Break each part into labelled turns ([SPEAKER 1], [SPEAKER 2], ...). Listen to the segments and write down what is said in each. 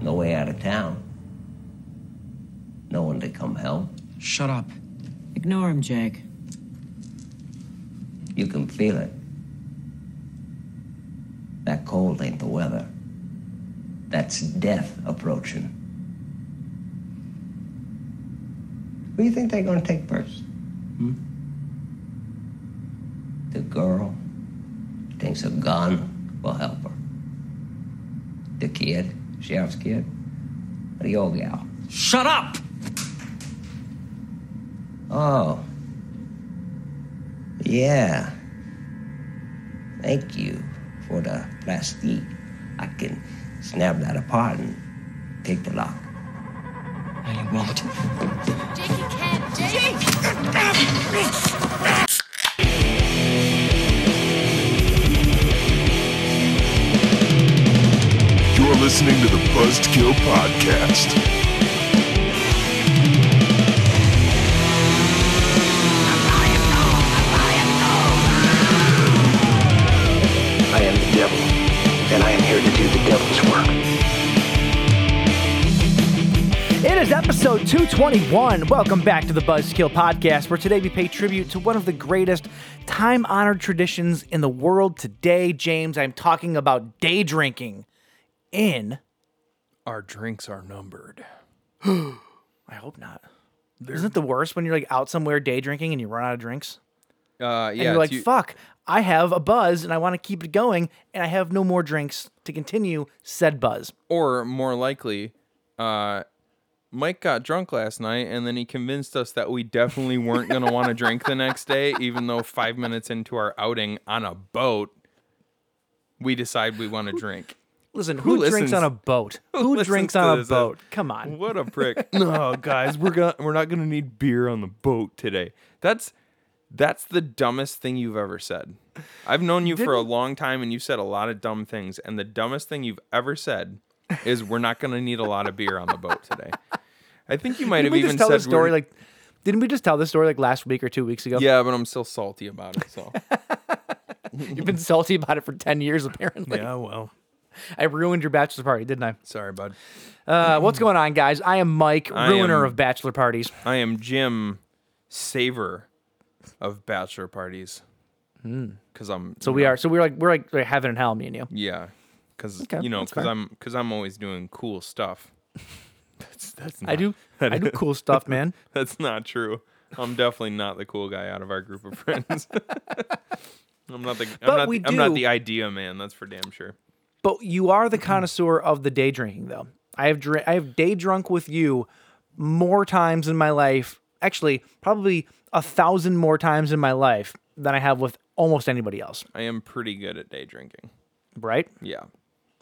[SPEAKER 1] no way out of town, no one to come help.
[SPEAKER 2] Shut up.
[SPEAKER 3] Ignore him, Jake.
[SPEAKER 1] You can feel it. That cold ain't the weather. That's death approaching. Who you think they're gonna take first? Hmm? The girl thinks a gun will help her. The kid, sheriff's kid, or the old gal.
[SPEAKER 2] Shut up!
[SPEAKER 1] Oh. Yeah. Thank you for the plastique. I can snap that apart and take the lock.
[SPEAKER 2] No, you won't.
[SPEAKER 4] Jake, you can't. Jake!
[SPEAKER 5] You're listening to the Buzzkill Podcast.
[SPEAKER 6] I am the devil, and I am here to do the devil's work.
[SPEAKER 7] It is episode 221. Welcome back to the Buzzkill Podcast, where today we pay tribute to one of the greatest time honored traditions in the world today. James, I'm talking about day drinking in.
[SPEAKER 8] Our drinks are numbered.
[SPEAKER 7] I hope not. Isn't it the worst when you're like out somewhere day drinking and you run out of drinks?
[SPEAKER 8] Uh, yeah,
[SPEAKER 7] And you're
[SPEAKER 8] it's
[SPEAKER 7] like,
[SPEAKER 8] u-
[SPEAKER 7] fuck, I have a buzz and I want to keep it going, and I have no more drinks to continue said buzz.
[SPEAKER 8] Or more likely, uh, Mike got drunk last night, and then he convinced us that we definitely weren't gonna want to drink the next day, even though five minutes into our outing on a boat, we decide we want to drink.
[SPEAKER 7] Listen, who, drinks
[SPEAKER 8] listens-
[SPEAKER 7] on a boat? Who,
[SPEAKER 8] listens
[SPEAKER 7] drinks
[SPEAKER 8] to
[SPEAKER 7] on a
[SPEAKER 8] this?
[SPEAKER 7] boat? Come on.
[SPEAKER 8] What a prick! no, guys, we're gonna we're not gonna need beer on the boat today. That's that's the dumbest thing you've ever said. I've known you for a long time, and you've said a lot of dumb things. And the dumbest thing you've ever said is we're not gonna need a lot of beer on the boat today. I think you might
[SPEAKER 7] Didn't
[SPEAKER 8] have
[SPEAKER 7] we
[SPEAKER 8] even
[SPEAKER 7] just tell
[SPEAKER 8] said
[SPEAKER 7] this story
[SPEAKER 8] we're-
[SPEAKER 7] like? Didn't we just tell this story like last week or two weeks ago?
[SPEAKER 8] yeah, but I'm still salty about it. So
[SPEAKER 7] You've been salty about it for ten years apparently.
[SPEAKER 8] well,
[SPEAKER 7] I ruined your bachelor party, didn't I?
[SPEAKER 8] sorry, bud.
[SPEAKER 7] Uh, what's going on, guys? I am Mike,
[SPEAKER 8] I
[SPEAKER 7] ruiner
[SPEAKER 8] am-
[SPEAKER 7] of bachelor parties.
[SPEAKER 8] I am Jim Saver of bachelor parties because I'm
[SPEAKER 7] So we are. So we're like we're like we're heaven and hell, me and you.
[SPEAKER 8] Yeah, because
[SPEAKER 7] Okay,
[SPEAKER 8] you know,
[SPEAKER 7] that's
[SPEAKER 8] because
[SPEAKER 7] fair.
[SPEAKER 8] I'm because I'm always doing cool stuff. That's that's not,
[SPEAKER 7] I do. I do cool stuff, man.
[SPEAKER 8] That's not true. I'm definitely not the cool guy out of our group of friends. I'm not the. I'm
[SPEAKER 7] But
[SPEAKER 8] not,
[SPEAKER 7] we
[SPEAKER 8] the- I'm not
[SPEAKER 7] do-
[SPEAKER 8] the idea man. That's for damn sure.
[SPEAKER 7] But you are the connoisseur of the day drinking, though. I have dr- I have day drunk with you more times in my life. Actually, probably a thousand more times in my life than I have with almost anybody else.
[SPEAKER 8] I am pretty good at day drinking.
[SPEAKER 7] Right?
[SPEAKER 8] Yeah.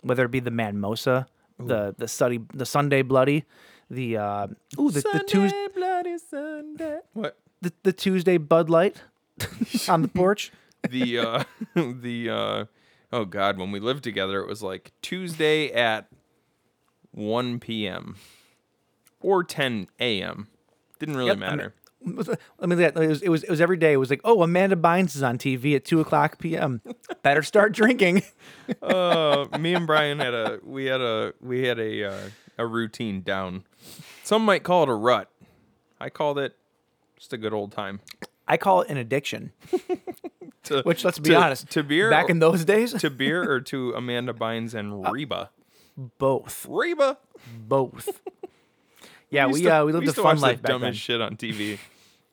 [SPEAKER 7] Whether it be the Manmosa, the the Sunday the Sunday Bloody, the uh, ooh the, the Tuesday
[SPEAKER 8] bloody Sunday. What
[SPEAKER 7] the, the Tuesday Bud Light on the porch.
[SPEAKER 8] the uh the uh oh god when we lived together it was like Tuesday at 1 p.m. or 10 a.m. Didn't really
[SPEAKER 7] I mean-
[SPEAKER 8] matter.
[SPEAKER 7] It was- Let me let- it was, it was it was every day. It was like, oh, Amanda Bynes is on TV at two o'clock p.m. Better start drinking.
[SPEAKER 8] uh, me and Brian had a we had a we had a uh, a routine down. Some might call it a rut. I called it just a good old time.
[SPEAKER 7] I call it an addiction.
[SPEAKER 8] To,
[SPEAKER 7] Which let's be
[SPEAKER 8] to-
[SPEAKER 7] honest,
[SPEAKER 8] to beer
[SPEAKER 7] back in Uh, those days,
[SPEAKER 8] to beer or to Amanda Bynes and Reba.
[SPEAKER 7] both,
[SPEAKER 8] Reba.
[SPEAKER 7] both. Yeah, we
[SPEAKER 8] used
[SPEAKER 7] uh,
[SPEAKER 8] to-
[SPEAKER 7] we lived a
[SPEAKER 8] used to
[SPEAKER 7] fun
[SPEAKER 8] watch
[SPEAKER 7] life
[SPEAKER 8] the
[SPEAKER 7] back
[SPEAKER 8] dumbest
[SPEAKER 7] then.
[SPEAKER 8] shit on TV.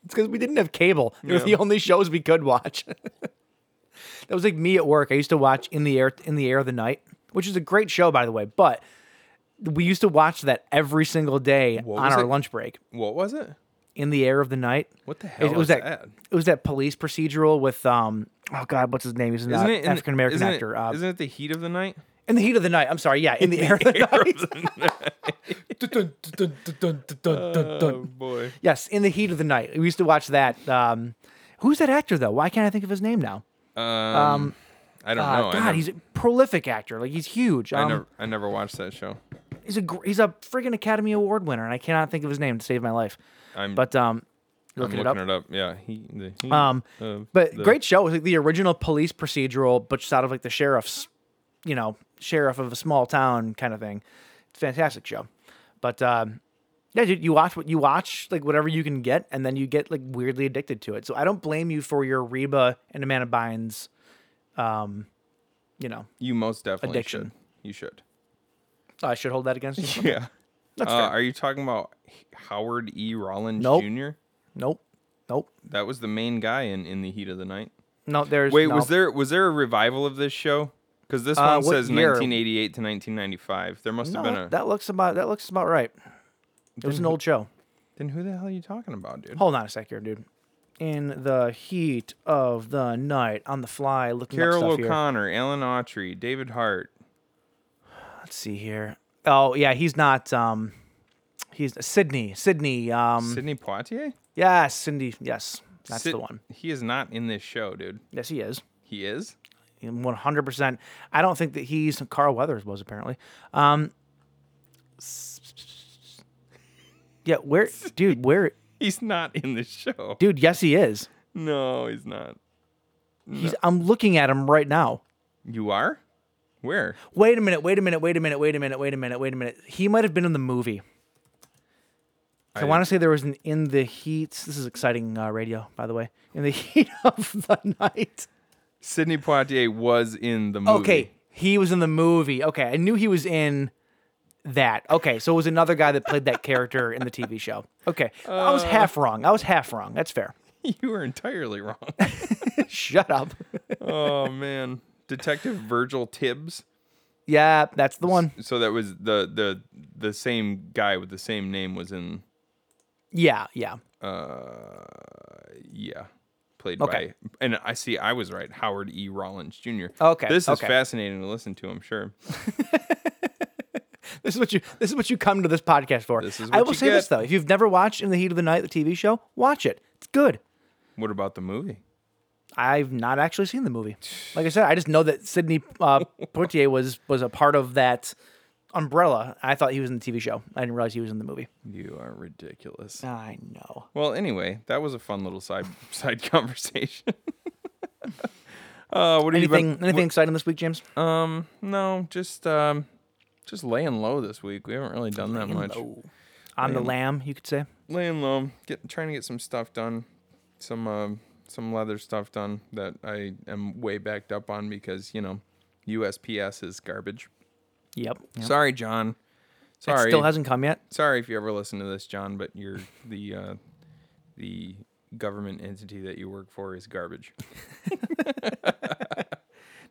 [SPEAKER 7] It's because we didn't have cable. They were
[SPEAKER 8] Yeah.
[SPEAKER 7] the only shows we could watch. that was like me at work. I used to watch In the Air In the Air of the Night, which is a great show, by the way. But we used to watch that every single day
[SPEAKER 8] What
[SPEAKER 7] on
[SPEAKER 8] was
[SPEAKER 7] our
[SPEAKER 8] it?
[SPEAKER 7] lunch break.
[SPEAKER 8] What was it?
[SPEAKER 7] In the Air of the Night.
[SPEAKER 8] What the
[SPEAKER 7] It-
[SPEAKER 8] hell
[SPEAKER 7] It, was
[SPEAKER 8] is that?
[SPEAKER 7] It was that uh, police procedural with um. Oh God, what's his name? He's an
[SPEAKER 8] Isn't it in the-
[SPEAKER 7] African American
[SPEAKER 8] isn't it-
[SPEAKER 7] actor. uh,
[SPEAKER 8] isn't it the heat of the night?
[SPEAKER 7] in the heat of the night. I'm sorry. Yeah, in the air of the night.
[SPEAKER 8] Oh boy.
[SPEAKER 7] Yes, in the heat of the night. We used to watch that. Um, who's that actor though? Why can't I think of his name now?
[SPEAKER 8] Um, I don't
[SPEAKER 7] Uh,
[SPEAKER 8] know.
[SPEAKER 7] God,
[SPEAKER 8] I never,
[SPEAKER 7] he's a prolific actor. Like he's huge.
[SPEAKER 8] I
[SPEAKER 7] Um,
[SPEAKER 8] never I never watched that show.
[SPEAKER 7] He's a gr- he's a friggin' Academy Award winner, and I cannot think of his name to save my life.
[SPEAKER 8] I'm-
[SPEAKER 7] but um,
[SPEAKER 8] I'm
[SPEAKER 7] looking,
[SPEAKER 8] looking
[SPEAKER 7] it up.
[SPEAKER 8] it up. Yeah, he, the heat
[SPEAKER 7] Um,
[SPEAKER 8] of
[SPEAKER 7] but
[SPEAKER 8] the-
[SPEAKER 7] great show. It was like the original police procedural, but just out of like the sheriff's, you know, sheriff of a small town kind of thing. fantastic show. But um, yeah, dude, you watch what you watch, like whatever you can get, and then you get like weirdly addicted to it. So I don't blame you for your Reba and Amanda Bynes, um, you know,
[SPEAKER 8] You most definitely
[SPEAKER 7] Addiction.
[SPEAKER 8] should. You should.
[SPEAKER 7] I should hold that against you.
[SPEAKER 8] Yeah.
[SPEAKER 7] That's
[SPEAKER 8] Uh,
[SPEAKER 7] fair.
[SPEAKER 8] are you talking about H- Howard E. Rollins
[SPEAKER 7] Nope.
[SPEAKER 8] Jr.?
[SPEAKER 7] Nope, nope,
[SPEAKER 8] That was the main guy in In the Heat of the Night.
[SPEAKER 7] no. There's
[SPEAKER 8] Wait,
[SPEAKER 7] no.
[SPEAKER 8] was there was there a revival of this show? Because this
[SPEAKER 7] Uh,
[SPEAKER 8] one
[SPEAKER 7] what
[SPEAKER 8] says
[SPEAKER 7] year?
[SPEAKER 8] 1988 to 1995. There must
[SPEAKER 7] No,
[SPEAKER 8] have been a.
[SPEAKER 7] that, that looks about that looks about right. It was an old show.
[SPEAKER 8] Then who the hell are you talking about, dude?
[SPEAKER 7] Hold on a sec here, dude. In the heat of the night, on the fly, looking
[SPEAKER 8] Carol
[SPEAKER 7] up stuff here.
[SPEAKER 8] O'Connor, Alan Autry, David Hart.
[SPEAKER 7] Let's see here. Oh yeah, he's not. Um, he's Sydney. Sydney. Um,
[SPEAKER 8] Sidney Poitier?
[SPEAKER 7] yes, Cindy. Yes, that's
[SPEAKER 8] Sid-
[SPEAKER 7] the one.
[SPEAKER 8] He is not in this show, dude.
[SPEAKER 7] Yes, he is.
[SPEAKER 8] He is?
[SPEAKER 7] One hundred percent. I don't think that he's Carl Weathers was apparently. Um, yeah, where, dude? Where,
[SPEAKER 8] He's not in this show.
[SPEAKER 7] dude? Yes, he is.
[SPEAKER 8] No, he's not.
[SPEAKER 7] He's. I'm looking at him right now.
[SPEAKER 8] You are? Where?
[SPEAKER 7] Wait a minute. Wait a minute. Wait a minute. Wait a minute. Wait a minute. Wait a minute. He might have been in the movie. I, want to say there was an in the heat. This is exciting uh, radio, by the way. In the heat of the night.
[SPEAKER 8] Sidney Poitier was in the movie.
[SPEAKER 7] Okay, he was in the movie. Okay, I knew he was in that. Okay, so it was another guy that played that character in the TV show. Okay, I was half wrong. I was half wrong. That's fair.
[SPEAKER 8] You are entirely wrong.
[SPEAKER 7] Shut up.
[SPEAKER 8] oh man. Detective Virgil Tibbs.
[SPEAKER 7] yeah, that's the one.
[SPEAKER 8] So that was the the the same guy with the same name was in
[SPEAKER 7] Yeah, yeah.
[SPEAKER 8] yeah. Played
[SPEAKER 7] Okay.
[SPEAKER 8] by and I see I was right, Howard E. Rollins Jr.
[SPEAKER 7] Okay,
[SPEAKER 8] This is
[SPEAKER 7] okay.
[SPEAKER 8] fascinating to listen to, I'm sure.
[SPEAKER 7] This is what you. This is what you come to this podcast for.
[SPEAKER 8] This is
[SPEAKER 7] I
[SPEAKER 8] what
[SPEAKER 7] will
[SPEAKER 8] you
[SPEAKER 7] say this
[SPEAKER 8] get.
[SPEAKER 7] though: if you've never watched In the Heat of the Night, the TV show, watch it. It's good.
[SPEAKER 8] What about the movie?
[SPEAKER 7] I've not actually seen the movie. Like I said, I just know that Sidney uh, Poitier was was a part of that umbrella. I thought he was in the TV show. I didn't realize he was in the movie.
[SPEAKER 8] You are ridiculous.
[SPEAKER 7] I know.
[SPEAKER 8] Well, anyway, that was a fun little side side conversation. uh, what do you been-
[SPEAKER 7] Anything anything exciting this week, James?
[SPEAKER 8] Um, no, just um, just laying low this week. We haven't really done that much.
[SPEAKER 7] On the lamb, you could say.
[SPEAKER 8] Laying low, get trying to get some stuff done, some uh, some leather stuff done that I am way backed up on because you know, USPS is garbage.
[SPEAKER 7] Yep. yep.
[SPEAKER 8] Sorry, John. Sorry.
[SPEAKER 7] It still hasn't come yet.
[SPEAKER 8] Sorry if you ever listen to this, John, but you're the uh, the government entity that you work for is garbage.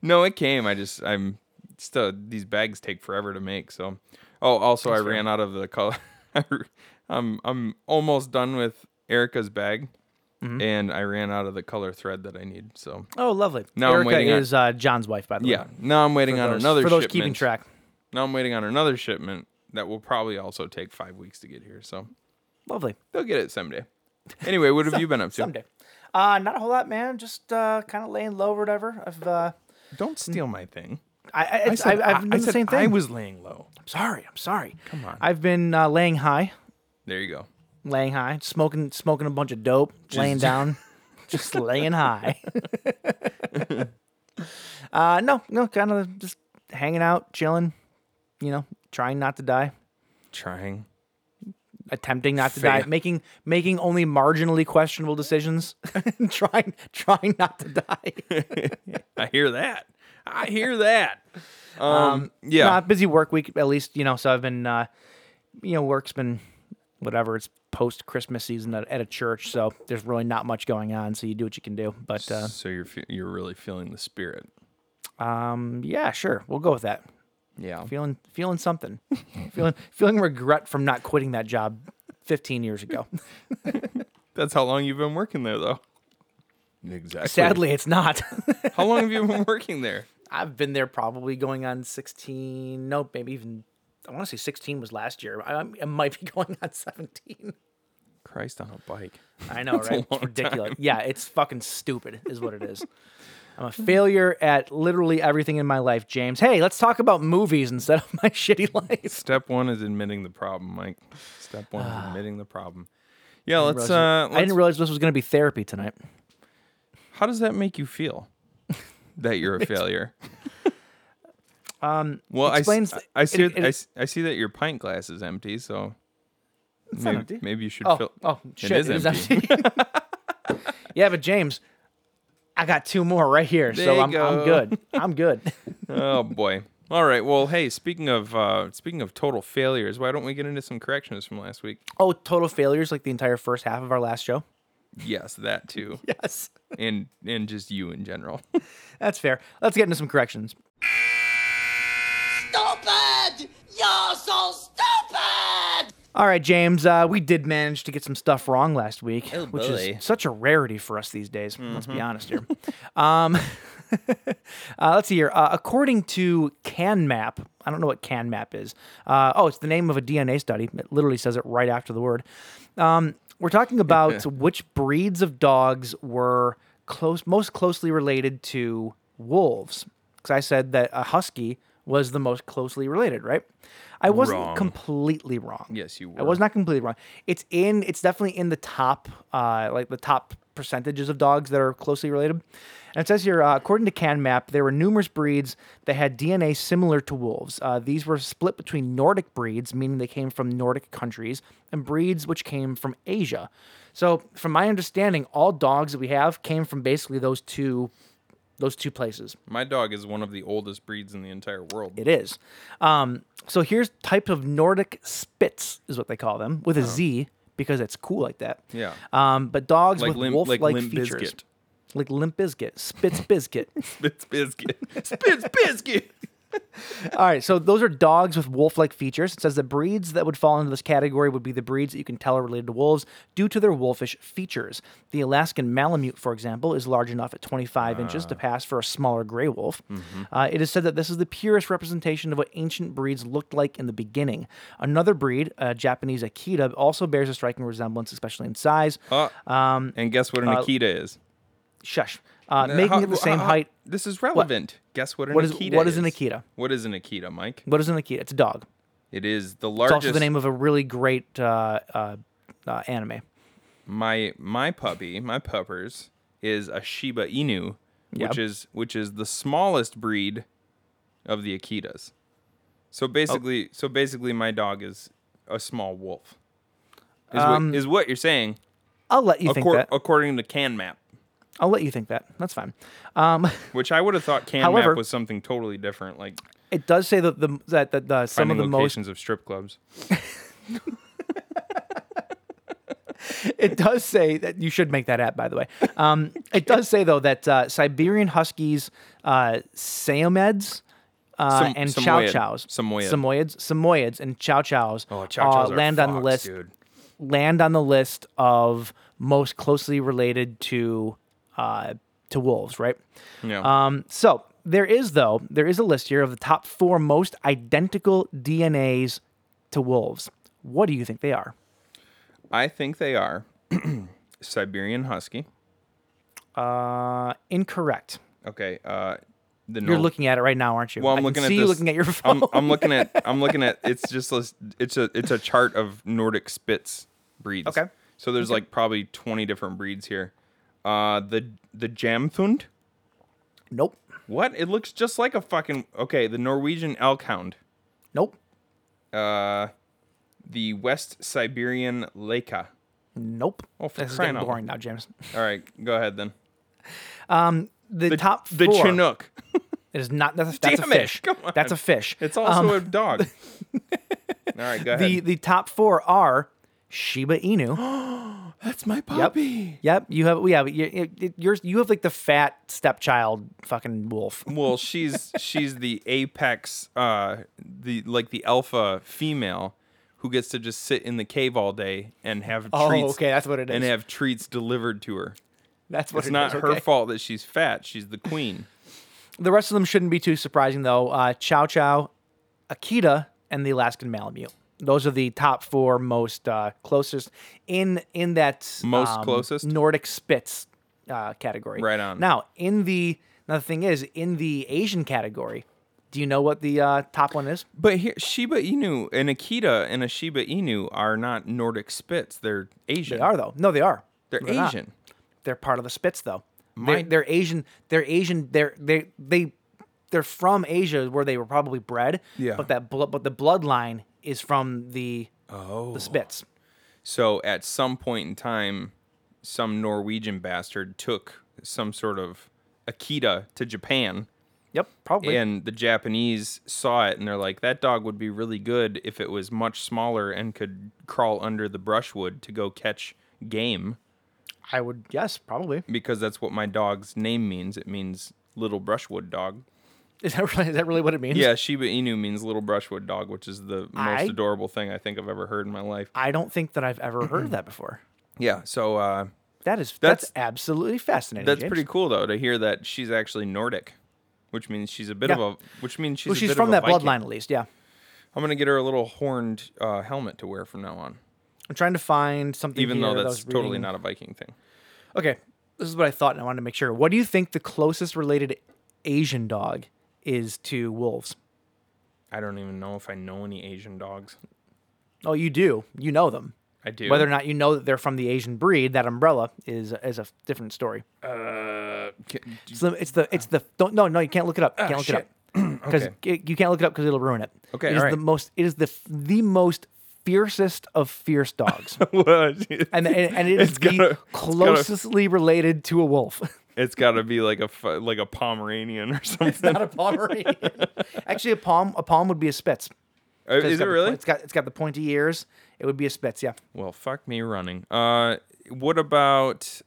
[SPEAKER 8] no, it came. I just I'm still these bags take forever to make. So, oh, also I ran out of the color. I r- I'm I'm almost done with Erica's bag,
[SPEAKER 7] Mm-hmm.
[SPEAKER 8] and I ran out of the color thread that I need. So
[SPEAKER 7] Oh, lovely.
[SPEAKER 8] Now I'm
[SPEAKER 7] Erica
[SPEAKER 8] waiting on-
[SPEAKER 7] is uh, John's wife, by the
[SPEAKER 8] yeah,
[SPEAKER 7] way.
[SPEAKER 8] now I'm waiting
[SPEAKER 7] For
[SPEAKER 8] on
[SPEAKER 7] those-
[SPEAKER 8] another.
[SPEAKER 7] for those
[SPEAKER 8] shipment.
[SPEAKER 7] keeping track.
[SPEAKER 8] Now I'm waiting on another shipment that will probably also take five weeks to get here. So
[SPEAKER 7] Lovely.
[SPEAKER 8] They'll get it someday. Anyway, what have you been up to?
[SPEAKER 7] Someday. Uh, not a whole lot, man. Just uh, kind of laying low or whatever. I've uh,
[SPEAKER 8] Don't steal my thing.
[SPEAKER 7] I, I, it's, I, have done the same thing.
[SPEAKER 8] I was laying low.
[SPEAKER 7] I'm sorry. I'm sorry. Come
[SPEAKER 8] on.
[SPEAKER 7] I've been uh, laying high.
[SPEAKER 8] There you go.
[SPEAKER 7] laying high, smoking smoking a bunch of dope, laying down, just laying high. uh, no, no, kind of just hanging out, chilling, you know, trying not to die,
[SPEAKER 8] Trying.
[SPEAKER 7] attempting not to
[SPEAKER 8] Fair.
[SPEAKER 7] die, making making only marginally questionable decisions, trying trying not to die.
[SPEAKER 8] I hear that. I hear that. Um,
[SPEAKER 7] Yeah,
[SPEAKER 8] yeah.
[SPEAKER 7] busy work week at least, you know. So I've been, uh, you know, work's been whatever. It's post Christmas season at, at a church, so there's really not much going on. So you do what you can do, but. Uh,
[SPEAKER 8] so you're fe- you're really feeling the spirit.
[SPEAKER 7] Um, yeah, sure. We'll go with that.
[SPEAKER 8] Yeah.
[SPEAKER 7] Feeling feeling something. feeling feeling regret from not quitting that job 15 years ago.
[SPEAKER 8] That's how long you've been working there though. Exactly.
[SPEAKER 7] Sadly, it's not.
[SPEAKER 8] How long have you been working there?
[SPEAKER 7] I've been there probably going on 16, no, maybe even I want to say 16 was last year. I, I'm- it might be going on 17.
[SPEAKER 8] Christ on a bike.
[SPEAKER 7] I know,
[SPEAKER 8] a
[SPEAKER 7] right? It's
[SPEAKER 8] long
[SPEAKER 7] ridiculous. Yeah, it's fucking stupid is what it is. I'm a failure at literally everything in my life, James. Hey, let's talk about movies instead of my shitty life.
[SPEAKER 8] Step 1 is admitting the problem, Mike. Step 1 is admitting the problem. Yeah, let's uh
[SPEAKER 7] Ah. I
[SPEAKER 8] let's,
[SPEAKER 7] didn't realize this was going to be therapy tonight.
[SPEAKER 8] how does that make you feel? that you're a failure. Well, I s-
[SPEAKER 7] Um, explains-
[SPEAKER 8] I, I see.
[SPEAKER 7] it- it-
[SPEAKER 8] I s- I see that your pint glass is empty, so
[SPEAKER 7] It's
[SPEAKER 8] maybe,
[SPEAKER 7] not empty.
[SPEAKER 8] maybe you should
[SPEAKER 7] Oh,
[SPEAKER 8] fill.
[SPEAKER 7] oh, shit,
[SPEAKER 8] it is empty.
[SPEAKER 7] empty. yeah, but James, I got two more right here,
[SPEAKER 8] There
[SPEAKER 7] so
[SPEAKER 8] you
[SPEAKER 7] I'm, I'm
[SPEAKER 8] go.
[SPEAKER 7] good. I'm good.
[SPEAKER 8] oh boy. All right. Well, hey, speaking of uh, speaking of total failures, why don't we get into some corrections from last week?
[SPEAKER 7] oh, total failures like the entire first half of our last show.
[SPEAKER 8] Yes, that too,
[SPEAKER 7] Yes,
[SPEAKER 8] and and just you in general.
[SPEAKER 7] that's fair. Let's get into some corrections.
[SPEAKER 4] Stupid! You're so stupid!
[SPEAKER 7] All right, James, uh, we did manage to get some stuff wrong last week,
[SPEAKER 1] Oh,
[SPEAKER 7] which
[SPEAKER 1] boy.
[SPEAKER 7] is such a rarity for us these days. Let's
[SPEAKER 8] Mm-hmm.
[SPEAKER 7] be honest here. um, uh, let's see here. Uh, according to CanMap, I don't know what CanMap is. Uh, oh, it's the name of a DNA study. It literally says it right after the word. Um, we're talking about which breeds of dogs were close, most closely related to wolves. Because I said that a husky was the most closely related, right? I wasn't
[SPEAKER 8] Wrong.
[SPEAKER 7] completely wrong.
[SPEAKER 8] Yes, you
[SPEAKER 7] I was
[SPEAKER 8] were.
[SPEAKER 7] not completely wrong. It's in. It's definitely in the top, uh, like the top percentages of dogs that are closely related. And it says here, uh, according to CanMap, there were numerous breeds that had DNA similar to wolves. Uh, these were split between Nordic breeds, meaning they came from Nordic countries, and breeds which came from Asia. So, from my understanding, all dogs that we have came from basically those two, those two places.
[SPEAKER 8] My dog is one of the oldest breeds in the entire world.
[SPEAKER 7] It is. Um, so here's type of Nordic Spitz is what they call them with a Z because it's cool like that.
[SPEAKER 8] Oh. Yeah.
[SPEAKER 7] Um, but dogs
[SPEAKER 8] Like
[SPEAKER 7] with
[SPEAKER 8] Limp-
[SPEAKER 7] wolf-like
[SPEAKER 8] like Limp
[SPEAKER 7] features,
[SPEAKER 8] Bizkit.
[SPEAKER 7] like Limp Bizkit, Spitz Bizkit.
[SPEAKER 8] Spitz biscuit. Spitz biscuit.
[SPEAKER 7] All right, so those are dogs with wolf-like features. It says the breeds that would fall into this category would be the breeds that you can tell are related to wolves due to their wolfish features. The Alaskan Malamute, for example, is large enough at 25 inches
[SPEAKER 8] Ah.
[SPEAKER 7] to pass for a smaller gray wolf.
[SPEAKER 8] Mm-hmm.
[SPEAKER 7] Uh, it is said that this is the purest representation of what ancient breeds looked like in the beginning. Another breed, uh, Japanese Akita, also bears a striking resemblance, especially in size.
[SPEAKER 8] Uh,
[SPEAKER 7] Um,
[SPEAKER 8] and guess what an
[SPEAKER 7] uh,
[SPEAKER 8] Akita is?
[SPEAKER 7] Shush, uh,
[SPEAKER 8] Uh,
[SPEAKER 7] making
[SPEAKER 8] how-
[SPEAKER 7] it the same
[SPEAKER 8] how-
[SPEAKER 7] height.
[SPEAKER 8] This is relevant. Guess what an
[SPEAKER 7] what is-
[SPEAKER 8] Akita
[SPEAKER 7] what is an Akita?
[SPEAKER 8] What is an Akita, Mike?
[SPEAKER 7] What is an Akita? It's a dog.
[SPEAKER 8] It is the
[SPEAKER 7] It's
[SPEAKER 8] largest.
[SPEAKER 7] also the name of a really great uh, uh, uh, anime.
[SPEAKER 8] my my puppy, my puppers, is a Shiba Inu,
[SPEAKER 7] Yep.
[SPEAKER 8] which is which is the smallest breed of the Akitas. So
[SPEAKER 7] Oh.
[SPEAKER 8] basically, so basically, my dog is a small wolf. Is, what, is what you're saying,
[SPEAKER 7] I'll let you Um, think
[SPEAKER 8] accor-
[SPEAKER 7] that.
[SPEAKER 8] according to CanMap,
[SPEAKER 7] I'll let you think that. That's fine. Um,
[SPEAKER 8] which I would have thought CanMap
[SPEAKER 7] However-
[SPEAKER 8] was something totally different, like
[SPEAKER 7] it does say that the that, that the, some of
[SPEAKER 8] finding
[SPEAKER 7] the most
[SPEAKER 8] locations of strip clubs.
[SPEAKER 7] it does say that you should make that app by the way. Um, it does say though that uh, Siberian Huskies, uh, Samoyeds, uh,
[SPEAKER 8] Sam-
[SPEAKER 7] and Chow
[SPEAKER 8] Samoyed.
[SPEAKER 7] Chows,
[SPEAKER 8] Samoyed.
[SPEAKER 7] Samoyeds, Samoyeds, and Chow Chows,
[SPEAKER 8] Oh, Chow Chows
[SPEAKER 7] uh,
[SPEAKER 8] are
[SPEAKER 7] land on the
[SPEAKER 8] fox,
[SPEAKER 7] list.
[SPEAKER 8] dude.
[SPEAKER 7] Land on the list of most closely related to uh, to wolves, right?
[SPEAKER 8] Yeah.
[SPEAKER 7] Um, so there is though there is a list here of the top four most identical DNAs to wolves. What do you think they are?
[SPEAKER 8] I think they are Siberian Husky.
[SPEAKER 7] Uh, incorrect.
[SPEAKER 8] Okay. Uh, the
[SPEAKER 7] You're
[SPEAKER 8] Nor-
[SPEAKER 7] looking at it right now, aren't you?
[SPEAKER 8] Well,
[SPEAKER 7] I
[SPEAKER 8] I'm
[SPEAKER 7] can
[SPEAKER 8] looking
[SPEAKER 7] see
[SPEAKER 8] at
[SPEAKER 7] you
[SPEAKER 8] this-
[SPEAKER 7] looking at your phone.
[SPEAKER 8] I'm, I'm looking at. I'm looking at. It's just. a- It's a. It's a chart of Nordic Spitz breeds.
[SPEAKER 7] Okay.
[SPEAKER 8] So there's like probably 20 different breeds here. Uh, the the Jamthund.
[SPEAKER 7] nope,
[SPEAKER 8] What? It looks just like a fucking. Okay. The Norwegian Elkhound.
[SPEAKER 7] nope,
[SPEAKER 8] Uh, the West Siberian Leka.
[SPEAKER 7] nope.
[SPEAKER 8] Oh, for
[SPEAKER 7] this is
[SPEAKER 8] crying
[SPEAKER 7] getting
[SPEAKER 8] out
[SPEAKER 7] boring now, James.
[SPEAKER 8] All right. Go ahead then.
[SPEAKER 7] The,
[SPEAKER 8] The
[SPEAKER 7] top four.
[SPEAKER 8] The Chinook.
[SPEAKER 7] It is not. That's, that's a
[SPEAKER 8] Damn it,
[SPEAKER 7] fish.
[SPEAKER 8] come on.
[SPEAKER 7] That's a fish.
[SPEAKER 8] It's also a dog. All right. Go ahead.
[SPEAKER 7] Um, the the top four are Shiba Inu.
[SPEAKER 8] That's my
[SPEAKER 7] Yep. Yep. You have yeah. but You, you- you're you have like the fat stepchild fucking wolf.
[SPEAKER 8] Well, she's she's the apex, uh, the like the alpha female who gets to just sit in the cave all day and have
[SPEAKER 7] Oh,
[SPEAKER 8] treats.
[SPEAKER 7] okay, that's what it
[SPEAKER 8] And
[SPEAKER 7] is.
[SPEAKER 8] have treats delivered to her.
[SPEAKER 7] That's what
[SPEAKER 8] It's
[SPEAKER 7] it
[SPEAKER 8] not
[SPEAKER 7] is,
[SPEAKER 8] her
[SPEAKER 7] okay.
[SPEAKER 8] fault that she's fat. She's the queen.
[SPEAKER 7] The rest of them shouldn't be too surprising though. Uh, Chow Chow, Akita, and the Alaskan Malamute. Those are the top four most uh, closest in in that um,
[SPEAKER 8] Most closest?
[SPEAKER 7] Nordic Spitz uh, category.
[SPEAKER 8] Right on.
[SPEAKER 7] Now in the now the thing is in the Asian category. Do you know what the uh, top one is?
[SPEAKER 8] But here, Shiba Inu, an Akita, and a Shiba Inu are not Nordic Spitz. They're Asian.
[SPEAKER 7] They are though. No, they are.
[SPEAKER 8] They're
[SPEAKER 7] not.
[SPEAKER 8] Asian.
[SPEAKER 7] They're part of the Spitz though.
[SPEAKER 8] My-
[SPEAKER 7] they're, they're Asian. They're Asian. They're they they. they're from Asia where they were probably bred.
[SPEAKER 8] Yeah.
[SPEAKER 7] But that blood, but the bloodline is from the oh. the Spits.
[SPEAKER 8] So at some point in time, some Norwegian bastard took some sort of Akita to Japan,
[SPEAKER 7] Yep, probably.
[SPEAKER 8] and the Japanese saw it and they're like, that dog would be really good if it was much smaller and could crawl under the brushwood to go catch game
[SPEAKER 7] I would yes, probably.
[SPEAKER 8] because that's what my dog's name means. It means little brushwood dog.
[SPEAKER 7] Is that really, is that really what it means?
[SPEAKER 8] Yeah, Shiba Inu means little brushwood dog, which is the most
[SPEAKER 7] I-
[SPEAKER 8] adorable thing I think I've ever heard in my life.
[SPEAKER 7] I don't think that I've ever heard of that before.
[SPEAKER 8] Yeah, so uh,
[SPEAKER 7] That is that's,
[SPEAKER 8] That's-
[SPEAKER 7] absolutely fascinating.
[SPEAKER 8] that's
[SPEAKER 7] James.
[SPEAKER 8] pretty cool though to hear that she's actually Nordic, which means she's a bit
[SPEAKER 7] Yeah.
[SPEAKER 8] of a which means she's
[SPEAKER 7] Well,
[SPEAKER 8] a
[SPEAKER 7] she's
[SPEAKER 8] bit
[SPEAKER 7] from
[SPEAKER 8] of
[SPEAKER 7] that
[SPEAKER 8] a Viking.
[SPEAKER 7] bloodline at least. Yeah.
[SPEAKER 8] I'm gonna get her a little horned uh, helmet to wear from now on,
[SPEAKER 7] I'm trying to find something.
[SPEAKER 8] even though
[SPEAKER 7] here that I was
[SPEAKER 8] that's totally
[SPEAKER 7] reading.
[SPEAKER 8] not a Viking thing.
[SPEAKER 7] Okay, this is what I thought, and I wanted to make sure. What do you think the closest related Asian dog is to wolves?
[SPEAKER 8] I don't even know if I know any Asian dogs.
[SPEAKER 7] Oh, you do. You know them.
[SPEAKER 8] I do.
[SPEAKER 7] Whether or not you know that they're from the Asian breed, that umbrella is is a different story.
[SPEAKER 8] Uh, Can- Ah,
[SPEAKER 7] It's the it's the, it's the don't no no you can't look it up. You can't look
[SPEAKER 8] shit.
[SPEAKER 7] it up because you can't look it up because it'll ruin it.
[SPEAKER 8] Okay,
[SPEAKER 7] it is
[SPEAKER 8] all right.
[SPEAKER 7] the most it is the f- the most fiercest of fierce dogs,
[SPEAKER 8] What?
[SPEAKER 7] and and, and it is
[SPEAKER 8] It's
[SPEAKER 7] the
[SPEAKER 8] gotta- it's gotta-
[SPEAKER 7] closestly related to a wolf.
[SPEAKER 8] it's got to be like a fu- like a Pomeranian or something.
[SPEAKER 7] Not a Pomeranian. Actually, a palm a palm would be a Spitz.
[SPEAKER 8] Uh,
[SPEAKER 7] 'Cause it's
[SPEAKER 8] Is
[SPEAKER 7] got
[SPEAKER 8] it
[SPEAKER 7] the po-
[SPEAKER 8] really?
[SPEAKER 7] it's got it's got the pointy ears. It would be a Spitz. Yeah.
[SPEAKER 8] Well, fuck me running. Uh, what about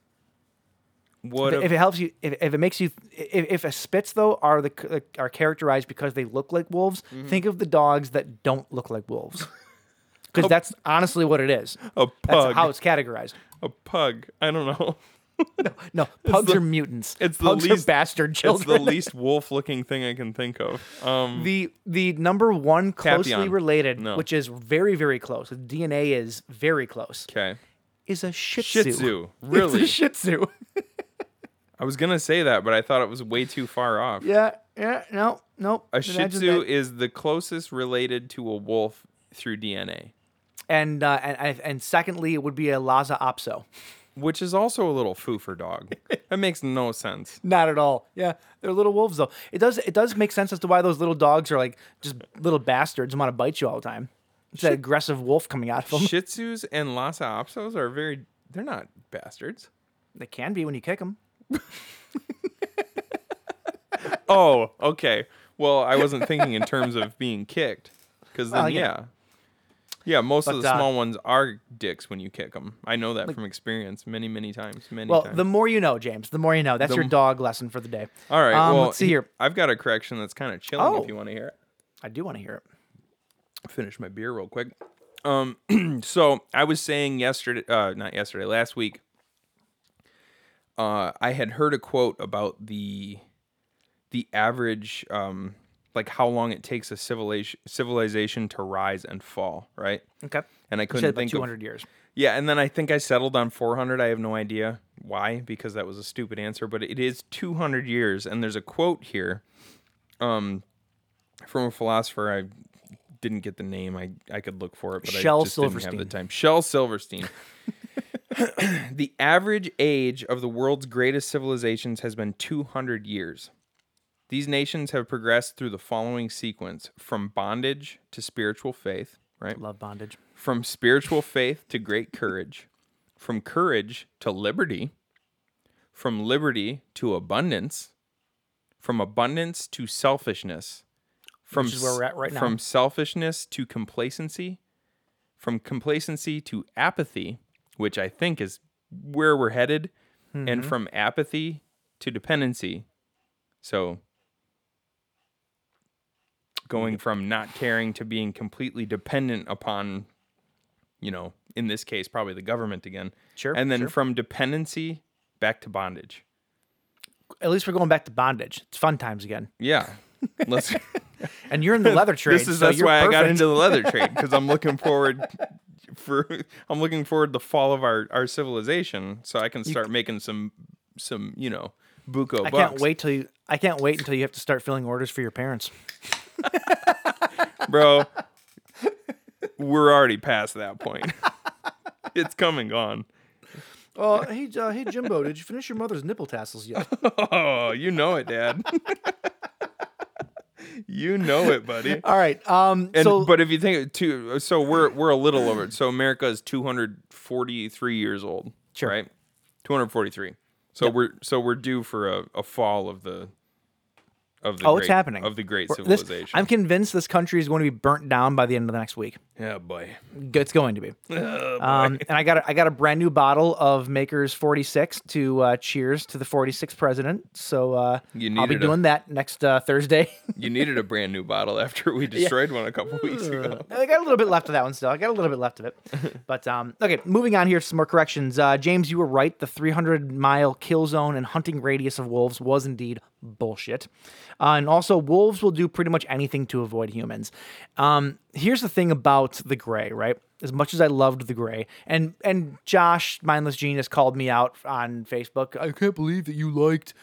[SPEAKER 8] what?
[SPEAKER 7] If
[SPEAKER 8] ab-
[SPEAKER 7] it helps you, if, if it makes you, if, if a Spitz though are the c- are characterized because they look like wolves,
[SPEAKER 8] Mm-hmm.
[SPEAKER 7] think of the dogs that don't look like wolves, because that's honestly what it is.
[SPEAKER 8] a Oh. pug.
[SPEAKER 7] That's how it's categorized.
[SPEAKER 8] a pug. I don't know.
[SPEAKER 7] No, pugs
[SPEAKER 8] the-
[SPEAKER 7] are mutants.
[SPEAKER 8] it's the
[SPEAKER 7] pugs
[SPEAKER 8] least-
[SPEAKER 7] are bastard
[SPEAKER 8] It's the
[SPEAKER 7] children.
[SPEAKER 8] least wolf-looking thing I can think of. Um,
[SPEAKER 7] the the number one closely
[SPEAKER 8] Papillon.
[SPEAKER 7] related,
[SPEAKER 8] No.
[SPEAKER 7] which is very very close. The DNA is very close.
[SPEAKER 8] okay.
[SPEAKER 7] Is a Shih Tzu.
[SPEAKER 8] Shih Tzu.
[SPEAKER 7] It's a
[SPEAKER 8] Really?
[SPEAKER 7] Shih Tzu.
[SPEAKER 8] I was gonna say that, but I thought it was way too far off.
[SPEAKER 7] yeah. Yeah. No. No.
[SPEAKER 8] A Shih Tzu is the closest related to a wolf through DNA,
[SPEAKER 7] and uh, and and- and secondly, it would be a Lhasa Apso.
[SPEAKER 8] which is also a little foo for dog. that makes no sense.
[SPEAKER 7] Not at all. Yeah, they're little wolves though. It does it does make sense as to why those little dogs are like just little bastards and want to bite you all the time. It's that aggressive wolf coming out of them.
[SPEAKER 8] Shih Tzus and Lhasa Apsos are very. They're not bastards.
[SPEAKER 7] They can be when you kick them.
[SPEAKER 8] Oh, okay. Well, I wasn't thinking in terms of being kicked, because then
[SPEAKER 7] Well, Oh, yeah.
[SPEAKER 8] yeah. yeah. most of
[SPEAKER 7] But,
[SPEAKER 8] the
[SPEAKER 7] uh,
[SPEAKER 8] small ones are dicks when you kick them. I know that from experience, many, many times, many
[SPEAKER 7] Well,
[SPEAKER 8] times.
[SPEAKER 7] the more you know, James, the more you know. That's
[SPEAKER 8] The
[SPEAKER 7] your
[SPEAKER 8] m-
[SPEAKER 7] dog lesson for the day.
[SPEAKER 8] All right,
[SPEAKER 7] Um,
[SPEAKER 8] well,
[SPEAKER 7] let's see
[SPEAKER 8] he-
[SPEAKER 7] here.
[SPEAKER 8] I've got a correction that's kind of chilling.
[SPEAKER 7] Oh.
[SPEAKER 8] If you want to hear it.
[SPEAKER 7] I do want to hear it.
[SPEAKER 8] finish my beer real quick. Um, so I was saying yesterday, uh, not yesterday, last week, uh, I had heard a quote about the the average, um, like how long it takes a civilization civilization to rise and fall, right?
[SPEAKER 7] Okay.
[SPEAKER 8] And I
[SPEAKER 7] You said
[SPEAKER 8] couldn't
[SPEAKER 7] about
[SPEAKER 8] think
[SPEAKER 7] two
[SPEAKER 8] of
[SPEAKER 7] hundred years.
[SPEAKER 8] yeah, and then I think I settled on 400. I have no idea why, because that was a stupid answer, but it is 200 years. And there's a quote here um, from a philosopher. I didn't get the name. I, I could look for it, but
[SPEAKER 7] Shel
[SPEAKER 8] I just didn't have the
[SPEAKER 7] Silverstein.
[SPEAKER 8] time. Shel Silverstein. the average age of the world's greatest civilizations has been 200 years. These nations have progressed through the following sequence from bondage to spiritual faith, right?
[SPEAKER 7] Love bondage.
[SPEAKER 8] from spiritual faith to great courage, from courage to liberty, from liberty to abundance, from abundance to selfishness, from
[SPEAKER 7] Which is where we're at right now.
[SPEAKER 8] From selfishness to complacency, from complacency to apathy, which I think is where we're headed, and
[SPEAKER 7] Mm-hmm.
[SPEAKER 8] from apathy to dependency. So going from not caring to being completely dependent upon you know, in this case, probably the government again.
[SPEAKER 7] Sure,
[SPEAKER 8] And then
[SPEAKER 7] sure.
[SPEAKER 8] from dependency back to bondage.
[SPEAKER 7] At least we're going back to bondage. It's fun times again.
[SPEAKER 8] Yeah. Let's,
[SPEAKER 7] And you're in the leather trade.
[SPEAKER 8] this is
[SPEAKER 7] so
[SPEAKER 8] that's
[SPEAKER 7] you're
[SPEAKER 8] why I got
[SPEAKER 7] perfect.
[SPEAKER 8] into the leather trade because I'm looking forward for I'm looking forward the fall of our our civilization so I can start making some some you know buco.
[SPEAKER 7] I
[SPEAKER 8] bucks.
[SPEAKER 7] can't wait till you. I can't wait until you have to start filling orders for your parents.
[SPEAKER 8] bro. We're already past that point. it's come and gone.
[SPEAKER 7] Uh, hey, uh, hey, Jimbo, did you finish your mother's nipple tassels yet?
[SPEAKER 8] Oh, you know it, Dad. You know it, buddy.
[SPEAKER 7] All right. Um.
[SPEAKER 8] And
[SPEAKER 7] so,
[SPEAKER 8] but if you think two, so we're we're a little over it. So America is 243 years old.
[SPEAKER 7] Sure.
[SPEAKER 8] Right. 243. So we're so we're due for a, a fall of the of the
[SPEAKER 7] oh,
[SPEAKER 8] great,
[SPEAKER 7] it's happening
[SPEAKER 8] of the great
[SPEAKER 7] We're- this-
[SPEAKER 8] civilization.
[SPEAKER 7] I'm convinced this country is going to be burnt down by the end of the next week.
[SPEAKER 8] yeah, boy.
[SPEAKER 7] It's going to be.
[SPEAKER 8] Oh,
[SPEAKER 7] um, and I got a, I got a brand new bottle of Maker's 46 to uh, cheers to the 46th president. So uh,
[SPEAKER 8] You
[SPEAKER 7] I'll be
[SPEAKER 8] needed a-
[SPEAKER 7] doing that next uh, Thursday.
[SPEAKER 8] You needed a brand new bottle after we destroyed one a couple weeks ago.
[SPEAKER 7] I got a little bit left of that one still. I got a little bit left of it. But um, okay, moving on here. Some more corrections. Uh, James, you were right. The 300 mile kill zone and hunting radius of wolves was indeed bullshit. Uh, and also, wolves will do pretty much anything to avoid humans. Um, here's the thing about the gray, right? As much as I loved the gray, and and Josh, mindless genius, called me out on Facebook. I can't believe that you liked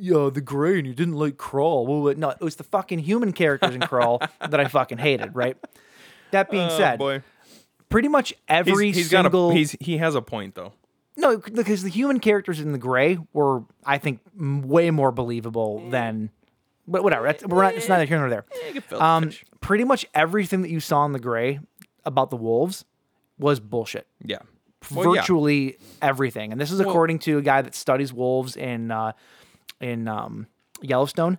[SPEAKER 7] yeah, the gray and you didn't like Crawl. Well, no, it was the fucking human characters in Crawl that I fucking hated, right? That being
[SPEAKER 8] Oh,
[SPEAKER 7] said,
[SPEAKER 8] boy.
[SPEAKER 7] pretty much
[SPEAKER 8] He's,
[SPEAKER 7] every
[SPEAKER 8] he's got
[SPEAKER 7] single
[SPEAKER 8] a he's he has a point though.
[SPEAKER 7] no, because the human characters in the gray were, I think, m- way more believable than, but whatever. That's, we're not. It's neither here nor there. Um, pretty much everything that you saw in the gray about the wolves was bullshit.
[SPEAKER 8] Yeah. Well, yeah.
[SPEAKER 7] virtually everything. And this is according to a guy that studies wolves in uh, in um, Yellowstone.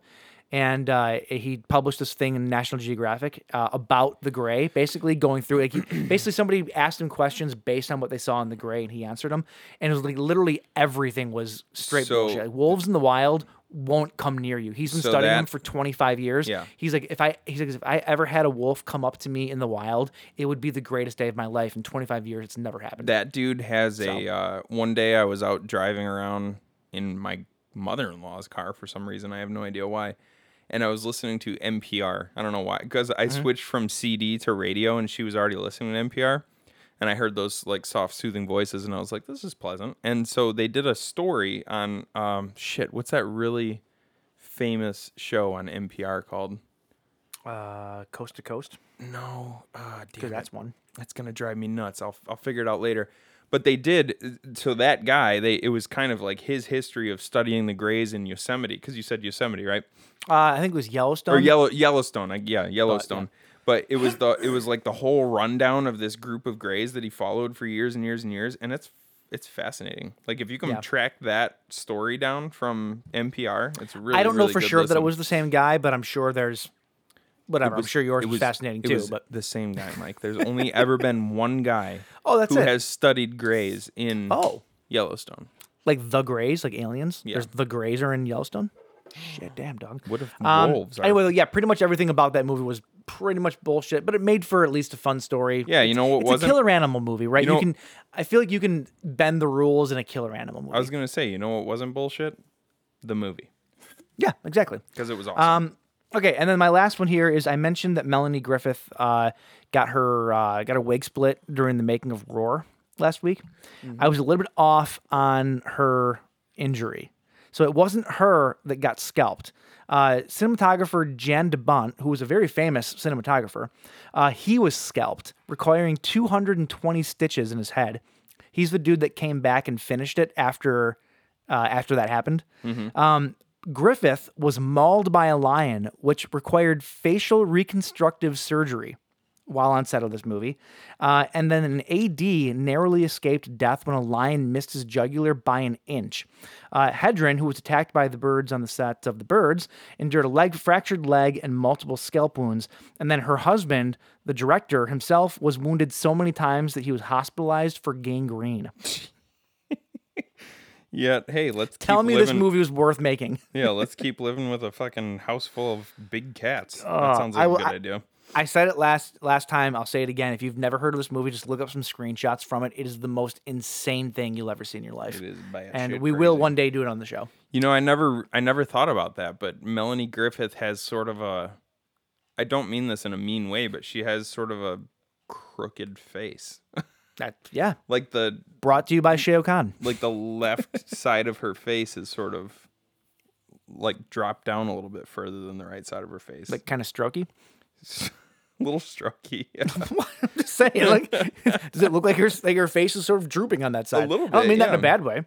[SPEAKER 7] And uh, he published this thing in National Geographic uh, about the gray, basically going through. Like, he- basically, somebody asked him questions based on what they saw in the gray, and he answered them. And it was like literally everything was straight
[SPEAKER 8] So-
[SPEAKER 7] bullshit. Like, wolves in the wild won't come near you. He's been
[SPEAKER 8] So
[SPEAKER 7] studying them
[SPEAKER 8] that-
[SPEAKER 7] for 25 years.
[SPEAKER 8] Yeah.
[SPEAKER 7] He's like, if I he's like, if I ever had a wolf come up to me in the wild, it would be the greatest day of my life. In 25 years, it's never happened.
[SPEAKER 8] That dude has a. Uh, one day I was out driving around in my mother in law's car for some reason. I have no idea why. And I was listening to NPR. I don't know why. Because I switched from CD to radio and she was already listening to NPR. And I heard those like soft, soothing voices and I was like, this is pleasant. And so they did a story on um, shit. What's that really famous show on NPR called?
[SPEAKER 7] uh, coast to coast
[SPEAKER 8] No. Uh,
[SPEAKER 7] because that's one.
[SPEAKER 8] that's gonna drive me nuts. I'll I'll figure it out later. But they did. uh, So that guy, they it was kind of like his history of studying the Greys in Yosemite, because you said Yosemite, right?
[SPEAKER 7] Uh, I think it was Yellowstone.
[SPEAKER 8] or Yellow Yellowstone. I, yeah, Yellowstone. But it was the it was like the whole rundown of this group of Greys that he followed for years and years and years, and it's it's fascinating. Like if you can
[SPEAKER 7] Yeah.
[SPEAKER 8] track that story down from NPR, it's really
[SPEAKER 7] I don't
[SPEAKER 8] really
[SPEAKER 7] know for
[SPEAKER 8] good
[SPEAKER 7] sure that
[SPEAKER 8] listen.
[SPEAKER 7] it was the same guy, but I'm sure there's whatever. I'm sure yours
[SPEAKER 8] it
[SPEAKER 7] was, fascinating
[SPEAKER 8] it
[SPEAKER 7] too.
[SPEAKER 8] was
[SPEAKER 7] but
[SPEAKER 8] the same guy, Mike. There's only ever been one guy.
[SPEAKER 7] Oh, that's
[SPEAKER 8] who
[SPEAKER 7] it.
[SPEAKER 8] has studied Greys in
[SPEAKER 7] Oh.
[SPEAKER 8] Yellowstone.
[SPEAKER 7] like the Greys, like aliens.
[SPEAKER 8] Yeah.
[SPEAKER 7] There's the Greys are in Yellowstone. Shit, damn dog.
[SPEAKER 8] What if
[SPEAKER 7] Um,
[SPEAKER 8] wolves are?
[SPEAKER 7] Anyway, yeah, pretty much everything about that movie was pretty much bullshit, but it made for at least a fun story.
[SPEAKER 8] Yeah, you know what
[SPEAKER 7] it's a
[SPEAKER 8] wasn't?
[SPEAKER 7] killer animal movie, right? You,
[SPEAKER 8] know-
[SPEAKER 7] can. I feel like you can bend the rules in a killer animal movie.
[SPEAKER 8] I was gonna say, you know what wasn't bullshit? The movie,
[SPEAKER 7] yeah, exactly.
[SPEAKER 8] because it was awesome.
[SPEAKER 7] Um, okay, and then my last one here is I mentioned that Melanie Griffith uh, got her uh, got her wig split during the making of Roar last week. I was a little bit off on her injury, so it wasn't her that got scalped. Uh, cinematographer Jan DeBunt, who was a very famous cinematographer, uh, he was scalped, requiring 220 stitches in his head. He's the dude that came back and finished it after uh, after that happened. Um, Griffith was mauled by a lion, which required facial reconstructive surgery while on set of this movie. Uh, and then an AD narrowly escaped death when a lion missed his jugular by an inch. Uh, Hedren, who was attacked by the birds on the set of The Birds, endured a leg fractured leg and multiple scalp wounds. And then her husband, the director himself, was wounded so many times that he was hospitalized for gangrene.
[SPEAKER 8] Yet, hey, let's
[SPEAKER 7] Tell
[SPEAKER 8] keep
[SPEAKER 7] me this
[SPEAKER 8] living-
[SPEAKER 7] movie was worth making.
[SPEAKER 8] yeah, let's keep living with a fucking house full of big cats. that sounds
[SPEAKER 7] Uh,
[SPEAKER 8] like
[SPEAKER 7] I
[SPEAKER 8] a
[SPEAKER 7] will-
[SPEAKER 8] good
[SPEAKER 7] I-
[SPEAKER 8] idea.
[SPEAKER 7] I said it last last time. I'll say it again. If you've never heard of this movie, just look up some screenshots from it. It is the most insane thing you'll ever see in your life.
[SPEAKER 8] It is bad
[SPEAKER 7] and
[SPEAKER 8] shit
[SPEAKER 7] we will
[SPEAKER 8] crazy.
[SPEAKER 7] one day do it on the show.
[SPEAKER 8] You know, I never I never thought about that, but Melanie Griffith has sort of a I don't mean this in a mean way, but she has sort of a crooked face.
[SPEAKER 7] That yeah.
[SPEAKER 8] like the
[SPEAKER 7] Brought to you by Shao Khan.
[SPEAKER 8] like the left side of her face is sort of like dropped down a little bit further than the right side of her face.
[SPEAKER 7] Like kind of strokey.
[SPEAKER 8] a little strokey.
[SPEAKER 7] I'm just saying. Like, does it look like her like her face is sort of drooping on that side?
[SPEAKER 8] little
[SPEAKER 7] I don't
[SPEAKER 8] bit,
[SPEAKER 7] mean that in
[SPEAKER 8] yeah.
[SPEAKER 7] a bad way.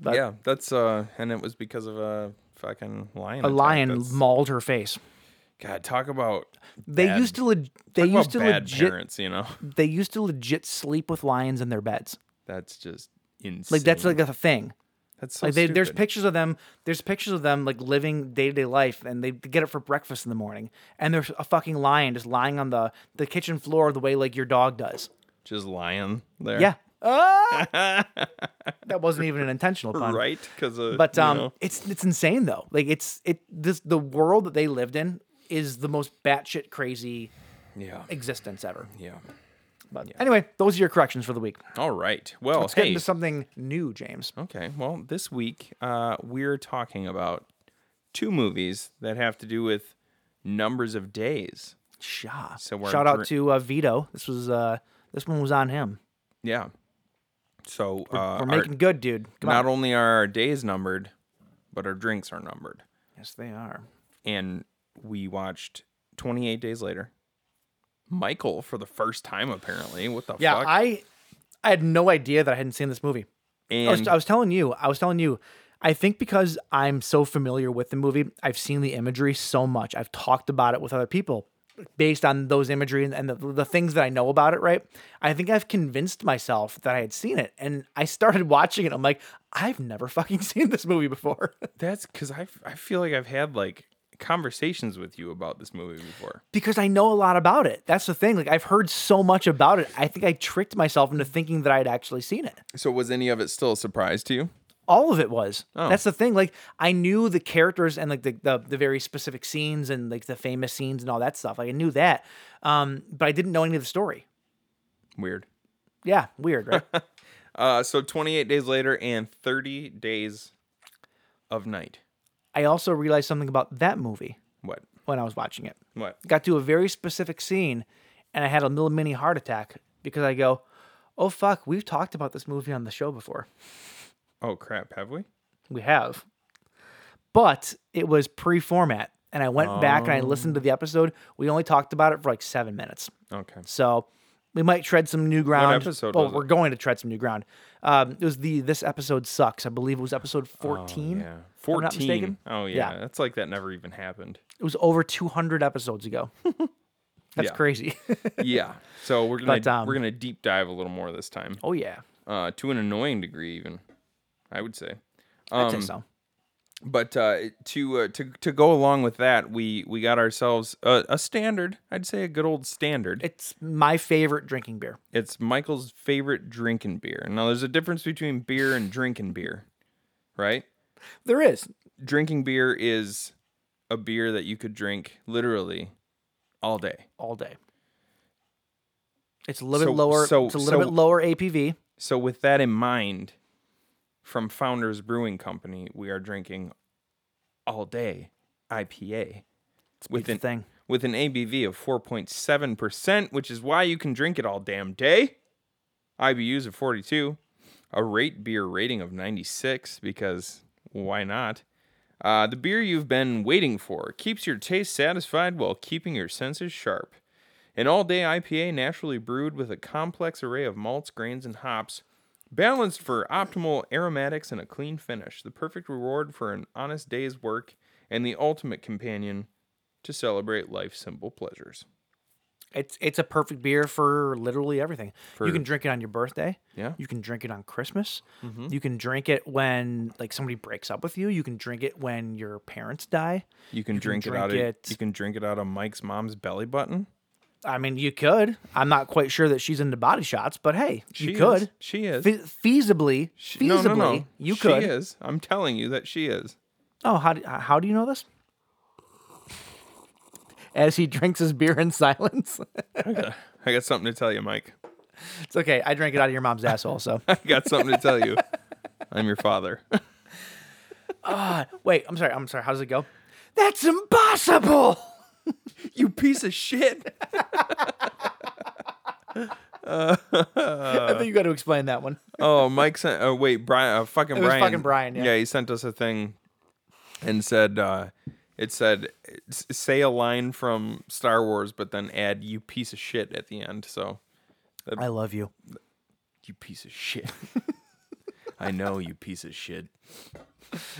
[SPEAKER 7] But
[SPEAKER 8] yeah, that's uh and it was because of a fucking lion.
[SPEAKER 7] a lion
[SPEAKER 8] That's,
[SPEAKER 7] mauled her face.
[SPEAKER 8] God, talk about
[SPEAKER 7] They
[SPEAKER 8] bad-
[SPEAKER 7] used to leg they
[SPEAKER 8] talk about
[SPEAKER 7] used to
[SPEAKER 8] bad
[SPEAKER 7] legit
[SPEAKER 8] parents. You know,
[SPEAKER 7] they used to legit sleep with lions in their beds.
[SPEAKER 8] that's just insane.
[SPEAKER 7] Like that's like a thing.
[SPEAKER 8] that's so
[SPEAKER 7] Like they, there's
[SPEAKER 8] stupid.
[SPEAKER 7] pictures of them. There's pictures of them like living day to day life, and they get up for breakfast in the morning, and there's a fucking lion just lying on the the kitchen floor the way like your dog does.
[SPEAKER 8] just lying there.
[SPEAKER 7] Yeah. Ah! that wasn't even an intentional pun.
[SPEAKER 8] right. Because
[SPEAKER 7] But um, it's it's insane though. Like it's it this the world that they lived in is the most batshit crazy
[SPEAKER 8] yeah,
[SPEAKER 7] existence ever.
[SPEAKER 8] yeah.
[SPEAKER 7] But anyway, those are your corrections for the week.
[SPEAKER 8] All right. Well,
[SPEAKER 7] Let's get
[SPEAKER 8] Oh, hey.
[SPEAKER 7] into something new, James.
[SPEAKER 8] Okay. Well, this week uh, we're talking about two movies that have to do with numbers of days.
[SPEAKER 7] Sha.
[SPEAKER 8] So we're
[SPEAKER 7] Shout out
[SPEAKER 8] dr-
[SPEAKER 7] to uh, Vito. This was uh this one was on him.
[SPEAKER 8] Yeah. So uh,
[SPEAKER 7] We're
[SPEAKER 8] our-
[SPEAKER 7] making good, dude. Come
[SPEAKER 8] not
[SPEAKER 7] on.
[SPEAKER 8] only are our days numbered, but our drinks are numbered.
[SPEAKER 7] Yes, they are.
[SPEAKER 8] And we watched 28 Days Later. Michael for the first time apparently. What the
[SPEAKER 7] Yeah,
[SPEAKER 8] fuck?
[SPEAKER 7] I I had no idea that I hadn't seen this movie. I was,
[SPEAKER 8] and
[SPEAKER 7] I was telling you, I was telling you, I think because I'm so familiar with the movie, I've seen the imagery so much. I've talked about it with other people based on those imagery and, and the, the things that I know about it, right? I think I've convinced myself that I had seen it. And I started watching it. I'm like, I've never fucking seen this movie before.
[SPEAKER 8] that's cuz I I feel like I've had like conversations with you about this movie before.
[SPEAKER 7] because I know a lot about it. That's the thing. Like, I've heard so much about it. I think I tricked myself into thinking that I'd actually seen it.
[SPEAKER 8] So was any of it still a surprise to you?
[SPEAKER 7] all of it was.
[SPEAKER 8] Oh.
[SPEAKER 7] That's the thing. Like I knew the characters and like the, the the very specific scenes and like the famous scenes and all that stuff. Like I knew that, um, but I didn't know any of the story.
[SPEAKER 8] Weird.
[SPEAKER 7] Yeah, weird, right?
[SPEAKER 8] Uh, so 28 days later and 30 days of night.
[SPEAKER 7] I also realized something about that movie
[SPEAKER 8] What?
[SPEAKER 7] when I was watching it.
[SPEAKER 8] What?
[SPEAKER 7] Got to a very specific scene, and I had a little mini heart attack because I go, "Oh fuck, we've talked about this movie on the show before.
[SPEAKER 8] Oh crap! Have we?
[SPEAKER 7] We have, but it was pre-format." And I went back and I listened
[SPEAKER 8] Oh.
[SPEAKER 7] to the episode. We only talked about it for like seven minutes.
[SPEAKER 8] Okay.
[SPEAKER 7] So we might tread some new ground.
[SPEAKER 8] episode
[SPEAKER 7] Oh,
[SPEAKER 8] was it?
[SPEAKER 7] we're going to tread some new ground. Um, it was the this episode sucks. I believe it was episode fourteen.
[SPEAKER 8] Oh, Yeah.
[SPEAKER 7] if I'm not mistaken.
[SPEAKER 8] uh, Fourteen. Oh yeah. That's like that never even happened.
[SPEAKER 7] It was over two hundred episodes ago. That's
[SPEAKER 8] Yeah.
[SPEAKER 7] crazy.
[SPEAKER 8] yeah. So we're gonna
[SPEAKER 7] But, um,
[SPEAKER 8] we're gonna deep dive a little more this time,
[SPEAKER 7] oh yeah,
[SPEAKER 8] uh, to an annoying degree, even. I would say.
[SPEAKER 7] I'd
[SPEAKER 8] Um,
[SPEAKER 7] say so.
[SPEAKER 8] But uh, to uh, to to go along with that, we we got ourselves a, a standard. I'd say a good old standard.
[SPEAKER 7] It's my favorite drinking beer.
[SPEAKER 8] It's Michael's favorite drinking beer. Now, there's a difference between beer and drinking beer, right?
[SPEAKER 7] There is.
[SPEAKER 8] Drinking beer is a beer that you could drink literally all day.
[SPEAKER 7] all day. It's a little
[SPEAKER 8] So-
[SPEAKER 7] bit lower.
[SPEAKER 8] so-
[SPEAKER 7] it's a little
[SPEAKER 8] so-
[SPEAKER 7] bit lower APV.
[SPEAKER 8] So, with that in mind, from Founders Brewing Company, we are drinking all day IPA with
[SPEAKER 7] the
[SPEAKER 8] an,
[SPEAKER 7] thing.
[SPEAKER 8] with an ABV of 4.7%, which is why you can drink it all damn day. IBUs of 42, a rate beer rating of 96, because why not? Uh, the beer you've been waiting for keeps your taste satisfied while keeping your senses sharp. An all day IPA naturally brewed with a complex array of malts, grains, and hops, balanced for optimal aromatics and a clean finish. The perfect reward for an honest day's work and the ultimate companion to celebrate life's simple pleasures.
[SPEAKER 7] It's it's a perfect beer for literally everything.
[SPEAKER 8] For-
[SPEAKER 7] you can drink it on your birthday.
[SPEAKER 8] Yeah. Mm-hmm.
[SPEAKER 7] You can drink it on Christmas. You can drink it when like somebody breaks up with you. You can drink it when your parents die.
[SPEAKER 8] You can, drink, it out
[SPEAKER 7] drink
[SPEAKER 8] of
[SPEAKER 7] it-
[SPEAKER 8] you can drink it out of Mike's mom's belly button.
[SPEAKER 7] I mean, you could. I'm not quite sure that she's into body shots, but hey,
[SPEAKER 8] She
[SPEAKER 7] you
[SPEAKER 8] is.
[SPEAKER 7] could.
[SPEAKER 8] She is.
[SPEAKER 7] Fe- feasibly,
[SPEAKER 8] She-
[SPEAKER 7] feasibly,
[SPEAKER 8] no, no, no.
[SPEAKER 7] you
[SPEAKER 8] she
[SPEAKER 7] could.
[SPEAKER 8] is. I'm telling you that she is.
[SPEAKER 7] Oh, how do, how do you know this? As he drinks his beer in silence.
[SPEAKER 8] I got something to tell you, Mike.
[SPEAKER 7] it's okay. I drank it out of your mom's asshole. So
[SPEAKER 8] I got something to tell you. I'm your father.
[SPEAKER 7] wait, I'm sorry. I'm sorry. How does it go? That's impossible.
[SPEAKER 8] you piece of shit.
[SPEAKER 7] I think you got to explain that one.
[SPEAKER 8] Oh, Mike sent. Oh, wait, Brian. Uh, fucking
[SPEAKER 7] It was
[SPEAKER 8] Brian.
[SPEAKER 7] fucking Brian, yeah.
[SPEAKER 8] he sent us a thing, and said, uh, "It said, s- say a line from Star Wars, but then add you piece of shit at the end." So
[SPEAKER 7] I love you.
[SPEAKER 8] you piece of shit. I know you piece of shit.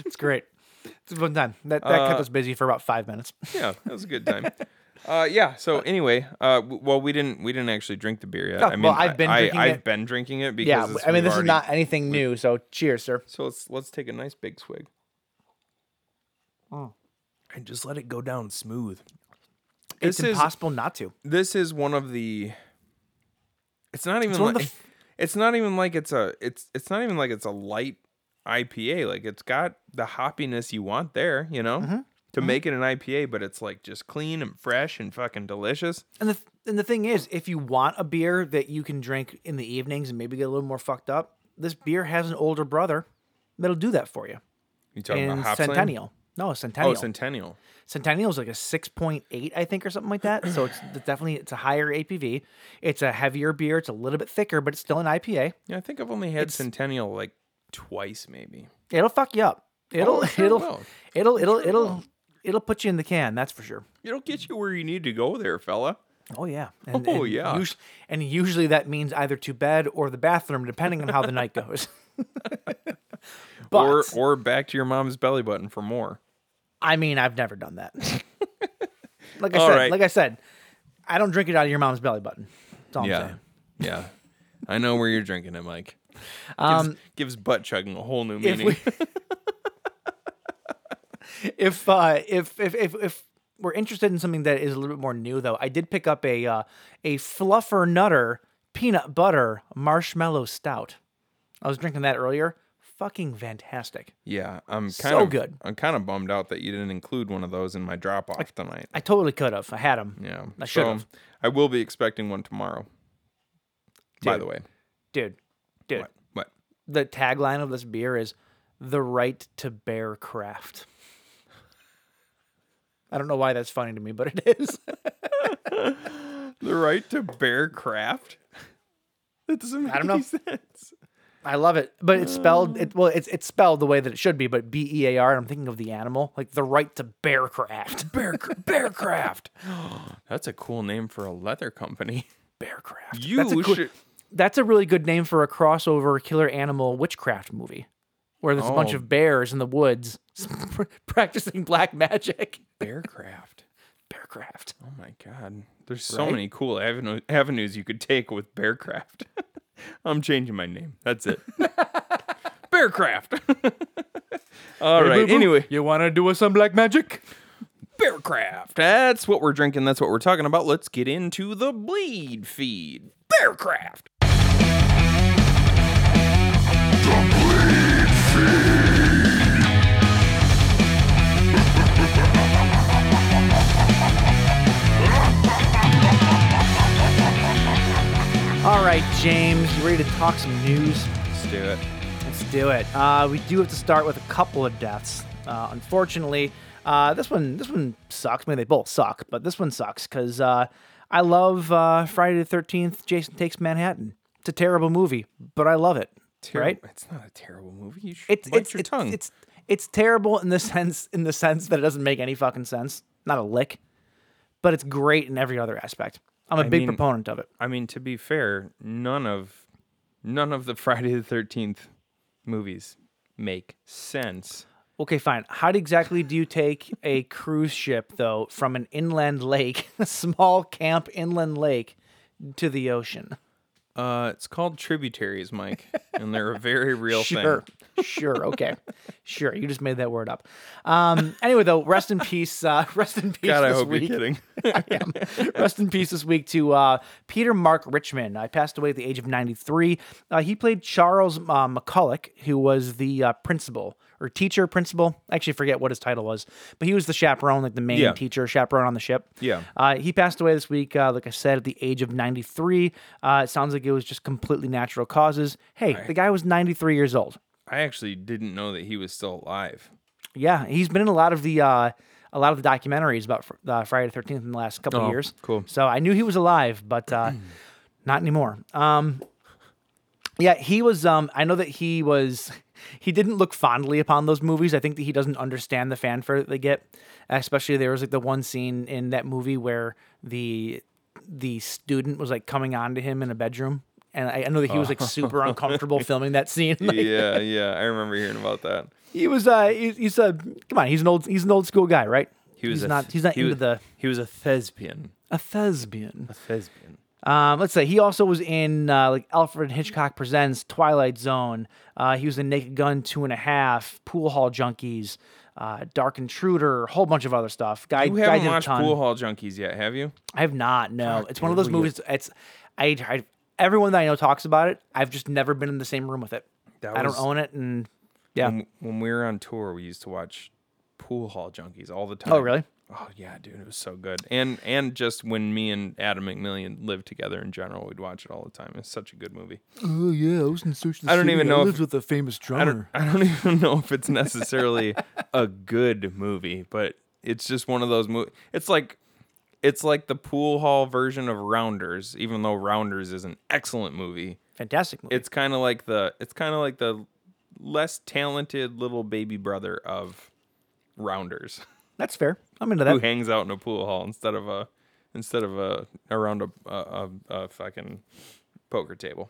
[SPEAKER 7] It's great. It's It's one time. That,
[SPEAKER 8] Uh,
[SPEAKER 7] that kept us busy for about five minutes.
[SPEAKER 8] Yeah, that was a good time. Uh, yeah. So anyway, uh, w- well, we didn't we didn't actually drink the beer yet.
[SPEAKER 7] Oh,
[SPEAKER 8] I mean,
[SPEAKER 7] well, I've been
[SPEAKER 8] I,
[SPEAKER 7] drinking
[SPEAKER 8] I,
[SPEAKER 7] it.
[SPEAKER 8] have been drinking it because
[SPEAKER 7] yeah,
[SPEAKER 8] it's-
[SPEAKER 7] I mean,
[SPEAKER 8] we've
[SPEAKER 7] this is
[SPEAKER 8] already-
[SPEAKER 7] not anything new. So cheers, sir.
[SPEAKER 8] So let's let's take a nice big swig
[SPEAKER 7] And just let it go down smooth.
[SPEAKER 8] This
[SPEAKER 7] It's
[SPEAKER 8] is-
[SPEAKER 7] impossible not to.
[SPEAKER 8] this is one of the it's not even
[SPEAKER 7] It's one
[SPEAKER 8] like
[SPEAKER 7] of the
[SPEAKER 8] it's not even like it's a it's it's not even like it's a light IPA like it's got the hoppiness you want there you know
[SPEAKER 7] Mm-hmm.
[SPEAKER 8] to make it an IPA but it's like just clean and fresh and fucking delicious
[SPEAKER 7] And the and the thing is, if you want a beer that you can drink in the evenings and maybe get a little more fucked up, this beer has an older brother that'll do that for you.
[SPEAKER 8] you talking
[SPEAKER 7] and
[SPEAKER 8] about Hopsland?
[SPEAKER 7] Centennial. No, Centennial.
[SPEAKER 8] oh Centennial
[SPEAKER 7] Centennial is like a 6.8, I think, or something like that. So it's it's definitely it's a higher APV. It's a heavier beer. It's a little bit thicker, but it's still an IPA.
[SPEAKER 8] yeah I think I've only had
[SPEAKER 7] It's-
[SPEAKER 8] Centennial like twice maybe
[SPEAKER 7] It'll fuck you up. It'll
[SPEAKER 8] it Oh, sure
[SPEAKER 7] it'll,
[SPEAKER 8] will.
[SPEAKER 7] it'll it'll it'll it'll put you in the can. That's for sure.
[SPEAKER 8] it'll get you where you need to go there fella
[SPEAKER 7] Oh yeah.
[SPEAKER 8] Oh, yeah.
[SPEAKER 7] usu- and usually that means either to bed or the bathroom, depending on how the night goes. but
[SPEAKER 8] or or back to your mom's belly button for more
[SPEAKER 7] I mean, I've never done that. like I
[SPEAKER 8] All
[SPEAKER 7] said,
[SPEAKER 8] right.
[SPEAKER 7] like I said, I don't drink it out of your mom's belly button. That's all I'm
[SPEAKER 8] yeah
[SPEAKER 7] saying.
[SPEAKER 8] yeah I know where you're drinking it Mike.
[SPEAKER 7] Um,
[SPEAKER 8] gives, gives butt chugging a whole new
[SPEAKER 7] if
[SPEAKER 8] meaning.
[SPEAKER 7] we if uh if if if if we're interested in something that is a little bit more new though i did pick up a uh a fluffer nutter peanut butter marshmallow stout i was drinking that earlier fucking fantastic
[SPEAKER 8] yeah, I'm kind
[SPEAKER 7] So
[SPEAKER 8] of
[SPEAKER 7] good.
[SPEAKER 8] I'm kind of bummed out that you didn't include one of those in my drop off tonight.
[SPEAKER 7] i totally could have i had them
[SPEAKER 8] yeah,
[SPEAKER 7] i should have
[SPEAKER 8] So, I will be expecting one tomorrow. By
[SPEAKER 7] Dude.
[SPEAKER 8] the way,
[SPEAKER 7] dude dude
[SPEAKER 8] what? What?
[SPEAKER 7] the tagline of this beer is the right to bear craft i don't know why that's funny to me but it is
[SPEAKER 8] The right to bear craft? That doesn't make
[SPEAKER 7] don't know.
[SPEAKER 8] any sense. Um,
[SPEAKER 7] I love it, but it's spelled it well. It's it's spelled the way that it should be, but B E A R. I'm thinking of the animal, like the right to bear craft. Bear
[SPEAKER 8] Bearcraft. That's a cool name for a leather company.
[SPEAKER 7] bear craft.
[SPEAKER 8] You
[SPEAKER 7] that's a cool-
[SPEAKER 8] should-
[SPEAKER 7] That's a really good name for a crossover killer animal witchcraft movie, where there's a bunch
[SPEAKER 8] Oh.
[SPEAKER 7] of bears in the woods practicing black magic.
[SPEAKER 8] Bearcraft.
[SPEAKER 7] Bear craft.
[SPEAKER 8] Oh my god. There's so many cool avenue- avenues you could take with Bearcraft. I'm changing my name. That's it. Bearcraft. All right. Anyway,
[SPEAKER 7] you want to do us some black magic?
[SPEAKER 8] Bearcraft. That's what we're drinking. That's what we're talking about. Let's get into the bleed feed. Bearcraft.
[SPEAKER 7] All right, James, you ready to talk some news?
[SPEAKER 8] Let's do it.
[SPEAKER 7] Let's do it. Uh, we do have to start with a couple of deaths. Uh, unfortunately, uh, this one this one sucks. I mean, they both suck, but this one sucks because uh, I love uh, Friday the Thirteenth. Jason Takes Manhattan. It's a terrible movie, but I love it.
[SPEAKER 8] Terrib-
[SPEAKER 7] right?
[SPEAKER 8] It's not a terrible movie. You should
[SPEAKER 7] It's
[SPEAKER 8] bite
[SPEAKER 7] it's
[SPEAKER 8] your
[SPEAKER 7] it's,
[SPEAKER 8] tongue.
[SPEAKER 7] it's it's terrible in the sense in the sense that it doesn't make any fucking sense. Not a lick. But it's great in every other aspect. I'm a big
[SPEAKER 8] mean-
[SPEAKER 7] proponent of it.
[SPEAKER 8] I mean, to be fair, none of none of the Friday the Thirteenth movies make sense.
[SPEAKER 7] Okay, fine. How exactly do you take a cruise ship though from an inland lake, a small camp inland lake, to the ocean?
[SPEAKER 8] Uh, it's called tributaries, Mike, and they're a very real
[SPEAKER 7] Sure,
[SPEAKER 8] thing.
[SPEAKER 7] sure, okay, sure. You just made that word up. Um, anyway, though, rest in peace. Uh, rest in peace.
[SPEAKER 8] God, I
[SPEAKER 7] this
[SPEAKER 8] hope
[SPEAKER 7] week.
[SPEAKER 8] you're kidding.
[SPEAKER 7] am. Rest in peace this week to uh, Peter Mark Richmond. I passed away at the age of 93. Uh, he played Charles uh, McCulloch, who was the uh, principal or teacher principal. I actually forget what his title was, but he was the chaperone, like the main
[SPEAKER 8] Yeah.
[SPEAKER 7] teacher chaperone on the ship.
[SPEAKER 8] Yeah.
[SPEAKER 7] Uh, he passed away this week, uh, like I said, at the age of 93. Uh, it sounds like it was just completely natural causes. Hey, the guy was 93 years old.
[SPEAKER 8] I actually didn't know that he was still alive.
[SPEAKER 7] Yeah, he's been in a lot of the uh, a lot of the documentaries about fr- uh, Friday the Thirteenth in the last couple
[SPEAKER 8] Oh,
[SPEAKER 7] of years.
[SPEAKER 8] cool.
[SPEAKER 7] So I knew he was alive, but uh, not anymore. Um, yeah, he was. Um, I know that he was. He didn't look fondly upon those movies. I think that he doesn't understand the fanfare that they get. Especially there was like the one scene in that movie where the the student was like coming on to him in a bedroom And I, I know that he was like super uncomfortable filming that scene. Like,
[SPEAKER 8] yeah, yeah. I remember hearing about that.
[SPEAKER 7] He was, uh, he, he's a come on, he's an old, he's an old school guy, right?
[SPEAKER 8] He was
[SPEAKER 7] he's
[SPEAKER 8] a
[SPEAKER 7] not,
[SPEAKER 8] th-
[SPEAKER 7] he's not
[SPEAKER 8] he
[SPEAKER 7] into
[SPEAKER 8] was,
[SPEAKER 7] the
[SPEAKER 8] He was a thespian.
[SPEAKER 7] a thespian.
[SPEAKER 8] A thespian.
[SPEAKER 7] Um, let's say he also was in uh, like Alfred Hitchcock Presents, Twilight Zone. Uh, he was in Naked Gun Two and a Half, Pool Hall Junkies, uh, Dark Intruder, a whole bunch of other stuff. Guy,
[SPEAKER 8] You
[SPEAKER 7] guy
[SPEAKER 8] haven't
[SPEAKER 7] did a
[SPEAKER 8] watched
[SPEAKER 7] ton.
[SPEAKER 8] Pool Hall Junkies yet, have you?
[SPEAKER 7] I have not. No, it's one of
[SPEAKER 8] dude,
[SPEAKER 7] those
[SPEAKER 8] will you-
[SPEAKER 7] movies. It's I, I everyone that I know talks about it. I've just never been in the same room with it.
[SPEAKER 8] That
[SPEAKER 7] I don't
[SPEAKER 8] was- Mm.
[SPEAKER 7] own it, and yeah.
[SPEAKER 8] When, when we were on tour, we used to watch Pool Hall Junkies all the time.
[SPEAKER 7] oh, really?
[SPEAKER 8] Oh yeah, dude, it was so good. And and just when me and Adam McMillian lived together in general, we'd watch it all the time. It's such a good movie.
[SPEAKER 7] Oh yeah, I was in Search
[SPEAKER 8] I don't City. even I know if- lived
[SPEAKER 7] with a famous
[SPEAKER 8] I don't, I don't even know if it's necessarily a good movie, but it's just one of those movies. It's like it's like the pool hall version of Rounders, even though Rounders is an excellent movie.
[SPEAKER 7] Fantastic movie.
[SPEAKER 8] It's kind of like the it's kind of like the less talented little baby brother of Rounders,
[SPEAKER 7] That's fair. I'm into
[SPEAKER 8] who
[SPEAKER 7] that.
[SPEAKER 8] hangs out in a pool hall instead of a instead of a around a a, a, a fucking poker table.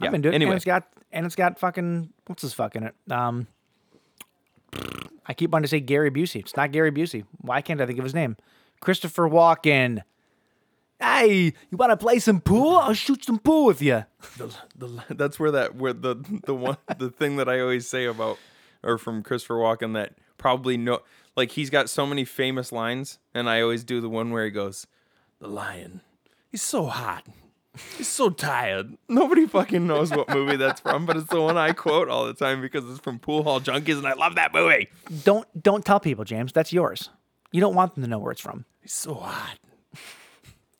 [SPEAKER 7] I'm into it.
[SPEAKER 8] Anyway,
[SPEAKER 7] And it's got and it's got fucking what's his fuck in it? Um, I keep on to say Gary Busey. It's not Gary Busey. Why can't I think of his name? Christopher Walken. Hey, you want to play some pool? I'll shoot some pool with you.
[SPEAKER 8] The, that's where that where the the one the thing that I always say about or from Christopher Walken that probably no like he's got so many famous lines and I always do the one where he goes the lion he's so hot he's so tired nobody fucking knows what movie that's from but it's the one I quote all the time because it's from Pool Hall Junkies and I love that movie
[SPEAKER 7] Don't don't tell people, James. That's yours. You don't want them to know where it's from.
[SPEAKER 8] he's so hot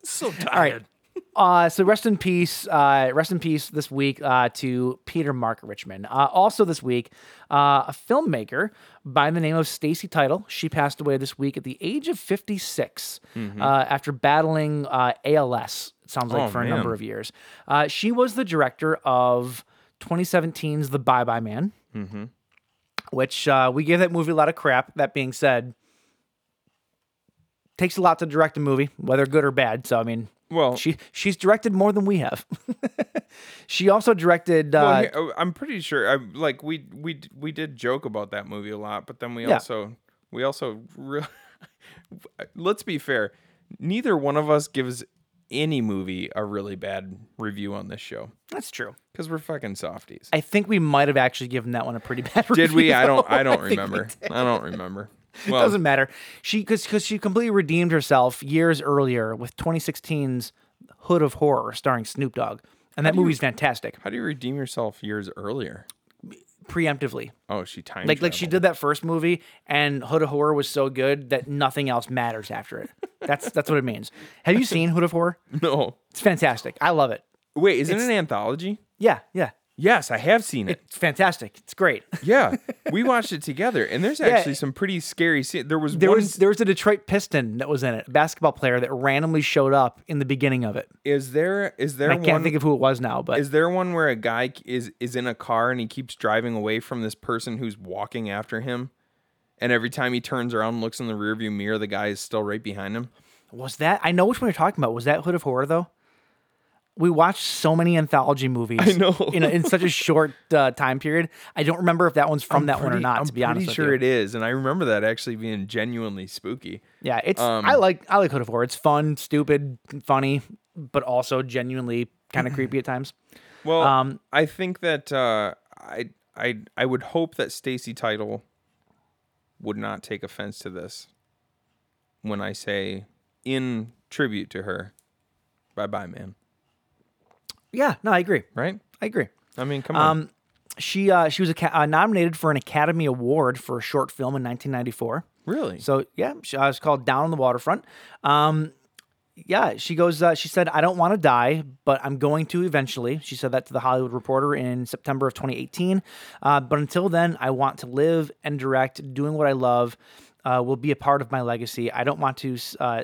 [SPEAKER 8] so tired
[SPEAKER 7] All right. Uh, so rest in peace. Uh, rest in peace this week uh, to Peter Mark Richmond. Uh, also this week, uh, a filmmaker by the name of Stacy Title. She passed away this week at the age of 56 uh, after battling uh, ALS. It sounds like
[SPEAKER 8] Mm-hmm. Oh,
[SPEAKER 7] for a
[SPEAKER 8] man.
[SPEAKER 7] number of years. Uh, she was the director of 2017's The Bye Bye Man, which uh, we gave that movie a lot of crap. That being said. Takes a lot to direct a movie, whether good or bad. So I mean,
[SPEAKER 8] well
[SPEAKER 7] she she's directed more than we have. she also directed. Uh,
[SPEAKER 8] Well, here- I'm pretty sure. I like we we d- we did joke about that movie a lot, but then we
[SPEAKER 7] Yeah.
[SPEAKER 8] also we also re- let's be fair. Neither one of us gives any movie a really bad review on this show
[SPEAKER 7] that's true.
[SPEAKER 8] because we're fucking softies.
[SPEAKER 7] I think we might have actually given that one a pretty bad.
[SPEAKER 8] did we? I don't. I don't
[SPEAKER 7] think we
[SPEAKER 8] remember.
[SPEAKER 7] did.
[SPEAKER 8] I don't remember.
[SPEAKER 7] It
[SPEAKER 8] Well,
[SPEAKER 7] doesn't matter. She because because she completely redeemed herself years earlier with 2016's Hood of Horror starring Snoop Dogg, and that movie's fantastic.
[SPEAKER 8] how do you redeem yourself years earlier?
[SPEAKER 7] Preemptively,
[SPEAKER 8] Oh, she time
[SPEAKER 7] like like she
[SPEAKER 8] traveled.
[SPEAKER 7] did that first movie, and Hood of Horror was so good that nothing else matters after it. That's that's what it means. Have you seen Hood of Horror?
[SPEAKER 8] No,
[SPEAKER 7] It's fantastic. I love it.
[SPEAKER 8] wait, is it an anthology?
[SPEAKER 7] Yeah, yeah.
[SPEAKER 8] Yes, I have seen it.
[SPEAKER 7] It's fantastic. It's great.
[SPEAKER 8] Yeah, we watched it together, and there's actually some pretty scary scenes. There was
[SPEAKER 7] There
[SPEAKER 8] one
[SPEAKER 7] was there was a Detroit Piston that was in it, a basketball player that randomly showed up in the beginning of it.
[SPEAKER 8] Is there is there
[SPEAKER 7] I can't
[SPEAKER 8] one
[SPEAKER 7] think of who it was now, but
[SPEAKER 8] is there one where a guy k- is is in a car and he keeps driving away from this person who's walking after him, and every time he turns around and looks in the rearview mirror, the guy is still right behind him.
[SPEAKER 7] was that I know which one you're talking about. Was that Hood of Horror though? We watched so many anthology movies. I
[SPEAKER 8] know.
[SPEAKER 7] in, a, in such a short uh, time period. I don't remember if that one's from that one or
[SPEAKER 8] Pretty-
[SPEAKER 7] not.
[SPEAKER 8] I'm
[SPEAKER 7] to be honest,
[SPEAKER 8] pretty
[SPEAKER 7] with
[SPEAKER 8] sure
[SPEAKER 7] you.
[SPEAKER 8] it is, and I remember that actually being genuinely spooky.
[SPEAKER 7] Yeah, it's I like I like Hood of Horror. It's fun, stupid, funny, but also genuinely kind of creepy at times.
[SPEAKER 8] Well,
[SPEAKER 7] Um,
[SPEAKER 8] I think that uh, I I I would hope that Stacy Title would not take offense to this when I say in tribute to her. Bye bye, man.
[SPEAKER 7] Yeah, no, I agree.
[SPEAKER 8] Right?
[SPEAKER 7] I agree.
[SPEAKER 8] I mean, come on.
[SPEAKER 7] Um, she uh, she was aca- uh, nominated for an Academy Award for a short film in 1994.
[SPEAKER 8] Really?
[SPEAKER 7] So yeah, she, uh, it's called Down on the Waterfront. Um, yeah, she goes. Uh, she said, "I don't want to die, but I'm going to eventually." She said that to the Hollywood Reporter in September of 2018. Uh, but until then, I want to live and direct, doing what I love. Uh, will be a part of my legacy. I don't want to uh,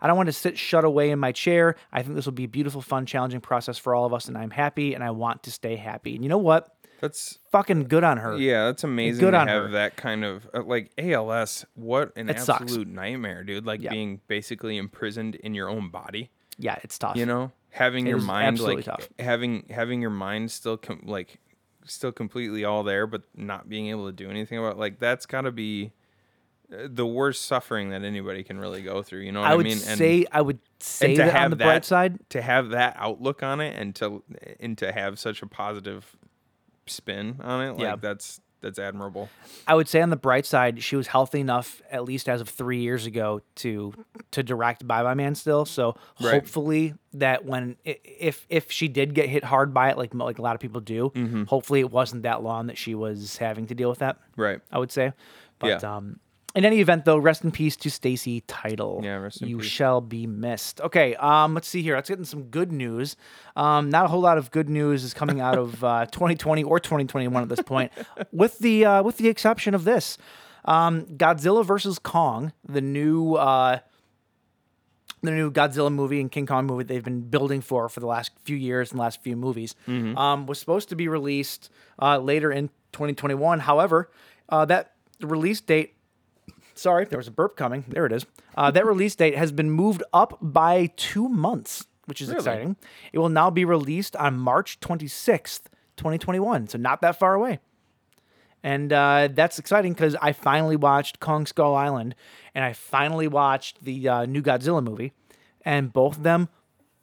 [SPEAKER 7] I don't want to sit shut away in my chair. I think this will be a beautiful, fun, challenging process for all of us, and I'm happy and I want to stay happy. And you know what?
[SPEAKER 8] that's
[SPEAKER 7] Fucking good on her.
[SPEAKER 8] yeah, that's amazing
[SPEAKER 7] Good
[SPEAKER 8] to
[SPEAKER 7] on
[SPEAKER 8] have
[SPEAKER 7] her.
[SPEAKER 8] that kind of uh, like ALS. What an
[SPEAKER 7] It sucks.
[SPEAKER 8] absolute nightmare, dude! Like being basically imprisoned in your own body.
[SPEAKER 7] Yeah, it's tough.
[SPEAKER 8] You know, having
[SPEAKER 7] It
[SPEAKER 8] your
[SPEAKER 7] was
[SPEAKER 8] mind
[SPEAKER 7] absolutely
[SPEAKER 8] like
[SPEAKER 7] tough.
[SPEAKER 8] having having your mind still com- like still completely all there, but not being able to do anything about it, like that's got to be uh, the worst suffering that anybody can really go through. You know what I,
[SPEAKER 7] I would
[SPEAKER 8] mean?
[SPEAKER 7] say I would say that on the bright side.
[SPEAKER 8] to have that outlook on it and to and to have such a positive spin on it, like
[SPEAKER 7] Yeah.
[SPEAKER 8] that's that's admirable.
[SPEAKER 7] I would say on the bright side, she was healthy enough, at least as of three years ago, to to direct Bye Bye Man still. So
[SPEAKER 8] Right.
[SPEAKER 7] hopefully that when i- if if she did get hit hard by it, like mo- like a lot of people do,
[SPEAKER 8] Mm-hmm.
[SPEAKER 7] hopefully it wasn't that long that she was having to deal with that.
[SPEAKER 8] Right.
[SPEAKER 7] I would say, but
[SPEAKER 8] Yeah.
[SPEAKER 7] um, in any event, though, rest in peace to Stacy Title.
[SPEAKER 8] Yeah, rest in
[SPEAKER 7] you
[SPEAKER 8] peace.
[SPEAKER 7] shall be missed. Okay, um, let's see here. Let's get in some good news. Um, not a whole lot of good news is coming out of uh, 2020 or 2021 at this point, with the uh, with the exception of this, um, Godzilla versus Kong, the new. Uh, the new Godzilla movie and King Kong movie they've been building for for the last few years and last few movies
[SPEAKER 8] Mm-hmm.
[SPEAKER 7] um, was supposed to be released uh, later in 2021. However, uh, that release date, sorry, there was a burp coming. There it is. Uh, that release date has been moved up by two months, which is exciting. It will now be released on March 26th, 2021. So not that far away. And uh, that's exciting because I finally watched Kong Skull Island and I finally watched the uh, new Godzilla movie, and both of them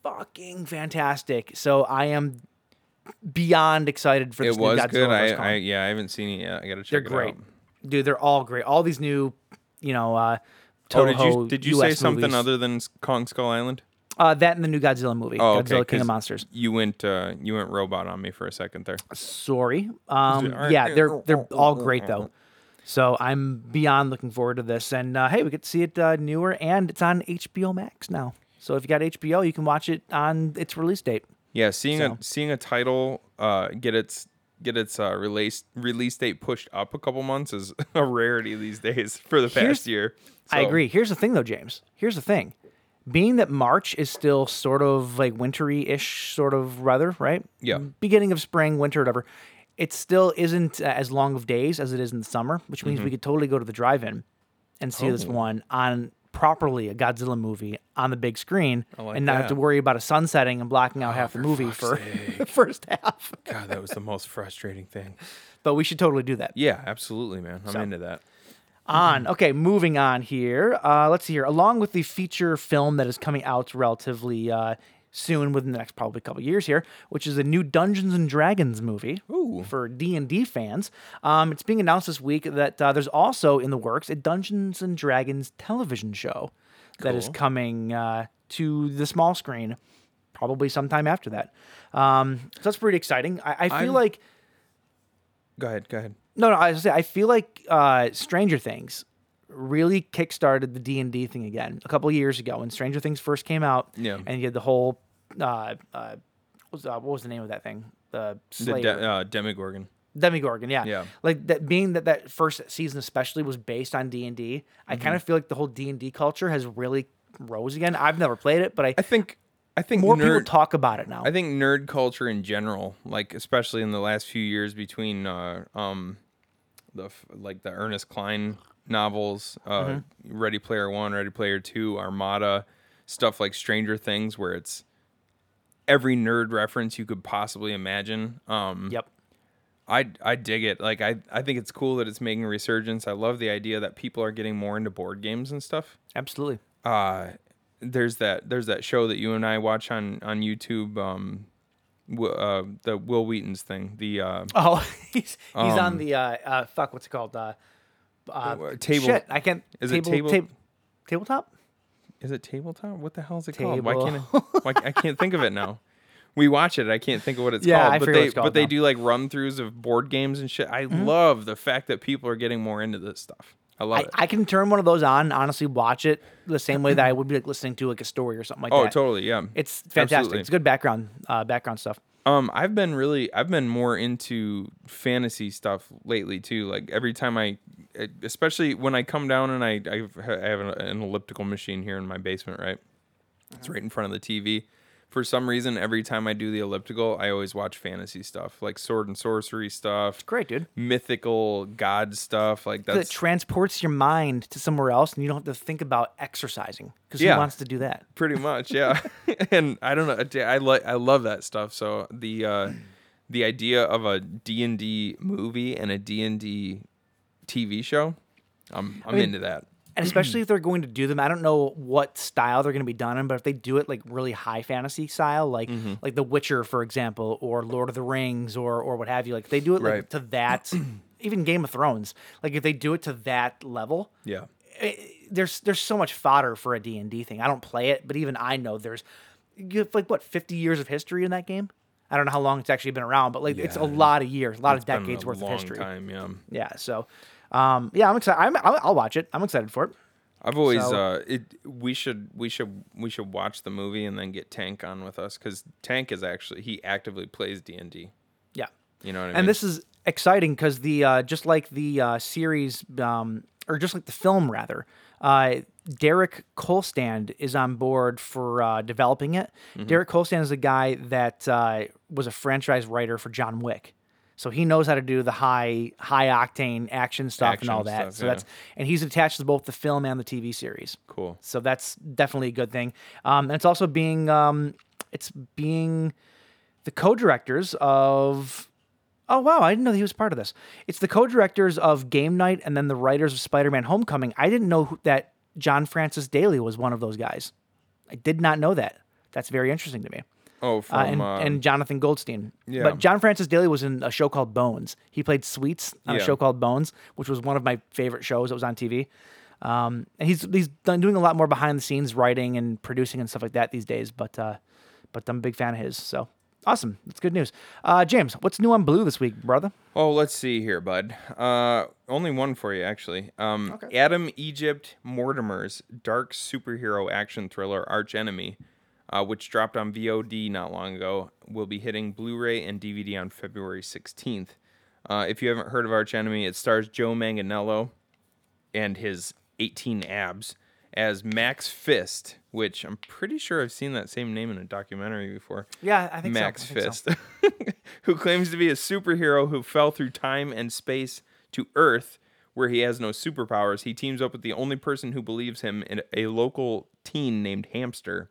[SPEAKER 7] fucking fantastic. So I am beyond excited for this
[SPEAKER 8] It
[SPEAKER 7] new
[SPEAKER 8] was
[SPEAKER 7] Godzilla
[SPEAKER 8] good. I,
[SPEAKER 7] vs. Kong.
[SPEAKER 8] I yeah, I haven't seen it yet. I gotta check
[SPEAKER 7] They're
[SPEAKER 8] it
[SPEAKER 7] great,
[SPEAKER 8] out.
[SPEAKER 7] dude. They're all great. All these new, you know, uh,
[SPEAKER 8] Oh, did
[SPEAKER 7] Toho
[SPEAKER 8] you did you
[SPEAKER 7] US
[SPEAKER 8] say something
[SPEAKER 7] movies.
[SPEAKER 8] other than S- Kong Skull Island?
[SPEAKER 7] Uh, that and the new Godzilla movie,
[SPEAKER 8] Oh,
[SPEAKER 7] Godzilla
[SPEAKER 8] okay,
[SPEAKER 7] King of
[SPEAKER 8] 'cause
[SPEAKER 7] Monsters.
[SPEAKER 8] You went uh, you went robot on me for a second there.
[SPEAKER 7] Sorry. Um,
[SPEAKER 8] Alright.
[SPEAKER 7] yeah, they're they're all great though. So I'm beyond looking forward to this. And uh, hey, we get to see it uh, newer, and it's on HBO Max now. So if you got HBO, you can watch it on its release date.
[SPEAKER 8] Yeah, seeing
[SPEAKER 7] So-
[SPEAKER 8] a seeing a title uh, get its get its uh, release release date pushed up a couple months is a rarity these days for the
[SPEAKER 7] Here's-
[SPEAKER 8] past year.
[SPEAKER 7] I
[SPEAKER 8] So,
[SPEAKER 7] agree. Here's the thing, though, James. Here's the thing. Being that March is still sort of like wintry ish, sort of weather, right?
[SPEAKER 8] Yeah.
[SPEAKER 7] Beginning of spring, winter, whatever. It still isn't uh, as long of days as it is in the summer, which means we
[SPEAKER 8] Mm-hmm.
[SPEAKER 7] could totally go to the drive in and see
[SPEAKER 8] Oh.
[SPEAKER 7] this one on properly a Godzilla movie on the big screen
[SPEAKER 8] like
[SPEAKER 7] and not have to
[SPEAKER 8] that. Ah,
[SPEAKER 7] worry about a sun setting and blocking out half the movie for the first half.
[SPEAKER 8] God, Ah, that was the most frustrating thing.
[SPEAKER 7] But we should totally do that.
[SPEAKER 8] Yeah, absolutely, man. I'm into that.
[SPEAKER 7] on. Okay, moving on here. Uh, let's see here. Along with the feature film that is coming out relatively uh, soon, within the next probably couple years here, which is a new Dungeons and Dragons movie for D and D fans. Um, it's being announced this week that uh, there's also in the works a Dungeons and Dragons television show that is coming uh, to the small screen probably sometime after that. Um, so that's pretty exciting. I, I feel
[SPEAKER 8] I'm-
[SPEAKER 7] like
[SPEAKER 8] Go ahead, go ahead.
[SPEAKER 7] no, no. I was gonna say I feel like uh, Stranger Things really kickstarted the D and D thing again a couple years ago when Stranger Things first came out.
[SPEAKER 8] Yeah.
[SPEAKER 7] and you had the whole uh, uh, what, was, uh, what was the name of that thing? The
[SPEAKER 8] The
[SPEAKER 7] Slayer,
[SPEAKER 8] de- uh, Demigorgon.
[SPEAKER 7] Demigorgon. Yeah,
[SPEAKER 8] Yeah.
[SPEAKER 7] Like that being that that first season especially was based on D and D. I
[SPEAKER 8] Mm-hmm.
[SPEAKER 7] kind of feel like the whole D and D culture has really rose again. I've never played it, but I,
[SPEAKER 8] I think I think
[SPEAKER 7] more
[SPEAKER 8] nerd,
[SPEAKER 7] people talk about it now.
[SPEAKER 8] I think nerd culture in general, like especially in the last few years between uh, um, the f- like the Ernest Klein novels, uh, Ready Player One, Ready Player Two, Armada, stuff like Stranger Things, where it's every nerd reference you could possibly imagine. Um,
[SPEAKER 7] yep.
[SPEAKER 8] I I dig it. Like I I think it's cool that it's making a resurgence. I love the idea that people are getting more into board games and stuff
[SPEAKER 7] Absolutely.
[SPEAKER 8] uh there's that there's that show that you and I watch on on YouTube um w- uh the Will Wheaton's thing the uh
[SPEAKER 7] Oh, he's he's on the uh, uh fuck. What's it called? Uh, uh,
[SPEAKER 8] Um, uh, table-
[SPEAKER 7] Shit, I can't.
[SPEAKER 8] Is it
[SPEAKER 7] table,
[SPEAKER 8] table-
[SPEAKER 7] tab- tabletop?
[SPEAKER 8] is it tabletop what the hell is it called why
[SPEAKER 7] Table.
[SPEAKER 8] can't I, why, I can't think of it now we watch it I can't think of what it's
[SPEAKER 7] Yeah,
[SPEAKER 8] called
[SPEAKER 7] I
[SPEAKER 8] but
[SPEAKER 7] forget what
[SPEAKER 8] they
[SPEAKER 7] it's called
[SPEAKER 8] but they
[SPEAKER 7] now. Mm-hmm.
[SPEAKER 8] do like run throughs of board games and shit I love the fact that people are getting more into this stuff I love
[SPEAKER 7] I,
[SPEAKER 8] it
[SPEAKER 7] I can turn one of those on. and Honestly, watch it the same way that I would be like listening to like a story or something like
[SPEAKER 8] oh
[SPEAKER 7] that.
[SPEAKER 8] totally yeah
[SPEAKER 7] It's fantastic.
[SPEAKER 8] Absolutely.
[SPEAKER 7] It's good background uh, background stuff.
[SPEAKER 8] Um, I've been really, I've been more into fantasy stuff lately too. Like every time I, e, especially when I come down and I, I've, I have an, an elliptical machine here in my basement, right? It's right in front of the TV. for some reason, every time I do the elliptical, I always watch fantasy stuff like sword and sorcery stuff.
[SPEAKER 7] Great, dude.
[SPEAKER 8] Mythical god stuff. Like
[SPEAKER 7] That
[SPEAKER 8] that's
[SPEAKER 7] transports your mind to somewhere else, and you don't have to think about exercising because
[SPEAKER 8] Yeah.
[SPEAKER 7] who wants to do that?
[SPEAKER 8] pretty much yeah and i don't know i like i love that stuff so the uh the idea of a d&d movie and a d&d tv show i'm i'm into that
[SPEAKER 7] And especially if they're going to do them, I don't know what style they're going to be done in, but if they do it like really high fantasy style, like
[SPEAKER 8] Mm-hmm.
[SPEAKER 7] like The Witcher, for example, or Lord of the Rings, or or what have you, like if they do it like
[SPEAKER 8] Right.
[SPEAKER 7] to that, even Game of Thrones, like if they do it to that level,
[SPEAKER 8] yeah
[SPEAKER 7] there's there's so much fodder for a D&D thing. I don't play it, but even I know there's you have, like what 50 years of history in that game. I don't know how long it's actually been around, but like it's a
[SPEAKER 8] Yeah.
[SPEAKER 7] lot of years, a lot of
[SPEAKER 8] Been a
[SPEAKER 7] decades worth of
[SPEAKER 8] long
[SPEAKER 7] history.
[SPEAKER 8] time yeah
[SPEAKER 7] Yeah, so um, yeah, I'm excited. I'm, I'll, I'll watch it. I'm excited for it.
[SPEAKER 8] i've always
[SPEAKER 7] So-
[SPEAKER 8] uh it we should we should we should watch the movie and then get tank on with us because tank is actually he actively plays d&d
[SPEAKER 7] Yeah,
[SPEAKER 8] you know what i mean
[SPEAKER 7] and this is exciting because the uh, just like the uh, series um, or just like the film rather uh, derek colstand is on board for uh, developing it
[SPEAKER 8] Mm-hmm.
[SPEAKER 7] derek colstand is the guy that uh, was a franchise writer for john wick so he knows how to do the high high octane action stuff
[SPEAKER 8] Action
[SPEAKER 7] and all that
[SPEAKER 8] stuff,
[SPEAKER 7] so
[SPEAKER 8] yeah.
[SPEAKER 7] that's and he's attached to both the film and the tv series
[SPEAKER 8] cool
[SPEAKER 7] so that's definitely a good thing. Um, and it's also being um, it's being the co-directors of oh wow I didn't know that he was part of this. It's the co-directors of Game Night and then the writers of Spider-Man: Homecoming. I didn't know who, that John Francis Daly was one of those guys. I did not know that. That's very interesting to me.
[SPEAKER 8] oh
[SPEAKER 7] Uh,
[SPEAKER 8] from
[SPEAKER 7] and,
[SPEAKER 8] uh,
[SPEAKER 7] and Jonathan Goldstein.
[SPEAKER 8] yeah.
[SPEAKER 7] But John Francis Daly was in a show called Bones. He played Sweets on a
[SPEAKER 8] Yeah.
[SPEAKER 7] show called Bones, which was one of my favorite shows that was on TV. Um, and he's he's done doing a lot more behind the scenes writing and producing and stuff like that these days. But uh, but I'm a big fan of his. So awesome, that's good news. Uh, James, what's new on Blue this week, brother?
[SPEAKER 8] Oh, let's see here, bud. Uh, only one for you, actually. Um, Adam Egypt Mortimer's dark superhero action thriller Arch Enemy, uh, which dropped on VOD not long ago, will be hitting Blu ray and DVD on February 16th. Uh, if you haven't heard of Arch Enemy, it stars Joe Manganello and his 18 abs as Max Fist, which I'm pretty sure I've seen that same name in a documentary before.
[SPEAKER 7] Yeah, I think so,
[SPEAKER 8] Max
[SPEAKER 7] I think so.
[SPEAKER 8] Fist, who claims to be a superhero who fell through time and space to Earth, where he has no superpowers. He teams up with the only person who believes him, and a local teen named Hamster,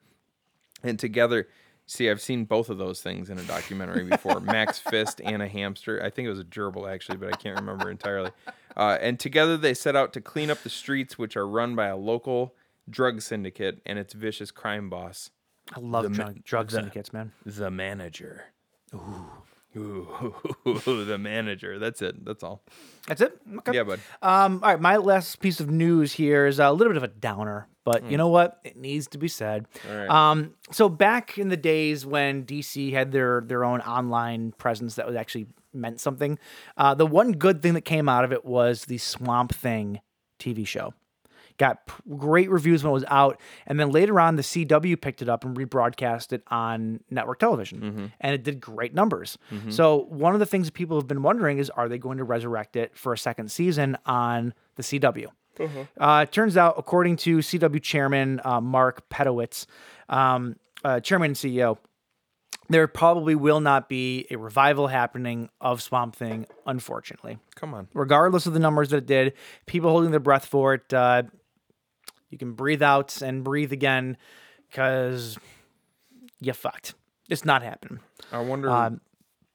[SPEAKER 8] and together. See, I've seen both of those things in a documentary before. Max Fist and a hamster. I think it was a gerbil, actually, but I can't remember entirely. Uh, and together they set out to clean up the streets, which are run by a local drug syndicate and its vicious crime boss,
[SPEAKER 7] I love drug, drug syndicates, man.
[SPEAKER 8] the manager. Ooh. Ooh, the manager. That's it. That's all.
[SPEAKER 7] That's it. Okay.
[SPEAKER 8] Yeah, bud.
[SPEAKER 7] Um, all right, my last piece of news here is a little bit of a downer, but you know what? It needs to be said.
[SPEAKER 8] Hmm. right.
[SPEAKER 7] Um, so back in the days when DC had their their own online presence that was actually meant something, uh, the one good thing that came out of it was the Swamp Thing TV show. Got p- great reviews when it was out, and then later on, the CW picked it up and rebroadcast it on network television,
[SPEAKER 8] Mm-hmm.
[SPEAKER 7] and it did great numbers. So one of the things that people have been wondering is, are they going to resurrect it for a second season on the CW?
[SPEAKER 8] Mm-hmm.
[SPEAKER 7] Uh, it turns out, according to CW chairman uh, Mark Pedowitz, um, uh, chairman and CEO, there probably will not be a revival happening of Swamp Thing, unfortunately.
[SPEAKER 8] Come on.
[SPEAKER 7] Regardless of the numbers that it did, people holding their breath for it, uh, you can breathe out and breathe again because you fucked. It's not happening.
[SPEAKER 8] I wonder
[SPEAKER 7] Um,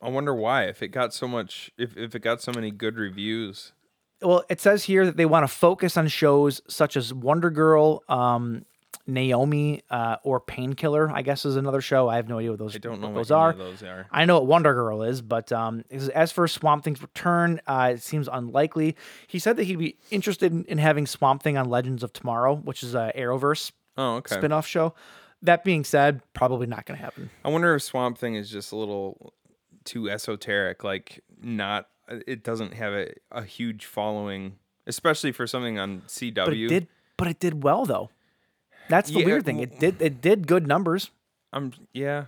[SPEAKER 8] I wonder why if it got so much if, if it got so many good reviews.
[SPEAKER 7] well, it says here that they want to focus on shows such as Wonder Girl, um, Naomi, uh, or Painkiller. I guess is another show. I have no idea what those. I
[SPEAKER 8] don't know
[SPEAKER 7] those
[SPEAKER 8] what
[SPEAKER 7] are.
[SPEAKER 8] any of those are.
[SPEAKER 7] I know what Wonder Girl is, but um, as- as for Swamp Thing's return, uh, it seems unlikely. He said that he'd be interested in, in having Swamp Thing on Legends of Tomorrow, which is a Arrowverse
[SPEAKER 8] Oh, okay.
[SPEAKER 7] spin-off show. That being said, probably not going to happen.
[SPEAKER 8] I wonder if Swamp Thing is just a little too esoteric, like not it doesn't have a, a huge following, especially for something on CW.
[SPEAKER 7] But it did. But it did well though. That's the
[SPEAKER 8] Yeah,
[SPEAKER 7] weird thing. It did. It did good numbers.
[SPEAKER 8] I'm yeah.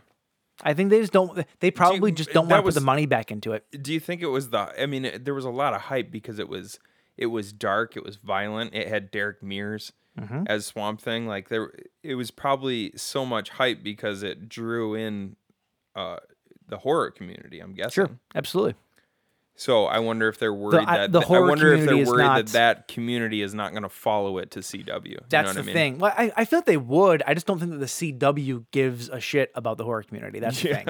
[SPEAKER 7] I think they just don't. They probably just don't
[SPEAKER 8] that
[SPEAKER 7] want to put
[SPEAKER 8] was-
[SPEAKER 7] the money back into it.
[SPEAKER 8] do you think it was the i mean it, there was a lot of hype because it was it was dark it was violent it had derek mears
[SPEAKER 7] Mm-hmm.
[SPEAKER 8] as Swamp Thing. Like there, it was probably so much hype because it drew in uh, the horror community. I'm guessing.
[SPEAKER 7] Sure, absolutely.
[SPEAKER 8] So I wonder if they're worried
[SPEAKER 7] I-
[SPEAKER 8] that
[SPEAKER 7] the
[SPEAKER 8] I
[SPEAKER 7] horror
[SPEAKER 8] wonder if
[SPEAKER 7] community
[SPEAKER 8] they're
[SPEAKER 7] is
[SPEAKER 8] worried
[SPEAKER 7] not-
[SPEAKER 8] that that community is not going to follow it to CW. You know
[SPEAKER 7] That's
[SPEAKER 8] what
[SPEAKER 7] the
[SPEAKER 8] I mean?
[SPEAKER 7] thing. Well, I, I feel like they would. I just don't think that the CW gives a shit about the horror community. That's the thing.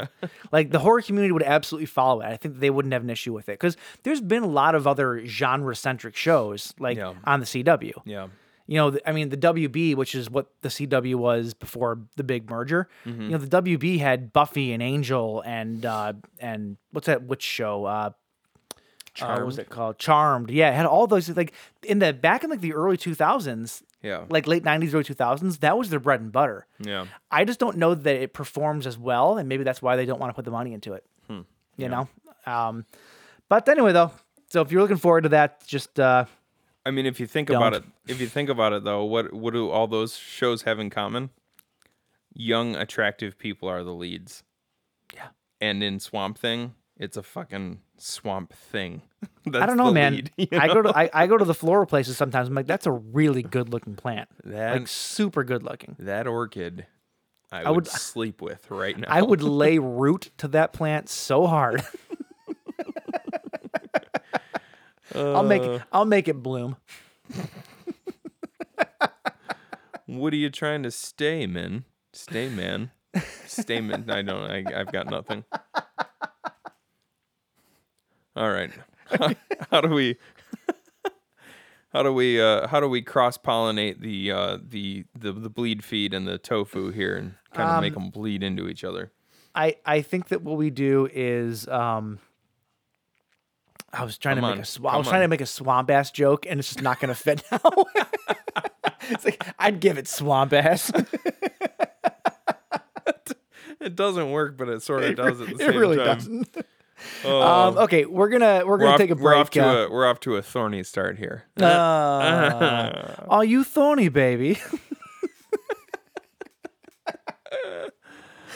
[SPEAKER 7] Like the horror community would absolutely follow it. I think that they wouldn't have an issue with it because there's been a lot of other genre centric shows like
[SPEAKER 8] Yeah.
[SPEAKER 7] on the CW.
[SPEAKER 8] Yeah.
[SPEAKER 7] You know, th- I mean, the WB, which is what the CW was before the big merger. You know, the WB had Buffy and Angel and uh and what's that which show? Uh uh, what was it called? Charmed. Yeah, it had all those like in the back in like the early 2000s,
[SPEAKER 8] Yeah.
[SPEAKER 7] like late 90s early 2000s, that was their bread and butter.
[SPEAKER 8] Yeah.
[SPEAKER 7] I just don't know that it performs as well and maybe that's why they don't want to put the money into it. You know. Um but anyway though, so if you're looking forward to that, just uh
[SPEAKER 8] I mean, if you think about it,
[SPEAKER 7] Don't.
[SPEAKER 8] if you think about it though, what what do all those shows have in common? Young, attractive people are the leads. Yeah. And in Swamp Thing, it's a fucking swamp thing. That's
[SPEAKER 7] I don't know,
[SPEAKER 8] the
[SPEAKER 7] man.
[SPEAKER 8] lead, you
[SPEAKER 7] I
[SPEAKER 8] know?
[SPEAKER 7] go to I, I go to the floral places sometimes. I'm like, that's a really good looking plant. like
[SPEAKER 8] That-
[SPEAKER 7] super good looking.
[SPEAKER 8] that orchid. I, would,
[SPEAKER 7] would-
[SPEAKER 8] sleep with right now.
[SPEAKER 7] I would lay root to that plant so hard. I'll make
[SPEAKER 8] Uh.
[SPEAKER 7] I'll make it bloom.
[SPEAKER 8] What are you trying to stay, man? Stay, man. Stay, man. I don't. I, I've got nothing. All right. How, do we? How do we? Uh, how do we cross pollinate the uh, the the the bleed feed and the tofu here and kind of 'em make
[SPEAKER 7] Um,
[SPEAKER 8] them bleed into each other?
[SPEAKER 7] I I think that what we do is um I was trying
[SPEAKER 8] Come
[SPEAKER 7] to make
[SPEAKER 8] on,
[SPEAKER 7] a sw- I was
[SPEAKER 8] come
[SPEAKER 7] trying to
[SPEAKER 8] on.
[SPEAKER 7] make a swamp ass joke and it's just not going to fit now. it's like I'd give it swamp ass.
[SPEAKER 8] It doesn't work, but it sort of does at the
[SPEAKER 7] it
[SPEAKER 8] same
[SPEAKER 7] really
[SPEAKER 8] time. Oh.
[SPEAKER 7] doesn't. um, okay, we're gonna we're
[SPEAKER 8] We're
[SPEAKER 7] gonna
[SPEAKER 8] off,
[SPEAKER 7] take a break.
[SPEAKER 8] we're off to
[SPEAKER 7] uh,
[SPEAKER 8] a we're off to a thorny start here.
[SPEAKER 7] Uh, are you thorny, baby?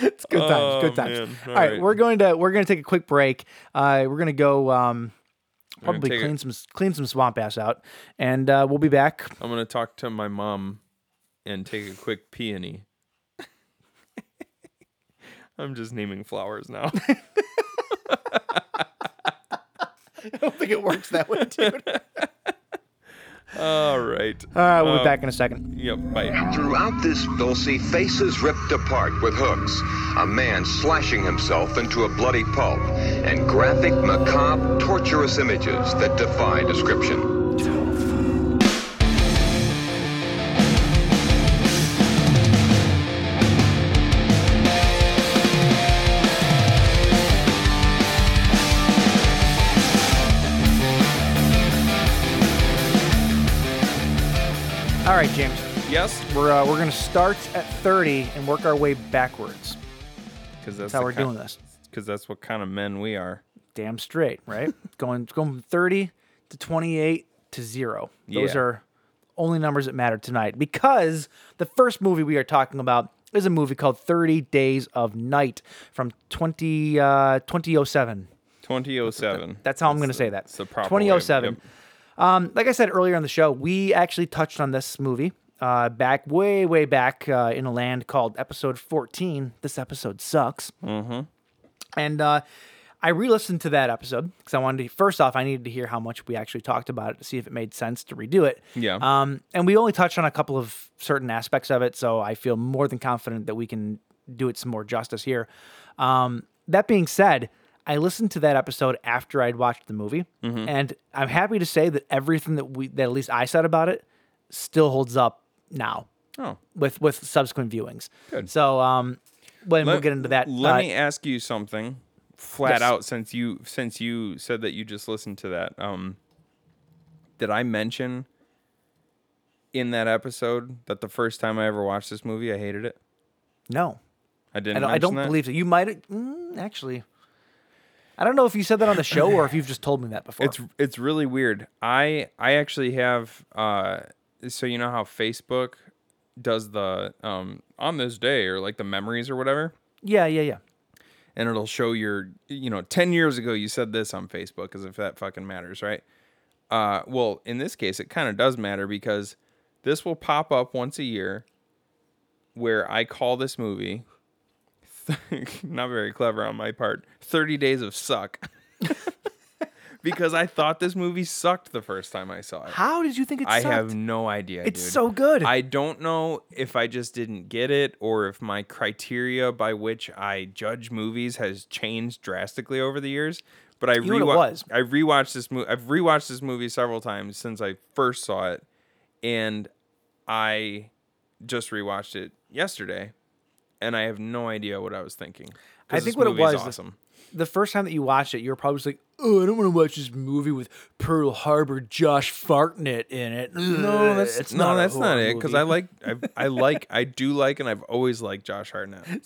[SPEAKER 7] it's good times, good
[SPEAKER 8] Oh,
[SPEAKER 7] times.
[SPEAKER 8] man.
[SPEAKER 7] All
[SPEAKER 8] All
[SPEAKER 7] right,
[SPEAKER 8] right.
[SPEAKER 7] we're going to we're going to take a quick break. Uh, we're going to go um,
[SPEAKER 8] gonna
[SPEAKER 7] probably
[SPEAKER 8] take a-
[SPEAKER 7] clean some clean some swamp ass out, and uh, we'll be back.
[SPEAKER 8] I'm gonna talk to my mom and take a quick peony. I'm just naming flowers now.
[SPEAKER 7] I don't think it works that way, dude.
[SPEAKER 8] All right.
[SPEAKER 7] All right, Uh, we'll be
[SPEAKER 8] Um,
[SPEAKER 7] back in a second.
[SPEAKER 8] Yep. Bye.
[SPEAKER 9] Throughout this, they'll see faces ripped apart with hooks, a man slashing himself into a bloody pulp, and graphic, macabre, torturous images that defy description.
[SPEAKER 7] All right, James,
[SPEAKER 8] Yes.
[SPEAKER 7] we're uh, we're going to start at thirty and work our way backwards.
[SPEAKER 8] Because
[SPEAKER 7] That's
[SPEAKER 8] that's
[SPEAKER 7] how
[SPEAKER 8] the
[SPEAKER 7] we're
[SPEAKER 8] ki-
[SPEAKER 7] doing this.
[SPEAKER 8] Cause that's what kind of men we are.
[SPEAKER 7] damn straight, right? going going from 30 to 28 to 0. Those
[SPEAKER 8] Yeah.
[SPEAKER 7] are only numbers that matter tonight because the first movie we are talking about is a movie called 30 Days of Night from 20 uh 2007.
[SPEAKER 8] 2007.
[SPEAKER 7] That's how I'm going to say that.
[SPEAKER 8] It's the proper way.
[SPEAKER 7] 2007.
[SPEAKER 8] Yep.
[SPEAKER 7] Um, like I said earlier on the show, we actually touched on this movie uh, back way, way back uh, in a land called episode 14. This episode sucks. Mm-hmm. And uh, I re-listened to that episode because I wanted to. First off, I needed to hear how much we actually talked about it to see if it made sense to redo it.
[SPEAKER 8] Yeah.
[SPEAKER 7] Um, and we only touched on a couple of certain aspects of it, so I feel more than confident that we can do it some more justice here. Um, that being said, I listened to that episode after I'd watched the movie,
[SPEAKER 8] Mm-hmm.
[SPEAKER 7] and I'm happy to say that everything that we that at least I said about it still holds up now
[SPEAKER 8] Oh.
[SPEAKER 7] with with subsequent viewings. So um, when we'll
[SPEAKER 8] Let-
[SPEAKER 7] get into that.
[SPEAKER 8] Let
[SPEAKER 7] uh,
[SPEAKER 8] me ask you something, flat
[SPEAKER 7] Yes.
[SPEAKER 8] out. Since you since you said that you just listened to that, um, did I mention in that episode that the first time I ever watched this movie, I hated it?
[SPEAKER 7] no.
[SPEAKER 8] I didn't.
[SPEAKER 7] I don't, I
[SPEAKER 8] mention
[SPEAKER 7] don't
[SPEAKER 8] that?
[SPEAKER 7] believe so. You might mm, actually. I don't know if you said that on the show or if you've just told me that before.
[SPEAKER 8] It's it's really weird. I I actually have uh so you know how Facebook does the um on this day or like the memories or whatever
[SPEAKER 7] yeah, yeah, yeah.
[SPEAKER 8] and it'll show your you know 10 years ago you said this on Facebook as if that fucking matters, right? Uh well, in this case it kind of does matter because This will pop up once a year where I call this movie, not very clever on my part, 30 Days of Suck. because I thought this movie sucked the first time I saw it.
[SPEAKER 7] How did you think it
[SPEAKER 8] I
[SPEAKER 7] sucked?
[SPEAKER 8] have no idea.
[SPEAKER 7] It's
[SPEAKER 8] dude.
[SPEAKER 7] so good.
[SPEAKER 8] I don't know if I just didn't get it or if my criteria by which I judge movies has changed drastically over the years. But I
[SPEAKER 7] know what it was?
[SPEAKER 8] rewatched. I rewatched this movie. I've rewatched this movie several times since I first saw it, and I just rewatched it yesterday, and I have no idea what I was thinking. 'Cause
[SPEAKER 7] I
[SPEAKER 8] this
[SPEAKER 7] think what it
[SPEAKER 8] movie is
[SPEAKER 7] was is-
[SPEAKER 8] Awesome.
[SPEAKER 7] the first time that you watched it, you were probably just like, "Oh, I don't want to watch this movie with Pearl Harbor Josh Fartnett in it."
[SPEAKER 8] No, that's
[SPEAKER 7] it's
[SPEAKER 8] no,
[SPEAKER 7] not a
[SPEAKER 8] that's not
[SPEAKER 7] horror
[SPEAKER 8] it. Because
[SPEAKER 7] movie."
[SPEAKER 8] I like, I, I like, I do like, and I've always liked Josh Hartnett.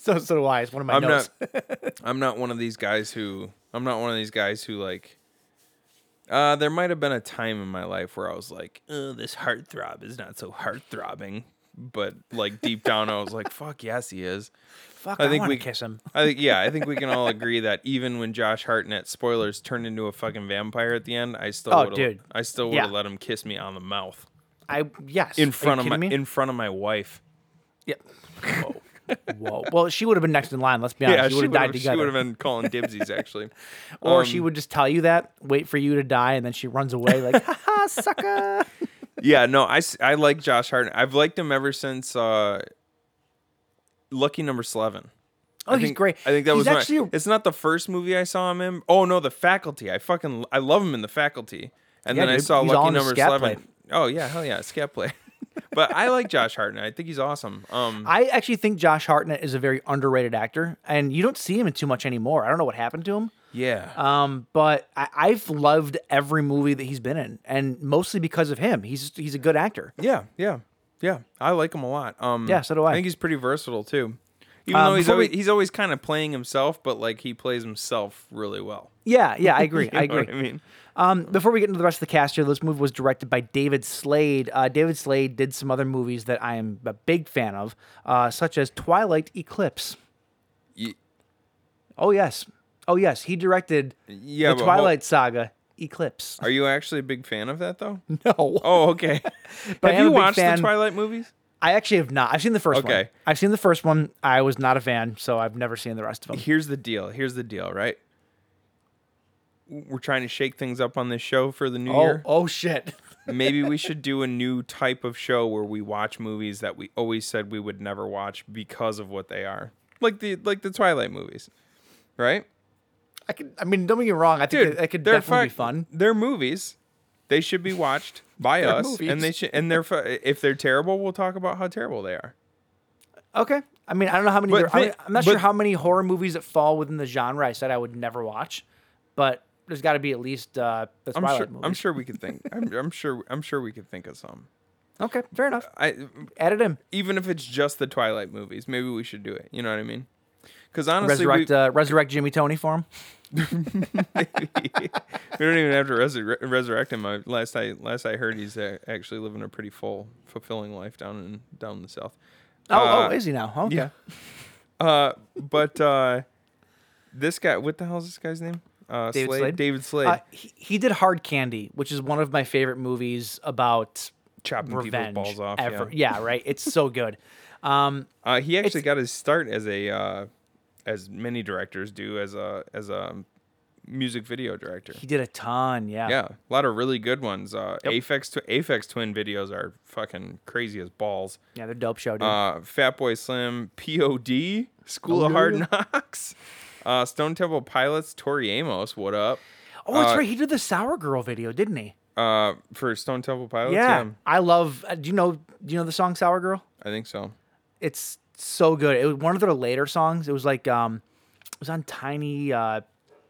[SPEAKER 7] so so do I. It's one of my
[SPEAKER 8] I'm
[SPEAKER 7] notes.
[SPEAKER 8] not. I'm not one of these guys who. I'm not one of these guys who like. Uh, there might have been a time in my life where I was like, "Ugh, "This heartthrob is not so heartthrobbing," but like deep down, I was like, "Fuck yes, he is."
[SPEAKER 7] Fuck,
[SPEAKER 8] I
[SPEAKER 7] I,
[SPEAKER 8] think
[SPEAKER 7] want
[SPEAKER 8] we-
[SPEAKER 7] to kiss him.
[SPEAKER 8] I think yeah, I think we can all agree that even when Josh Hartnett spoilers turned into a fucking vampire at the end, I still
[SPEAKER 7] Oh,
[SPEAKER 8] would've-
[SPEAKER 7] dude.
[SPEAKER 8] I still would have
[SPEAKER 7] Yeah.
[SPEAKER 8] let him kiss me on the mouth
[SPEAKER 7] I yes. Are
[SPEAKER 8] in
[SPEAKER 7] you
[SPEAKER 8] front of my
[SPEAKER 7] kidding me.
[SPEAKER 8] in front of my wife.
[SPEAKER 7] yeah. Whoa. Whoa. Well, she would have been next in line. Let's be honest.
[SPEAKER 8] yeah,
[SPEAKER 7] she
[SPEAKER 8] she
[SPEAKER 7] would have died
[SPEAKER 8] She would
[SPEAKER 7] together.
[SPEAKER 8] have been calling dibsies actually.
[SPEAKER 7] or
[SPEAKER 8] Um,
[SPEAKER 7] she would just tell you that, wait for you to die, and then she runs away like, "Ha ha, sucker!"
[SPEAKER 8] Yeah, no, I, s- I like Josh Hartnett. I've liked him ever since uh, Lucky Number Eleven.
[SPEAKER 7] Oh, he's great.
[SPEAKER 8] I think that
[SPEAKER 7] He's
[SPEAKER 8] was
[SPEAKER 7] actually.
[SPEAKER 8] actually. it's not the first movie I saw him in. Oh no, The Faculty. I fucking I love him in The Faculty. And
[SPEAKER 7] Yeah,
[SPEAKER 8] then I
[SPEAKER 7] dude,
[SPEAKER 8] saw
[SPEAKER 7] he's all
[SPEAKER 8] Lucky
[SPEAKER 7] in his
[SPEAKER 8] Number
[SPEAKER 7] scat
[SPEAKER 8] Eleven.
[SPEAKER 7] play.
[SPEAKER 8] Oh yeah, hell yeah, scat play. but I like Josh Hartnett. I think he's awesome. Um,
[SPEAKER 7] I actually think Josh Hartnett is a very underrated actor, and you don't see him in too much anymore. I don't know what happened to him.
[SPEAKER 8] yeah.
[SPEAKER 7] Um, but I, I've loved every movie that he's been in, and mostly because of him. He's he's a good actor.
[SPEAKER 8] Yeah, yeah, yeah. I like him a lot. Um,
[SPEAKER 7] Yeah, so do I.
[SPEAKER 8] I think he's pretty versatile too. Even
[SPEAKER 7] Um,
[SPEAKER 8] though he's
[SPEAKER 7] before we-
[SPEAKER 8] always, he's always kind of playing himself, but like he plays himself really well.
[SPEAKER 7] Yeah, yeah, I agree. I
[SPEAKER 8] You know
[SPEAKER 7] agree.
[SPEAKER 8] what I mean,
[SPEAKER 7] Um, before we get into the rest of the cast here, this movie was directed by David Slade. Uh, David Slade did some other movies that I am a big fan of, uh, such as Twilight Eclipse.
[SPEAKER 8] Ye-
[SPEAKER 7] Oh yes, oh yes, he directed
[SPEAKER 8] Yeah,
[SPEAKER 7] the
[SPEAKER 8] but hold-
[SPEAKER 7] Twilight Saga Eclipse.
[SPEAKER 8] Are you actually a big fan of that though?
[SPEAKER 7] No,
[SPEAKER 8] Oh, okay.
[SPEAKER 7] But I
[SPEAKER 8] have
[SPEAKER 7] am
[SPEAKER 8] you
[SPEAKER 7] a big
[SPEAKER 8] watched
[SPEAKER 7] fan.
[SPEAKER 8] the Twilight movies?
[SPEAKER 7] I actually have not. I've seen the first one.
[SPEAKER 8] Okay.
[SPEAKER 7] I've seen the first one. I was not a fan, so I've never seen the rest of them.
[SPEAKER 8] Here's the deal. Here's the deal, right? We're trying to shake things up on this show for the new
[SPEAKER 7] Oh,
[SPEAKER 8] year.
[SPEAKER 7] oh shit.
[SPEAKER 8] Maybe we should do a new type of show where we watch movies that we always said we would never watch because of what they are. Like the like the Twilight movies. Right?
[SPEAKER 7] I could. I mean, don't get me wrong. I think
[SPEAKER 8] Dude,
[SPEAKER 7] that, that could
[SPEAKER 8] they're
[SPEAKER 7] definitely be
[SPEAKER 8] fuck-
[SPEAKER 7] fun.
[SPEAKER 8] They're movies. They should be watched by us
[SPEAKER 7] movies.
[SPEAKER 8] and they should and they're fu- if they're terrible, we'll talk about how terrible they are.
[SPEAKER 7] Okay. I mean, I don't know how many.
[SPEAKER 8] But
[SPEAKER 7] There, I
[SPEAKER 8] thi-
[SPEAKER 7] mean, I'm not
[SPEAKER 8] but-
[SPEAKER 7] sure how many horror movies that fall within the genre. I said I would never watch, but there's got to be at least uh, the
[SPEAKER 8] I'm
[SPEAKER 7] Twilight
[SPEAKER 8] sure
[SPEAKER 7] movies.
[SPEAKER 8] I'm sure we could think. I'm, I'm sure I'm sure we could think of some.
[SPEAKER 7] Okay, fair enough.
[SPEAKER 8] I
[SPEAKER 7] Add it in.
[SPEAKER 8] even if it's just the Twilight movies, maybe we should do it. You know what I mean? Because honestly, we,
[SPEAKER 7] Resurrect, uh, resurrect Jimmy Tony for him.
[SPEAKER 8] we don't even have to resur- resurrect him. I, last I last I heard, he's uh, actually living a pretty full, fulfilling life down in down in the south.
[SPEAKER 7] Oh,
[SPEAKER 8] Uh,
[SPEAKER 7] oh, is he now? Okay.
[SPEAKER 8] Yeah. Uh, but uh, this guy, what the hell is this guy's name? Uh,
[SPEAKER 7] David Slade?
[SPEAKER 8] David Slade.
[SPEAKER 7] Uh, he, he did Hard Candy, which is one of my favorite movies about
[SPEAKER 8] Chopping people's
[SPEAKER 7] revenge
[SPEAKER 8] balls off,
[SPEAKER 7] ever.
[SPEAKER 8] yeah.
[SPEAKER 7] right. It's so good. Um,
[SPEAKER 8] Uh, he actually got his start as a, uh, as many directors do, as a as a music video director.
[SPEAKER 7] he did a ton. Yeah.
[SPEAKER 8] Yeah, a lot of really good ones. Uh, Aphex tw- Aphex Twin videos are fucking crazy as balls.
[SPEAKER 7] Yeah, they're dope show, dude.
[SPEAKER 8] Uh, Fatboy Slim, POD, School of
[SPEAKER 7] Oh,
[SPEAKER 8] Hard Knocks, uh, Stone Temple Pilots, Tori Amos, what up?
[SPEAKER 7] oh, that's
[SPEAKER 8] uh,
[SPEAKER 7] right. He did the Sour Girl video, didn't he?
[SPEAKER 8] Uh, for Stone Temple Pilots,
[SPEAKER 7] Yeah. I love. uh, Do you know? Do you know the song Sour Girl?
[SPEAKER 8] I think so.
[SPEAKER 7] It's so good. It was one of their later songs. It was like um, it was on Tiny uh,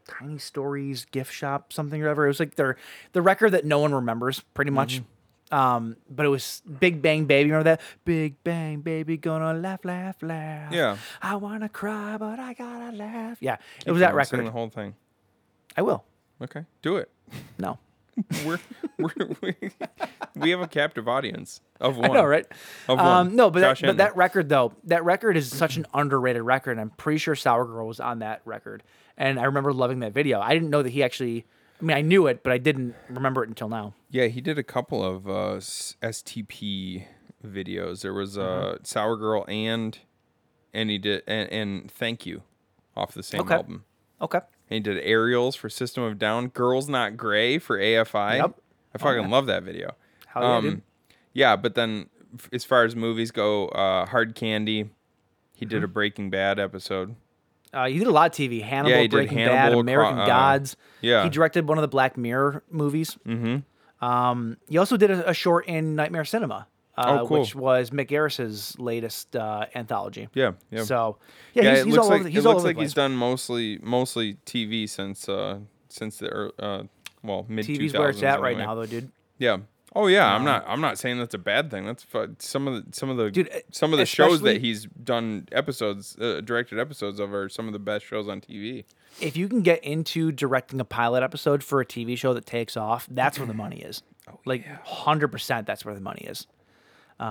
[SPEAKER 7] Tiny Stories gift shop something or whatever. It was like their the record that no one remembers
[SPEAKER 8] Mm-hmm.
[SPEAKER 7] pretty much. Um, but it was Big Bang Baby. Remember that? Big Bang Baby, gonna laugh, laugh, laugh.
[SPEAKER 8] Yeah.
[SPEAKER 7] I wanna cry, but I gotta laugh. Yeah, it was that
[SPEAKER 8] I'm
[SPEAKER 7] record.
[SPEAKER 8] singing the whole thing.
[SPEAKER 7] I will.
[SPEAKER 8] Okay, do it.
[SPEAKER 7] No.
[SPEAKER 8] We're, we're we, we have a captive audience of one.
[SPEAKER 7] I know, right?
[SPEAKER 8] Of
[SPEAKER 7] Um,
[SPEAKER 8] one.
[SPEAKER 7] no, but that,
[SPEAKER 8] Josh
[SPEAKER 7] but
[SPEAKER 8] Ender.
[SPEAKER 7] that record though, that record is such an underrated record. And I'm pretty sure Sour Girl was on that record, and I remember loving that video. I didn't know that he actually. I mean, I knew it, but I didn't remember it until now.
[SPEAKER 8] Yeah, he did a couple of uh, s- STP videos. There was uh,
[SPEAKER 7] Mm-hmm.
[SPEAKER 8] Sour Girl and and he did and, and Thank You off the same
[SPEAKER 7] Okay.
[SPEAKER 8] album.
[SPEAKER 7] Okay.
[SPEAKER 8] And he did Aerials for System of Down, Girls Not Gray for AFI.
[SPEAKER 7] Yep.
[SPEAKER 8] I fucking love that video.
[SPEAKER 7] Hell
[SPEAKER 8] Um,
[SPEAKER 7] yeah, dude.
[SPEAKER 8] yeah, but then f- as far as movies go, uh, Hard Candy, he did
[SPEAKER 7] Mm-hmm.
[SPEAKER 8] a Breaking Bad episode.
[SPEAKER 7] Uh, he did a lot of TV. Hannibal,
[SPEAKER 8] Yeah, he did
[SPEAKER 7] Breaking Bad,
[SPEAKER 8] Hannibal,
[SPEAKER 7] American
[SPEAKER 8] Cro- uh,
[SPEAKER 7] Gods.
[SPEAKER 8] yeah.
[SPEAKER 7] He directed one of the Black Mirror movies. Mm-hmm. Um, he also did a, a short in Nightmare Cinema, uh,
[SPEAKER 8] Oh, cool.
[SPEAKER 7] which was Mick Garris's latest uh, anthology.
[SPEAKER 8] Yeah, yeah.
[SPEAKER 7] So, yeah,
[SPEAKER 8] yeah,
[SPEAKER 7] he's,
[SPEAKER 8] it
[SPEAKER 7] he's
[SPEAKER 8] looks
[SPEAKER 7] all
[SPEAKER 8] like
[SPEAKER 7] over, he's
[SPEAKER 8] it
[SPEAKER 7] all
[SPEAKER 8] looks
[SPEAKER 7] over
[SPEAKER 8] like
[SPEAKER 7] the
[SPEAKER 8] he's
[SPEAKER 7] place.
[SPEAKER 8] done mostly mostly TV since uh since the ear- uh well mid
[SPEAKER 7] TV's where it's at right now, though, dude.
[SPEAKER 8] Yeah. Oh yeah,
[SPEAKER 7] Um,
[SPEAKER 8] I'm not. I'm not saying that's a bad thing. That's fu- some of the some of the
[SPEAKER 7] Dude, e-
[SPEAKER 8] some of the shows
[SPEAKER 7] especially-
[SPEAKER 8] that he's done episodes, uh, directed episodes of, are some of the best shows on TV.
[SPEAKER 7] If you can get into directing a pilot episode for a TV show that takes off, that's where the money is.
[SPEAKER 8] Oh,
[SPEAKER 7] like, hundred percent, that's where the money is. So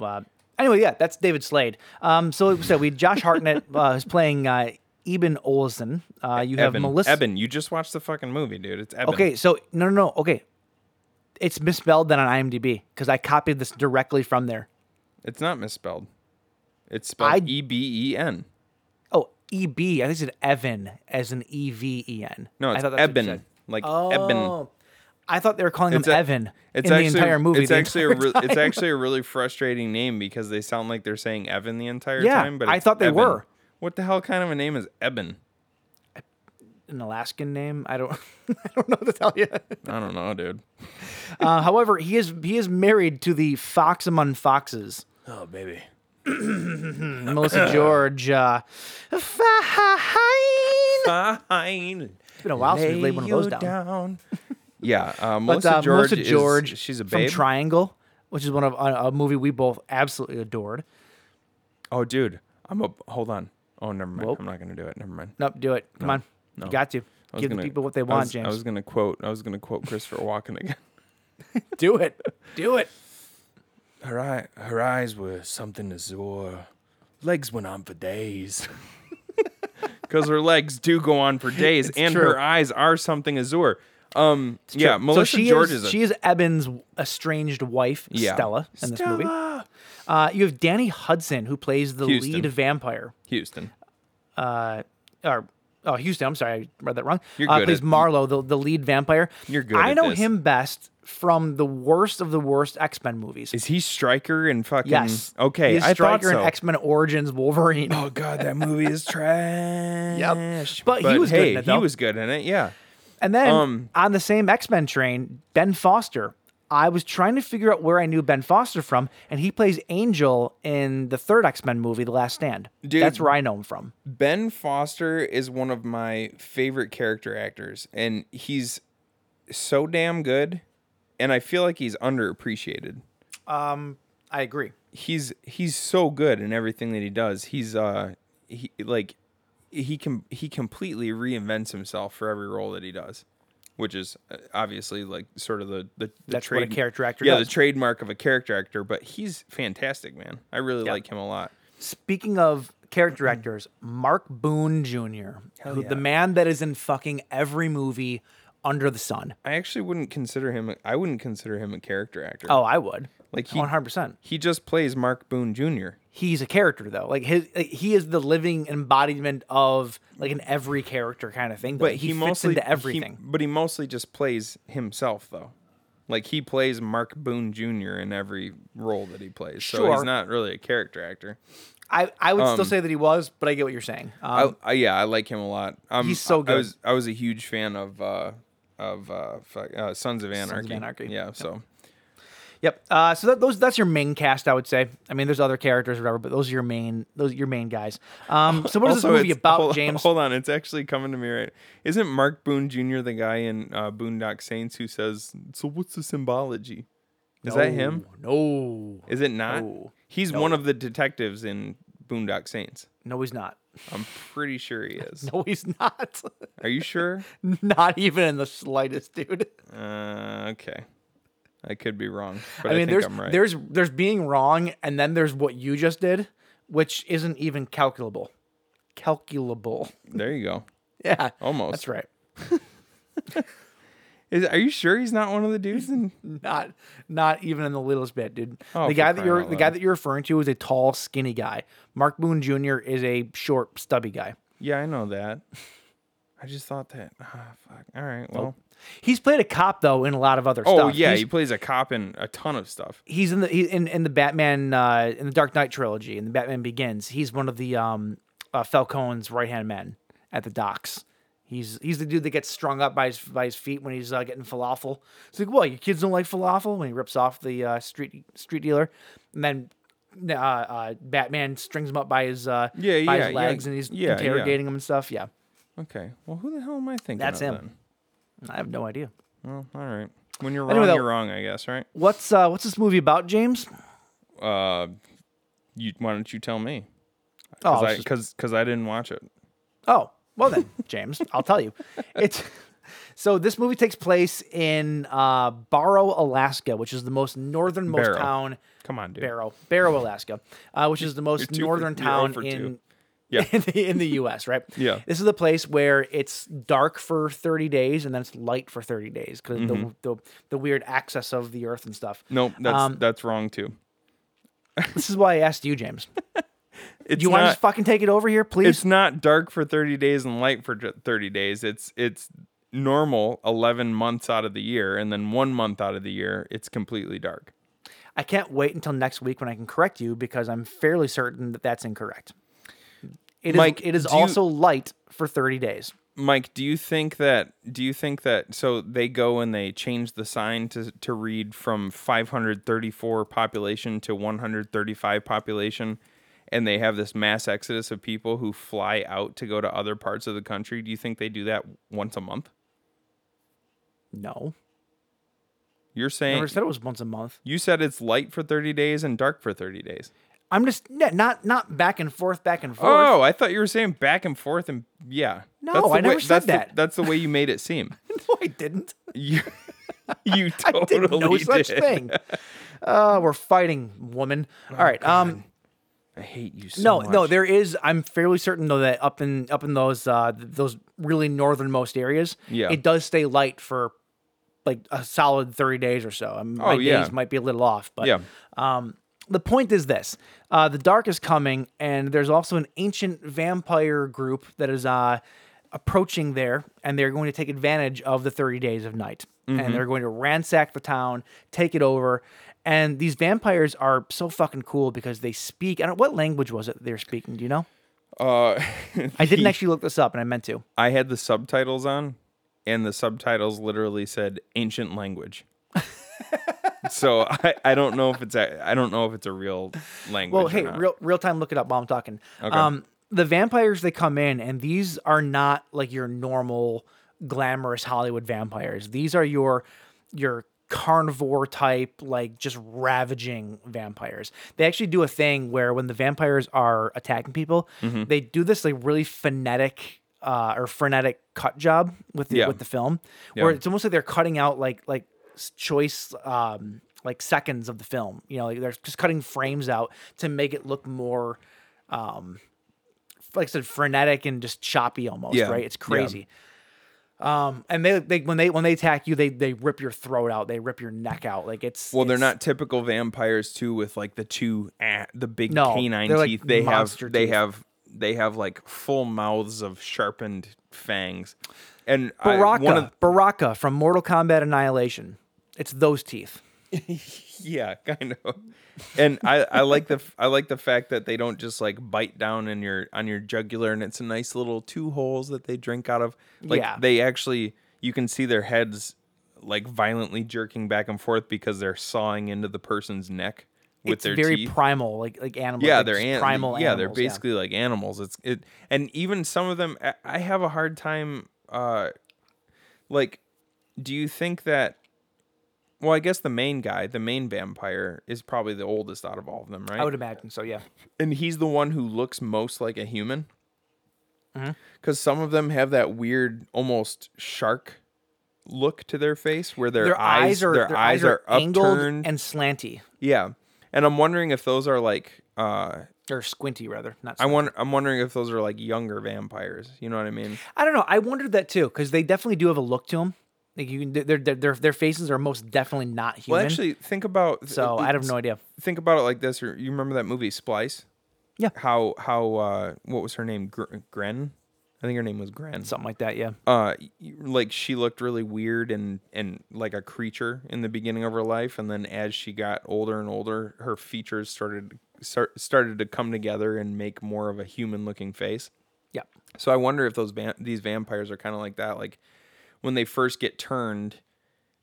[SPEAKER 7] uh, anyway, yeah, that's David Slade. Um, so like we said, we Josh Hartnett uh, is playing uh, Eben Olsen. Uh, you have
[SPEAKER 8] E-, Eben,
[SPEAKER 7] Melissa.
[SPEAKER 8] Eben, you just watched the fucking movie, dude. It's Eben.
[SPEAKER 7] Okay, so no, no, no. Okay, it's misspelled then on IMDb because I copied this directly from there.
[SPEAKER 8] It's not misspelled. It's spelled
[SPEAKER 7] I-
[SPEAKER 8] E B E N.
[SPEAKER 7] Oh, E B. I think it's an Evan as an E V E N.
[SPEAKER 8] No,
[SPEAKER 7] I
[SPEAKER 8] it's
[SPEAKER 7] thought that's what you
[SPEAKER 8] Eben,
[SPEAKER 7] said.
[SPEAKER 8] like
[SPEAKER 7] Oh,
[SPEAKER 8] Eben.
[SPEAKER 7] I thought they were calling
[SPEAKER 8] It's
[SPEAKER 7] him
[SPEAKER 8] a-
[SPEAKER 7] Evan
[SPEAKER 8] It's
[SPEAKER 7] in
[SPEAKER 8] actually
[SPEAKER 7] the entire movie.
[SPEAKER 8] It's
[SPEAKER 7] the
[SPEAKER 8] actually a
[SPEAKER 7] entire
[SPEAKER 8] re- it's
[SPEAKER 7] time.
[SPEAKER 8] actually a really frustrating name because they sound like they're saying Evan the entire
[SPEAKER 7] Yeah,
[SPEAKER 8] time. But
[SPEAKER 7] I
[SPEAKER 8] it's
[SPEAKER 7] thought they
[SPEAKER 8] Eben.
[SPEAKER 7] were.
[SPEAKER 8] What the hell kind of a name is Eben?
[SPEAKER 7] an Alaskan name. I don't, I don't know what to tell you.
[SPEAKER 8] I don't know, dude.
[SPEAKER 7] Uh, however, he is he is married to the fox among foxes. Oh baby, Melissa George. Uh, fine.
[SPEAKER 8] Fine.
[SPEAKER 7] It's been a while since we laid one of those
[SPEAKER 8] you
[SPEAKER 7] down.
[SPEAKER 8] down. Yeah,
[SPEAKER 7] But
[SPEAKER 8] uh, Melissa
[SPEAKER 7] uh,
[SPEAKER 8] George.
[SPEAKER 7] Melissa
[SPEAKER 8] is-
[SPEAKER 7] George,
[SPEAKER 8] she's a
[SPEAKER 7] from
[SPEAKER 8] babe.
[SPEAKER 7] Triangle, which is one of uh, a, a movie we both absolutely adored.
[SPEAKER 8] oh, dude, I'm a. Hold on. Oh, never mind.
[SPEAKER 7] Whoa.
[SPEAKER 8] I'm not gonna do it. Never mind.
[SPEAKER 7] Nope, do it. Come on,
[SPEAKER 8] no.
[SPEAKER 7] you got to
[SPEAKER 8] I was
[SPEAKER 7] give
[SPEAKER 8] gonna-
[SPEAKER 7] the people what
[SPEAKER 8] I
[SPEAKER 7] they want,
[SPEAKER 8] was-
[SPEAKER 7] James.
[SPEAKER 8] I was gonna quote. I was gonna quote Christopher Walken again.
[SPEAKER 7] do it, do it.
[SPEAKER 8] Her eye, her eyes were something azure. Legs went on for days. Because her legs do go on for days, and
[SPEAKER 7] true.
[SPEAKER 8] her eyes are something azure. Um, yeah,
[SPEAKER 7] True.
[SPEAKER 8] Melissa
[SPEAKER 7] so she
[SPEAKER 8] George
[SPEAKER 7] is,
[SPEAKER 8] is, a,
[SPEAKER 7] she is Eben's estranged wife,
[SPEAKER 8] Yeah.
[SPEAKER 7] Stella, in this movie. Uh, you have Danny Hudson who plays the
[SPEAKER 8] Houston.
[SPEAKER 7] lead vampire.
[SPEAKER 8] Houston.
[SPEAKER 7] or oh Houston, I'm sorry, I read that wrong.
[SPEAKER 8] You're
[SPEAKER 7] uh,
[SPEAKER 8] good
[SPEAKER 7] plays
[SPEAKER 8] at-
[SPEAKER 7] Marlowe, the, the lead vampire.
[SPEAKER 8] You're good
[SPEAKER 7] I
[SPEAKER 8] at
[SPEAKER 7] know
[SPEAKER 8] this.
[SPEAKER 7] him best from the worst of the worst X Men movies.
[SPEAKER 8] Is he Striker and fucking?
[SPEAKER 7] yes.
[SPEAKER 8] Okay,
[SPEAKER 7] He's
[SPEAKER 8] I thought
[SPEAKER 7] Stryker
[SPEAKER 8] so.
[SPEAKER 7] in X Men Origins Wolverine.
[SPEAKER 8] Oh god, that movie is trash.
[SPEAKER 7] But he was good
[SPEAKER 8] hey,
[SPEAKER 7] in it,
[SPEAKER 8] He
[SPEAKER 7] though.
[SPEAKER 8] was good in it. Yeah.
[SPEAKER 7] And then
[SPEAKER 8] Um,
[SPEAKER 7] on the same X Men train, Ben Foster. I was trying to figure out where I knew Ben Foster from, and he plays Angel in the third X Men movie, The Last Stand.
[SPEAKER 8] Dude.
[SPEAKER 7] That's where I know him from.
[SPEAKER 8] Ben Foster is one of my favorite character actors, and he's so damn good. And I feel like he's underappreciated.
[SPEAKER 7] I agree.
[SPEAKER 8] He's he's so good in everything that he does. He's uh he like he can he completely reinvents himself for every role that he does, which is uh, obviously like sort of the the, the
[SPEAKER 7] That's what a
[SPEAKER 8] trade
[SPEAKER 7] character actor
[SPEAKER 8] yeah
[SPEAKER 7] does.
[SPEAKER 8] the trademark of a character actor. But he's fantastic, man. I really like him a lot.
[SPEAKER 7] Speaking of character actors, Mark Boone Jr., who, the man that is in fucking every movie under the sun.
[SPEAKER 8] I actually wouldn't consider him. a- I wouldn't consider him a character actor.
[SPEAKER 7] Oh, I would.
[SPEAKER 8] like he,
[SPEAKER 7] 100%.
[SPEAKER 8] He just plays Mark Boone Jr.
[SPEAKER 7] He's a character though. Like his like, he is the living embodiment of like an every character kind of thing. though.
[SPEAKER 8] But he,
[SPEAKER 7] fits
[SPEAKER 8] mostly
[SPEAKER 7] into
[SPEAKER 8] he-
[SPEAKER 7] everything.
[SPEAKER 8] but he mostly just plays himself though. Like he plays Mark Boone Jr. in every role that he plays. So
[SPEAKER 7] Sure.
[SPEAKER 8] he's not really a character actor.
[SPEAKER 7] I, I would still say that he was, but I get what you're saying. Um,
[SPEAKER 8] Um, I, I, Uh, yeah, I like him a lot. Um,
[SPEAKER 7] He's so
[SPEAKER 8] I-
[SPEAKER 7] good.
[SPEAKER 8] I was I was a huge fan of uh of uh, fuck- uh Sons of Anarchy.
[SPEAKER 7] Anarchy.
[SPEAKER 8] Yeah. So
[SPEAKER 7] Yep. Uh, so that, those that's your main cast, I would say. I mean, there's other characters, or whatever, but those are your main those are your main guys. Um, so what is this
[SPEAKER 8] Also,
[SPEAKER 7] movie
[SPEAKER 8] it's-
[SPEAKER 7] about,
[SPEAKER 8] hold on-
[SPEAKER 7] James?
[SPEAKER 8] hold on, it's actually coming to me right. Isn't Mark Boone Jr. the guy in uh, Boondock Saints who says, "So what's the symbology?" Is that him?
[SPEAKER 7] No,
[SPEAKER 8] Is it not?
[SPEAKER 7] Oh, No.
[SPEAKER 8] He's one of the detectives in Boondock Saints.
[SPEAKER 7] no, he's not.
[SPEAKER 8] I'm pretty sure he is.
[SPEAKER 7] No, he's not.
[SPEAKER 8] Are you sure?
[SPEAKER 7] not even in the slightest, dude.
[SPEAKER 8] uh, okay, I could be wrong, but
[SPEAKER 7] I
[SPEAKER 8] I,
[SPEAKER 7] mean,
[SPEAKER 8] think
[SPEAKER 7] there's
[SPEAKER 8] I'm right.
[SPEAKER 7] there's there's being wrong, and then there's what you just did, which isn't even calculable. Calculable.
[SPEAKER 8] There you go.
[SPEAKER 7] Yeah.
[SPEAKER 8] Almost.
[SPEAKER 7] That's right.
[SPEAKER 8] Is, are you sure he's not one of the dudes? In,
[SPEAKER 7] Not not even in the littlest bit, dude.
[SPEAKER 8] Oh,
[SPEAKER 7] the
[SPEAKER 8] for
[SPEAKER 7] guy that
[SPEAKER 8] crying
[SPEAKER 7] you're
[SPEAKER 8] out
[SPEAKER 7] the guy
[SPEAKER 8] loud.
[SPEAKER 7] that you're referring to is a tall, skinny guy. Mark Boone Jr. is a short, stubby guy.
[SPEAKER 8] yeah, I know that. I just thought that. Ah, fuck. All right. Well.
[SPEAKER 7] He's played a cop though in a lot of other
[SPEAKER 8] Oh
[SPEAKER 7] stuff.
[SPEAKER 8] yeah,
[SPEAKER 7] He's-
[SPEAKER 8] he plays a cop in a ton of stuff.
[SPEAKER 7] he's in the he, in in the Batman uh, in the Dark Knight trilogy and the Batman Begins. He's one of the um, uh, Falcone's right hand men at the docks. He's he's the dude that gets strung up by his by his feet when he's uh, getting falafel. It's like, well, your kids don't like falafel when he rips off the uh, street street dealer, and then. Uh, uh, Batman strings him up by his uh,
[SPEAKER 8] Yeah,
[SPEAKER 7] by
[SPEAKER 8] yeah,
[SPEAKER 7] his
[SPEAKER 8] yeah.
[SPEAKER 7] legs and he's
[SPEAKER 8] Yeah, yeah.
[SPEAKER 7] interrogating him and stuff. Yeah,
[SPEAKER 8] Okay. Well, who the hell am I thinking?
[SPEAKER 7] That's
[SPEAKER 8] of
[SPEAKER 7] him. I have no idea.
[SPEAKER 8] Then? Well, all right. When you're wrong,
[SPEAKER 7] Anyway, though-
[SPEAKER 8] you're wrong. I guess. Right.
[SPEAKER 7] What's uh, what's this movie about, James?
[SPEAKER 8] Uh, you. Why don't you tell me?
[SPEAKER 7] Oh, it's
[SPEAKER 8] Because
[SPEAKER 7] just-
[SPEAKER 8] because I, didn't watch it.
[SPEAKER 7] Oh, well then, James, I'll tell you. It's so this movie takes place in uh, Barrow, Alaska, which is the most northernmost
[SPEAKER 8] Barrow.
[SPEAKER 7] town.
[SPEAKER 8] Come on, dude.
[SPEAKER 7] Barrow, Barrow, Alaska, uh, which is the most
[SPEAKER 8] two for-
[SPEAKER 7] northern
[SPEAKER 8] you're
[SPEAKER 7] town
[SPEAKER 8] oh for two.
[SPEAKER 7] in
[SPEAKER 8] Yeah.
[SPEAKER 7] in, the, in the U.S. Right?
[SPEAKER 8] Yeah.
[SPEAKER 7] This is the place where it's dark for thirty days and then it's light for thirty days because the, the the weird axis of the Earth and stuff.
[SPEAKER 8] Mm-hmm. Nope. That's
[SPEAKER 7] Um,
[SPEAKER 8] that's wrong too.
[SPEAKER 7] This is why I asked you, James.
[SPEAKER 8] It's
[SPEAKER 7] Do you
[SPEAKER 8] not,
[SPEAKER 7] want to just fucking take it over here, please?
[SPEAKER 8] It's not dark for 30 days and light for ju- 30 days. It's it's normal 11 months out of the year and then 1 month out of the year it's completely dark.
[SPEAKER 7] I can't wait until next week when I can correct you because I'm fairly certain that that's incorrect. It is
[SPEAKER 8] Mike,
[SPEAKER 7] it is
[SPEAKER 8] do you-
[SPEAKER 7] also light for 30 days.
[SPEAKER 8] Mike, do you think that do you think that so they go and they change the sign to to read from 534 population to 135 population and they have this mass exodus of people who fly out to go to other parts of the country? Do you think they do that once a month?
[SPEAKER 7] No.
[SPEAKER 8] You're
[SPEAKER 7] I
[SPEAKER 8] saying
[SPEAKER 7] never said it was once a month.
[SPEAKER 8] You said it's light for 30 days and dark for 30 days.
[SPEAKER 7] I'm just n- not not back and forth, back and forth.
[SPEAKER 8] Oh, I thought you were saying back and forth and yeah.
[SPEAKER 7] No,
[SPEAKER 8] the
[SPEAKER 7] I never
[SPEAKER 8] way,
[SPEAKER 7] said
[SPEAKER 8] that's
[SPEAKER 7] that.
[SPEAKER 8] The, that's the way you made it seem.
[SPEAKER 7] No, I didn't.
[SPEAKER 8] You, you
[SPEAKER 7] I
[SPEAKER 8] totally
[SPEAKER 7] did no such
[SPEAKER 8] did.
[SPEAKER 7] thing. Uh, we're fighting, woman. All right. Um
[SPEAKER 8] I hate you so
[SPEAKER 7] no,
[SPEAKER 8] much.
[SPEAKER 7] no, there is I'm fairly certain though that up in up in those uh th- those really northernmost areas,
[SPEAKER 8] Yeah.
[SPEAKER 7] it does stay light for like a solid 30 days or so. I mean, my
[SPEAKER 8] Oh, yeah.
[SPEAKER 7] days might be a little off, but
[SPEAKER 8] Yeah.
[SPEAKER 7] Um, the point is this: uh, the dark is coming, and there's also an ancient vampire group that is uh, approaching there, and they're going to take advantage of the 30 days of night, and they're going to ransack the town, take it over. And these vampires are so fucking cool because they speak. I don't, what language was it they're speaking? Do you know?
[SPEAKER 8] Uh,
[SPEAKER 7] I didn't actually look this up, and I meant to.
[SPEAKER 8] I had the subtitles on, and the subtitles literally said ancient language. so I, I don't know if it's a, I don't know if it's a real language.
[SPEAKER 7] Well,
[SPEAKER 8] or
[SPEAKER 7] hey,
[SPEAKER 8] not.
[SPEAKER 7] real real time, look it up while I'm talking. Um, the vampires they come in, and these are not like your normal glamorous Hollywood vampires. These are your your carnivore type, like just ravaging vampires. They actually do a thing where when the vampires are attacking people,
[SPEAKER 8] Mm-hmm.
[SPEAKER 7] they do this like really phonetic. Uh, or frenetic cut job with the
[SPEAKER 8] Yeah.
[SPEAKER 7] with the film, where
[SPEAKER 8] Yeah.
[SPEAKER 7] it's almost like they're cutting out like like s- choice um like seconds of the film you know like they're just cutting frames out to make it look more um like i said frenetic and just choppy almost
[SPEAKER 8] Yeah,
[SPEAKER 7] right it's
[SPEAKER 8] yeah.
[SPEAKER 7] crazy um and they, they when they when they attack you they they rip your throat out they rip your neck out like it's
[SPEAKER 8] Well, they're
[SPEAKER 7] it's-
[SPEAKER 8] not typical vampires too, with like the two ah, the big
[SPEAKER 7] No,
[SPEAKER 8] canine
[SPEAKER 7] they're like
[SPEAKER 8] teeth. They have
[SPEAKER 7] monster
[SPEAKER 8] they
[SPEAKER 7] teeth.
[SPEAKER 8] have they have like full mouths of sharpened fangs. And I-
[SPEAKER 7] baraka
[SPEAKER 8] one of
[SPEAKER 7] baraka from mortal kombat annihilation it's those teeth
[SPEAKER 8] yeah, kind of. And I, I like the f- I like the fact that they don't just like bite down in your on your jugular, and it's a nice little two holes that they drink out of. Like
[SPEAKER 7] Yeah.
[SPEAKER 8] they actually, you can see their heads like violently jerking back and forth because they're sawing into the person's neck with
[SPEAKER 7] it's
[SPEAKER 8] their
[SPEAKER 7] very
[SPEAKER 8] teeth.
[SPEAKER 7] primal like like animals
[SPEAKER 8] yeah
[SPEAKER 7] like
[SPEAKER 8] they're
[SPEAKER 7] just
[SPEAKER 8] an-
[SPEAKER 7] primal
[SPEAKER 8] yeah they're
[SPEAKER 7] animals, yeah.
[SPEAKER 8] basically like animals it's it and even some of them I- i have a hard time uh like do you think that well i guess the main guy the main vampire is probably the oldest out of all of them right
[SPEAKER 7] i would imagine so yeah
[SPEAKER 8] and he's the one who looks most like a human
[SPEAKER 7] Mm-hmm.
[SPEAKER 8] because some of them have that weird almost shark look to their face where their,
[SPEAKER 7] their eyes are
[SPEAKER 8] their, eyes, are, upturned
[SPEAKER 7] angled and slanty
[SPEAKER 8] yeah and i'm wondering if those are like uh
[SPEAKER 7] or squinty rather not
[SPEAKER 8] I wonder, I'm wondering if those are like younger vampires. You know what I mean?
[SPEAKER 7] I don't know. I wondered that too because they definitely do have a look to them. Like you can, their their their, their faces are most definitely not human.
[SPEAKER 8] Well, actually, think about
[SPEAKER 7] so I have no idea.
[SPEAKER 8] Think about it like this: or you remember that movie Splice?
[SPEAKER 7] Yeah.
[SPEAKER 8] How how uh, what was her name? Gr- Gren, I think her name was Gren.
[SPEAKER 7] something like that. Yeah.
[SPEAKER 8] uh y- like she looked really weird and and like a creature in the beginning of her life and then as she got older and older her features started start, started to come together and make more of a human looking face
[SPEAKER 7] Yeah.
[SPEAKER 8] so i wonder if those va- these vampires are kind of like that like when they first get turned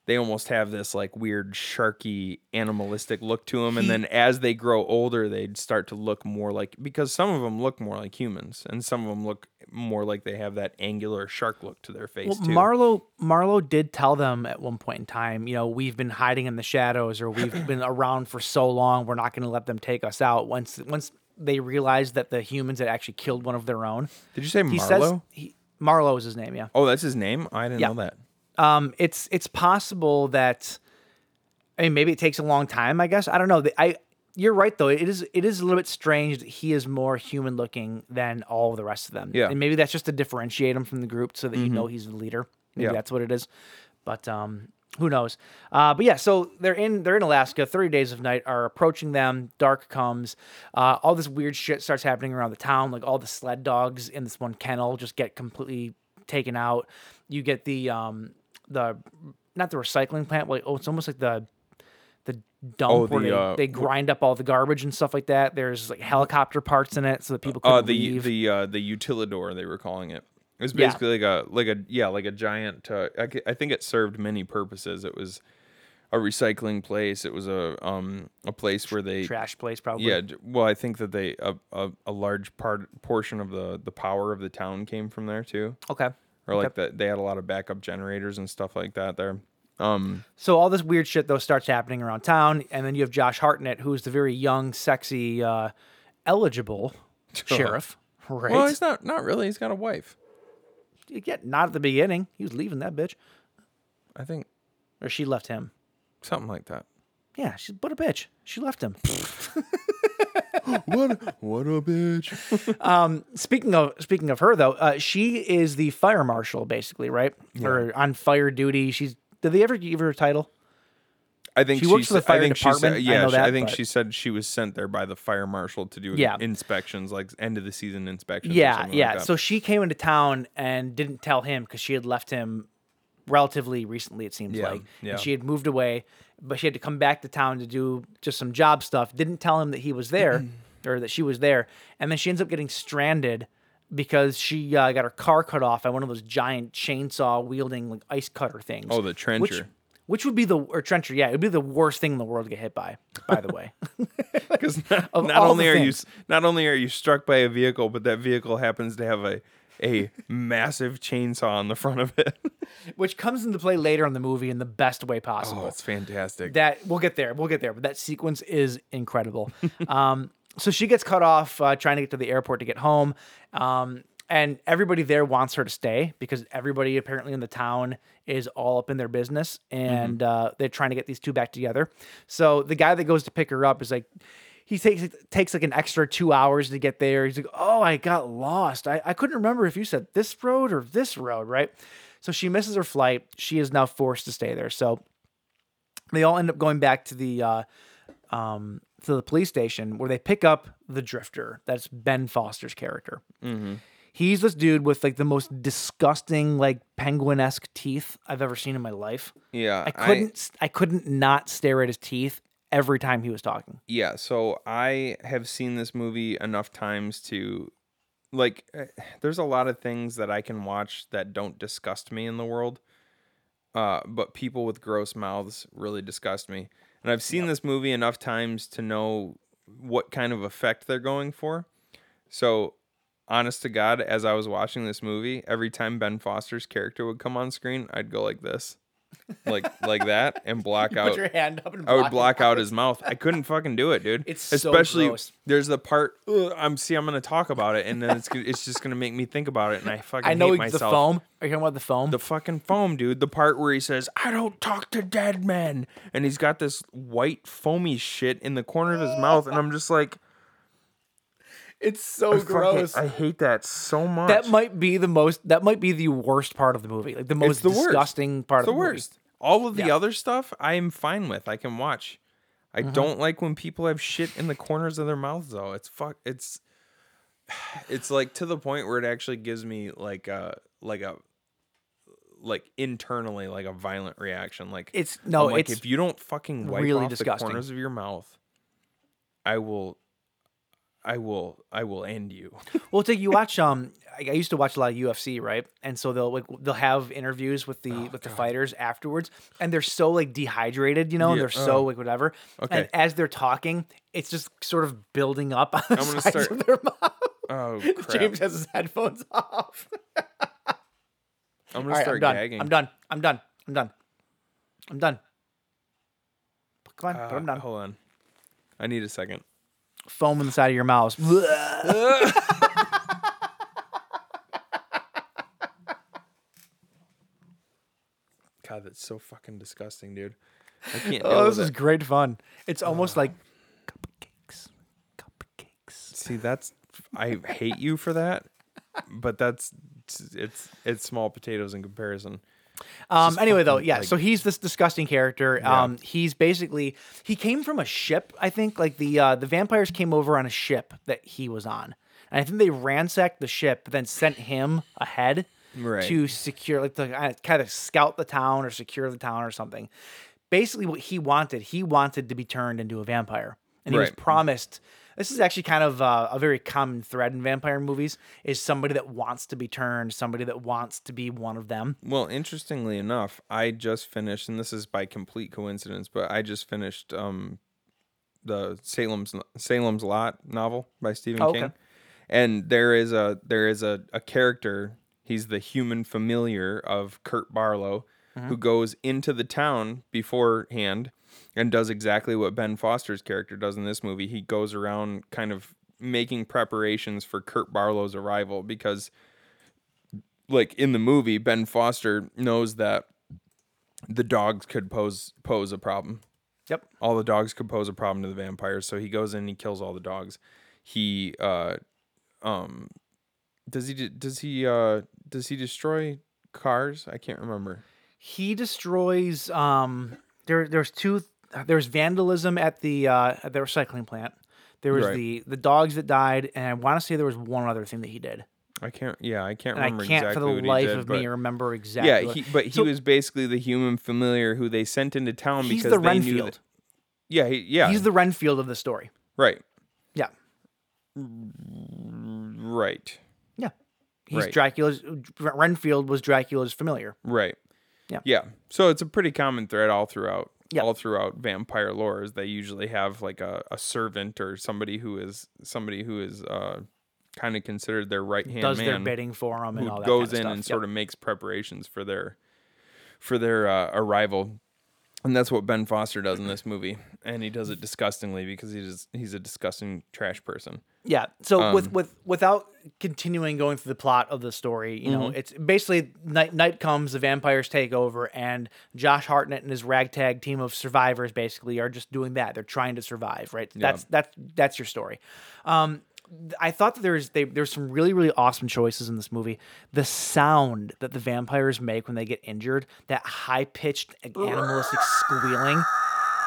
[SPEAKER 8] they almost have this like weird sharky animalistic look to them and then as they grow older they'd start to look more like because some of them look more like humans and some of them look more like they have that angular shark look to their face
[SPEAKER 7] Well,
[SPEAKER 8] too
[SPEAKER 7] Marlo Marlo did tell them at one point in time, you know, we've been hiding in the shadows or we've been around for so long, we're not going to let them take us out. Once once they realized that the humans had actually killed one of their own.
[SPEAKER 8] did you say
[SPEAKER 7] He
[SPEAKER 8] marlo
[SPEAKER 7] says he, Marlo is his name, yeah.
[SPEAKER 8] oh that's his name i didn't
[SPEAKER 7] Yeah.
[SPEAKER 8] know that
[SPEAKER 7] um, it's it's possible that I mean maybe it takes a long time. I guess I don't know. The- I you're right though. It is it is a little bit strange that he is more human looking than all the rest of them.
[SPEAKER 8] Yeah. Mm-hmm.
[SPEAKER 7] and maybe that's just to differentiate him from the group so that you know he's the leader. Maybe
[SPEAKER 8] Yeah.
[SPEAKER 7] that's what it is. But um, who knows? Uh, but yeah, so they're in they're in Alaska. Thirty days of night are approaching them. Dark comes. Uh, all this weird shit starts happening around the town. Like all the sled dogs in this one kennel just get completely taken out. You get the um the not the recycling plant, like oh, it's almost like the the dump
[SPEAKER 8] Oh,
[SPEAKER 7] where
[SPEAKER 8] the,
[SPEAKER 7] they,
[SPEAKER 8] uh,
[SPEAKER 7] they
[SPEAKER 8] wh-
[SPEAKER 7] grind up all the garbage and stuff like that. There's like helicopter parts in it so that people could
[SPEAKER 8] uh the
[SPEAKER 7] leave.
[SPEAKER 8] the uh the utilidor they were calling it it was
[SPEAKER 7] Yeah.
[SPEAKER 8] basically like a like a yeah like a giant uh, I, c- I think it served many purposes it was a recycling place it was a um a place where they
[SPEAKER 7] trash place probably.
[SPEAKER 8] Yeah, d- well, I think that they a, a, a large part portion of the the power of the town came from there too,
[SPEAKER 7] Okay.
[SPEAKER 8] or like that they had a lot of backup generators and stuff like that there. Um,
[SPEAKER 7] So all this weird shit though starts happening around town, and then you have Josh Hartnett, who is the very young, sexy, uh, eligible sheriff. Right.
[SPEAKER 8] well, he's not not really. He's got a wife,
[SPEAKER 7] yeah, not at the beginning. He was leaving that bitch,
[SPEAKER 8] I think,
[SPEAKER 7] or she left him.
[SPEAKER 8] something like that.
[SPEAKER 7] Yeah, she's what a bitch. She left him.
[SPEAKER 8] What a- what a bitch!
[SPEAKER 7] speaking of speaking of her though, uh, she is the fire marshal basically, right? Or on fire duty. She's did they ever give her a title?
[SPEAKER 8] I think
[SPEAKER 7] She works for the
[SPEAKER 8] s-
[SPEAKER 7] fire
[SPEAKER 8] I think
[SPEAKER 7] department, I
[SPEAKER 8] She said, yeah,
[SPEAKER 7] know
[SPEAKER 8] she- I
[SPEAKER 7] that,
[SPEAKER 8] think
[SPEAKER 7] but-
[SPEAKER 8] she said she was sent there by the fire marshal to do
[SPEAKER 7] Yeah.
[SPEAKER 8] inspections, like end of the season inspections. or
[SPEAKER 7] Yeah,
[SPEAKER 8] something like
[SPEAKER 7] yeah.
[SPEAKER 8] that.
[SPEAKER 7] so she came into town and didn't tell him because she had left him relatively recently, it seems
[SPEAKER 8] Yeah,
[SPEAKER 7] like.
[SPEAKER 8] yeah.
[SPEAKER 7] And she had moved away, but she had to come back to town to do just some job stuff. Didn't tell him that he was there or that she was there. And then she ends up getting stranded because she uh, got her car cut off by one of those giant chainsaw wielding like ice cutter things.
[SPEAKER 8] Oh, the
[SPEAKER 7] Which,
[SPEAKER 8] trencher.
[SPEAKER 7] which would be the or trencher, yeah, it would be the worst thing in the world to get hit by, by the way.
[SPEAKER 8] because not,
[SPEAKER 7] Of
[SPEAKER 8] not
[SPEAKER 7] all the
[SPEAKER 8] only are you
[SPEAKER 7] things.
[SPEAKER 8] not only are you struck by a vehicle, but that vehicle happens to have a a massive chainsaw on the front of it.
[SPEAKER 7] which comes into play later in the movie in the best way possible.
[SPEAKER 8] Oh, it's fantastic.
[SPEAKER 7] that we'll get there. We'll get there. But that sequence is incredible. um, so she gets cut off uh, trying to get to the airport to get home. Um, and everybody there wants her to stay because everybody apparently in the town is all up in their business and uh, they're trying to get these two back together. So the guy that goes to pick her up is like, he takes takes like an extra two hours to get there. He's like, oh, I got lost. I, I couldn't remember if you said this road or this road, right? So she misses her flight. She is now forced to stay there. So they all end up going back to the uh, um, to the police station where they pick up the drifter. That's Ben Foster's character.
[SPEAKER 8] Mm-hmm.
[SPEAKER 7] He's this dude with like the most disgusting, like penguin-esque teeth I've ever seen in my life.
[SPEAKER 8] Yeah,
[SPEAKER 7] I
[SPEAKER 8] I-
[SPEAKER 7] couldn't, I, couldn't not stare at his teeth every time he was talking.
[SPEAKER 8] yeah, so I have seen this movie enough times to like eh, there's a lot of things that I can watch that don't disgust me in the world. Uh, but people with gross mouths really disgust me. And I've seen this movie enough times to know what kind of effect they're going for. So, honest to God, as I was watching this movie, every time Ben Foster's character would come on screen, I'd go like this. Like like that and block out
[SPEAKER 7] hand up and
[SPEAKER 8] I would block out his mouth. I couldn't fucking do it, dude.
[SPEAKER 7] It's so
[SPEAKER 8] especially
[SPEAKER 7] gross.
[SPEAKER 8] there's the part "Ugh, I'm see I'm gonna talk about it, and then it's gonna- it's just gonna make me think about it, and I fucking
[SPEAKER 7] I know
[SPEAKER 8] hate
[SPEAKER 7] the
[SPEAKER 8] myself.
[SPEAKER 7] foam. Are you talking about the foam?
[SPEAKER 8] The fucking foam, dude. The part where he says I don't talk to dead men, and he's got this white foamy shit in the corner of his mouth, and I'm just like,
[SPEAKER 7] It's so gross.
[SPEAKER 8] I hate that so much.
[SPEAKER 7] that might be the most. That might be the worst part of the movie. Like the most
[SPEAKER 8] it's the
[SPEAKER 7] disgusting
[SPEAKER 8] worst.
[SPEAKER 7] part
[SPEAKER 8] It's
[SPEAKER 7] of the,
[SPEAKER 8] the worst. All of the other stuff I am fine with. I can watch. I
[SPEAKER 7] Mm-hmm.
[SPEAKER 8] don't like when people have shit in the corners of their mouths though. It's fuck it's it's like to the point where it actually gives me like a like a like internally like a violent reaction. Like
[SPEAKER 7] It's- no,
[SPEAKER 8] I'm like,
[SPEAKER 7] it's
[SPEAKER 8] if you don't fucking wipe
[SPEAKER 7] really
[SPEAKER 8] off
[SPEAKER 7] disgusting.
[SPEAKER 8] the corners of your mouth, I will I will I will end you.
[SPEAKER 7] Well, it's like you watch. Um, I I used to watch a lot of UFC, right? And so they'll like they'll have interviews with
[SPEAKER 8] Oh,
[SPEAKER 7] the with the fighters afterwards, and they're so like dehydrated, you know, and
[SPEAKER 8] Yeah, oh.
[SPEAKER 7] they're so like whatever.
[SPEAKER 8] Okay.
[SPEAKER 7] And as they're talking, it's just sort of building up on the
[SPEAKER 8] I'm gonna
[SPEAKER 7] sides
[SPEAKER 8] start-
[SPEAKER 7] of their mouth.
[SPEAKER 8] Oh crap.
[SPEAKER 7] James has his headphones off.
[SPEAKER 8] I'm
[SPEAKER 7] All
[SPEAKER 8] gonna
[SPEAKER 7] right,
[SPEAKER 8] start
[SPEAKER 7] I'm done.
[SPEAKER 8] gagging.
[SPEAKER 7] I'm done. I'm done. I'm done. I'm done. Come on, put 'em
[SPEAKER 8] Uh,
[SPEAKER 7] down.
[SPEAKER 8] Hold on. I need a second.
[SPEAKER 7] Foam on the side of your mouth.
[SPEAKER 8] God, that's so fucking disgusting, dude. I can't.
[SPEAKER 7] oh, this is great fun. It's almost
[SPEAKER 8] Uh.
[SPEAKER 7] like cupcakes. Cupcakes.
[SPEAKER 8] See, that's I hate you for that, but that's it's it's small potatoes in comparison.
[SPEAKER 7] Um, anyway, though,
[SPEAKER 8] fucking,
[SPEAKER 7] yeah.
[SPEAKER 8] like-
[SPEAKER 7] so he's this disgusting character. Um, he's basically he came from a ship, I think. Like the uh, the vampires came over on a ship that he was on, and I think they ransacked the ship, then sent him ahead
[SPEAKER 8] Right.
[SPEAKER 7] to secure, like to uh, kind of scout the town or secure the town or something. Basically, what he wanted, he wanted to be turned into a vampire, and he was
[SPEAKER 8] Right.
[SPEAKER 7] promised. This is actually kind of uh, a very common thread in vampire movies: is somebody that wants to be turned, somebody that wants to be one of them.
[SPEAKER 8] Well, interestingly enough, I just finished, and this is by complete coincidence, but I just finished um the Salem's Salem's Lot novel by Stephen
[SPEAKER 7] Oh, okay.
[SPEAKER 8] King, and there is a there is a, a character. He's the human familiar of Kurt Barlow,
[SPEAKER 7] Mm-hmm.
[SPEAKER 8] who goes into the town beforehand and does exactly what Ben Foster's character does in this movie. He goes around kind of making preparations for Kurt Barlow's arrival because like in the movie, Ben Foster knows that the dogs could pose pose a problem.
[SPEAKER 7] Yep.
[SPEAKER 8] All the dogs could pose a problem to the vampires, so he goes in and he kills all the dogs. He uh um does he de- does he uh does he destroy cars? I can't remember.
[SPEAKER 7] he destroys um there there's two there's vandalism at the uh at the recycling plant there was
[SPEAKER 8] Right.
[SPEAKER 7] the the dogs that died and i want to say there was one other thing that he did
[SPEAKER 8] I can't yeah, I can't
[SPEAKER 7] and i
[SPEAKER 8] remember
[SPEAKER 7] can't
[SPEAKER 8] exactly
[SPEAKER 7] for
[SPEAKER 8] what
[SPEAKER 7] the
[SPEAKER 8] he
[SPEAKER 7] life
[SPEAKER 8] did,
[SPEAKER 7] of
[SPEAKER 8] but-
[SPEAKER 7] me remember exactly
[SPEAKER 8] Yeah,
[SPEAKER 7] what-
[SPEAKER 8] he, but he
[SPEAKER 7] So
[SPEAKER 8] was basically the human familiar who they sent into town
[SPEAKER 7] he's
[SPEAKER 8] because
[SPEAKER 7] the
[SPEAKER 8] they knew
[SPEAKER 7] renfield
[SPEAKER 8] that, Yeah, he, yeah.
[SPEAKER 7] he's the renfield of the story
[SPEAKER 8] right.
[SPEAKER 7] yeah
[SPEAKER 8] Right.
[SPEAKER 7] yeah he's
[SPEAKER 8] Right.
[SPEAKER 7] dracula's renfield was dracula's familiar
[SPEAKER 8] Right.
[SPEAKER 7] Yeah.
[SPEAKER 8] Yeah. So it's a pretty common thread all throughout
[SPEAKER 7] Yeah.
[SPEAKER 8] all throughout vampire lore is they usually have like a, a servant or somebody who is somebody who is uh kind of considered their right hand
[SPEAKER 7] does
[SPEAKER 8] man
[SPEAKER 7] their bidding for him and
[SPEAKER 8] who
[SPEAKER 7] all that
[SPEAKER 8] goes
[SPEAKER 7] kind
[SPEAKER 8] in
[SPEAKER 7] of
[SPEAKER 8] and
[SPEAKER 7] stuff.
[SPEAKER 8] sort
[SPEAKER 7] Yep.
[SPEAKER 8] of makes preparations for their for their uh, arrival. And that's what Ben Foster does in this movie. And he does it disgustingly because he's he's a disgusting trash person.
[SPEAKER 7] Yeah. So with with without continuing going through the plot of the story, you know, it's basically night night comes, the vampires take over, and Josh Hartnett and his ragtag team of survivors basically are just doing that. They're trying to survive, right? That's that's that's your story. Um, th- I thought that there's they, there's some really really awesome choices in this movie. The sound that the vampires make when they get injured, that high pitched animalistic squealing.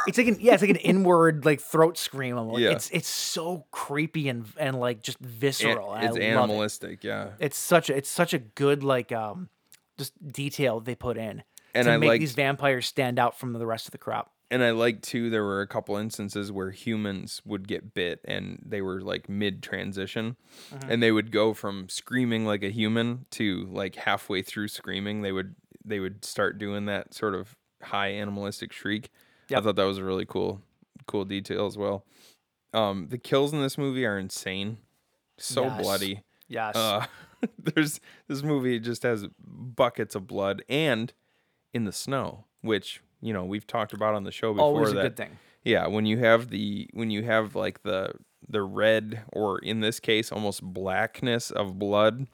[SPEAKER 7] It's like an yeah, it's like an inward like throat scream. Almost.
[SPEAKER 8] Yeah.
[SPEAKER 7] It's it's so creepy and and like just visceral. and I
[SPEAKER 8] it's
[SPEAKER 7] love it.
[SPEAKER 8] animalistic, yeah.
[SPEAKER 7] It's such a it's such a good like um just detail they put in
[SPEAKER 8] And
[SPEAKER 7] to
[SPEAKER 8] I
[SPEAKER 7] make
[SPEAKER 8] liked-
[SPEAKER 7] these vampires stand out from the rest of the crop.
[SPEAKER 8] and I like too. There were a couple instances where humans would get bit, and they were like mid transition,
[SPEAKER 7] Mm-hmm.
[SPEAKER 8] and they would go from screaming like a human to like halfway through screaming. They would they would start doing that sort of high animalistic shriek. I
[SPEAKER 7] Yep.
[SPEAKER 8] thought that was a really cool cool detail as well. Um, the kills in this movie are insane, so
[SPEAKER 7] Yes.
[SPEAKER 8] bloody.
[SPEAKER 7] Yes.
[SPEAKER 8] Uh, there's this movie just has buckets of blood and in the snow, which you know we've talked about on the show before.
[SPEAKER 7] Always a
[SPEAKER 8] that-
[SPEAKER 7] good thing.
[SPEAKER 8] Yeah, when you have the when you have like the the red or in this case almost blackness of blood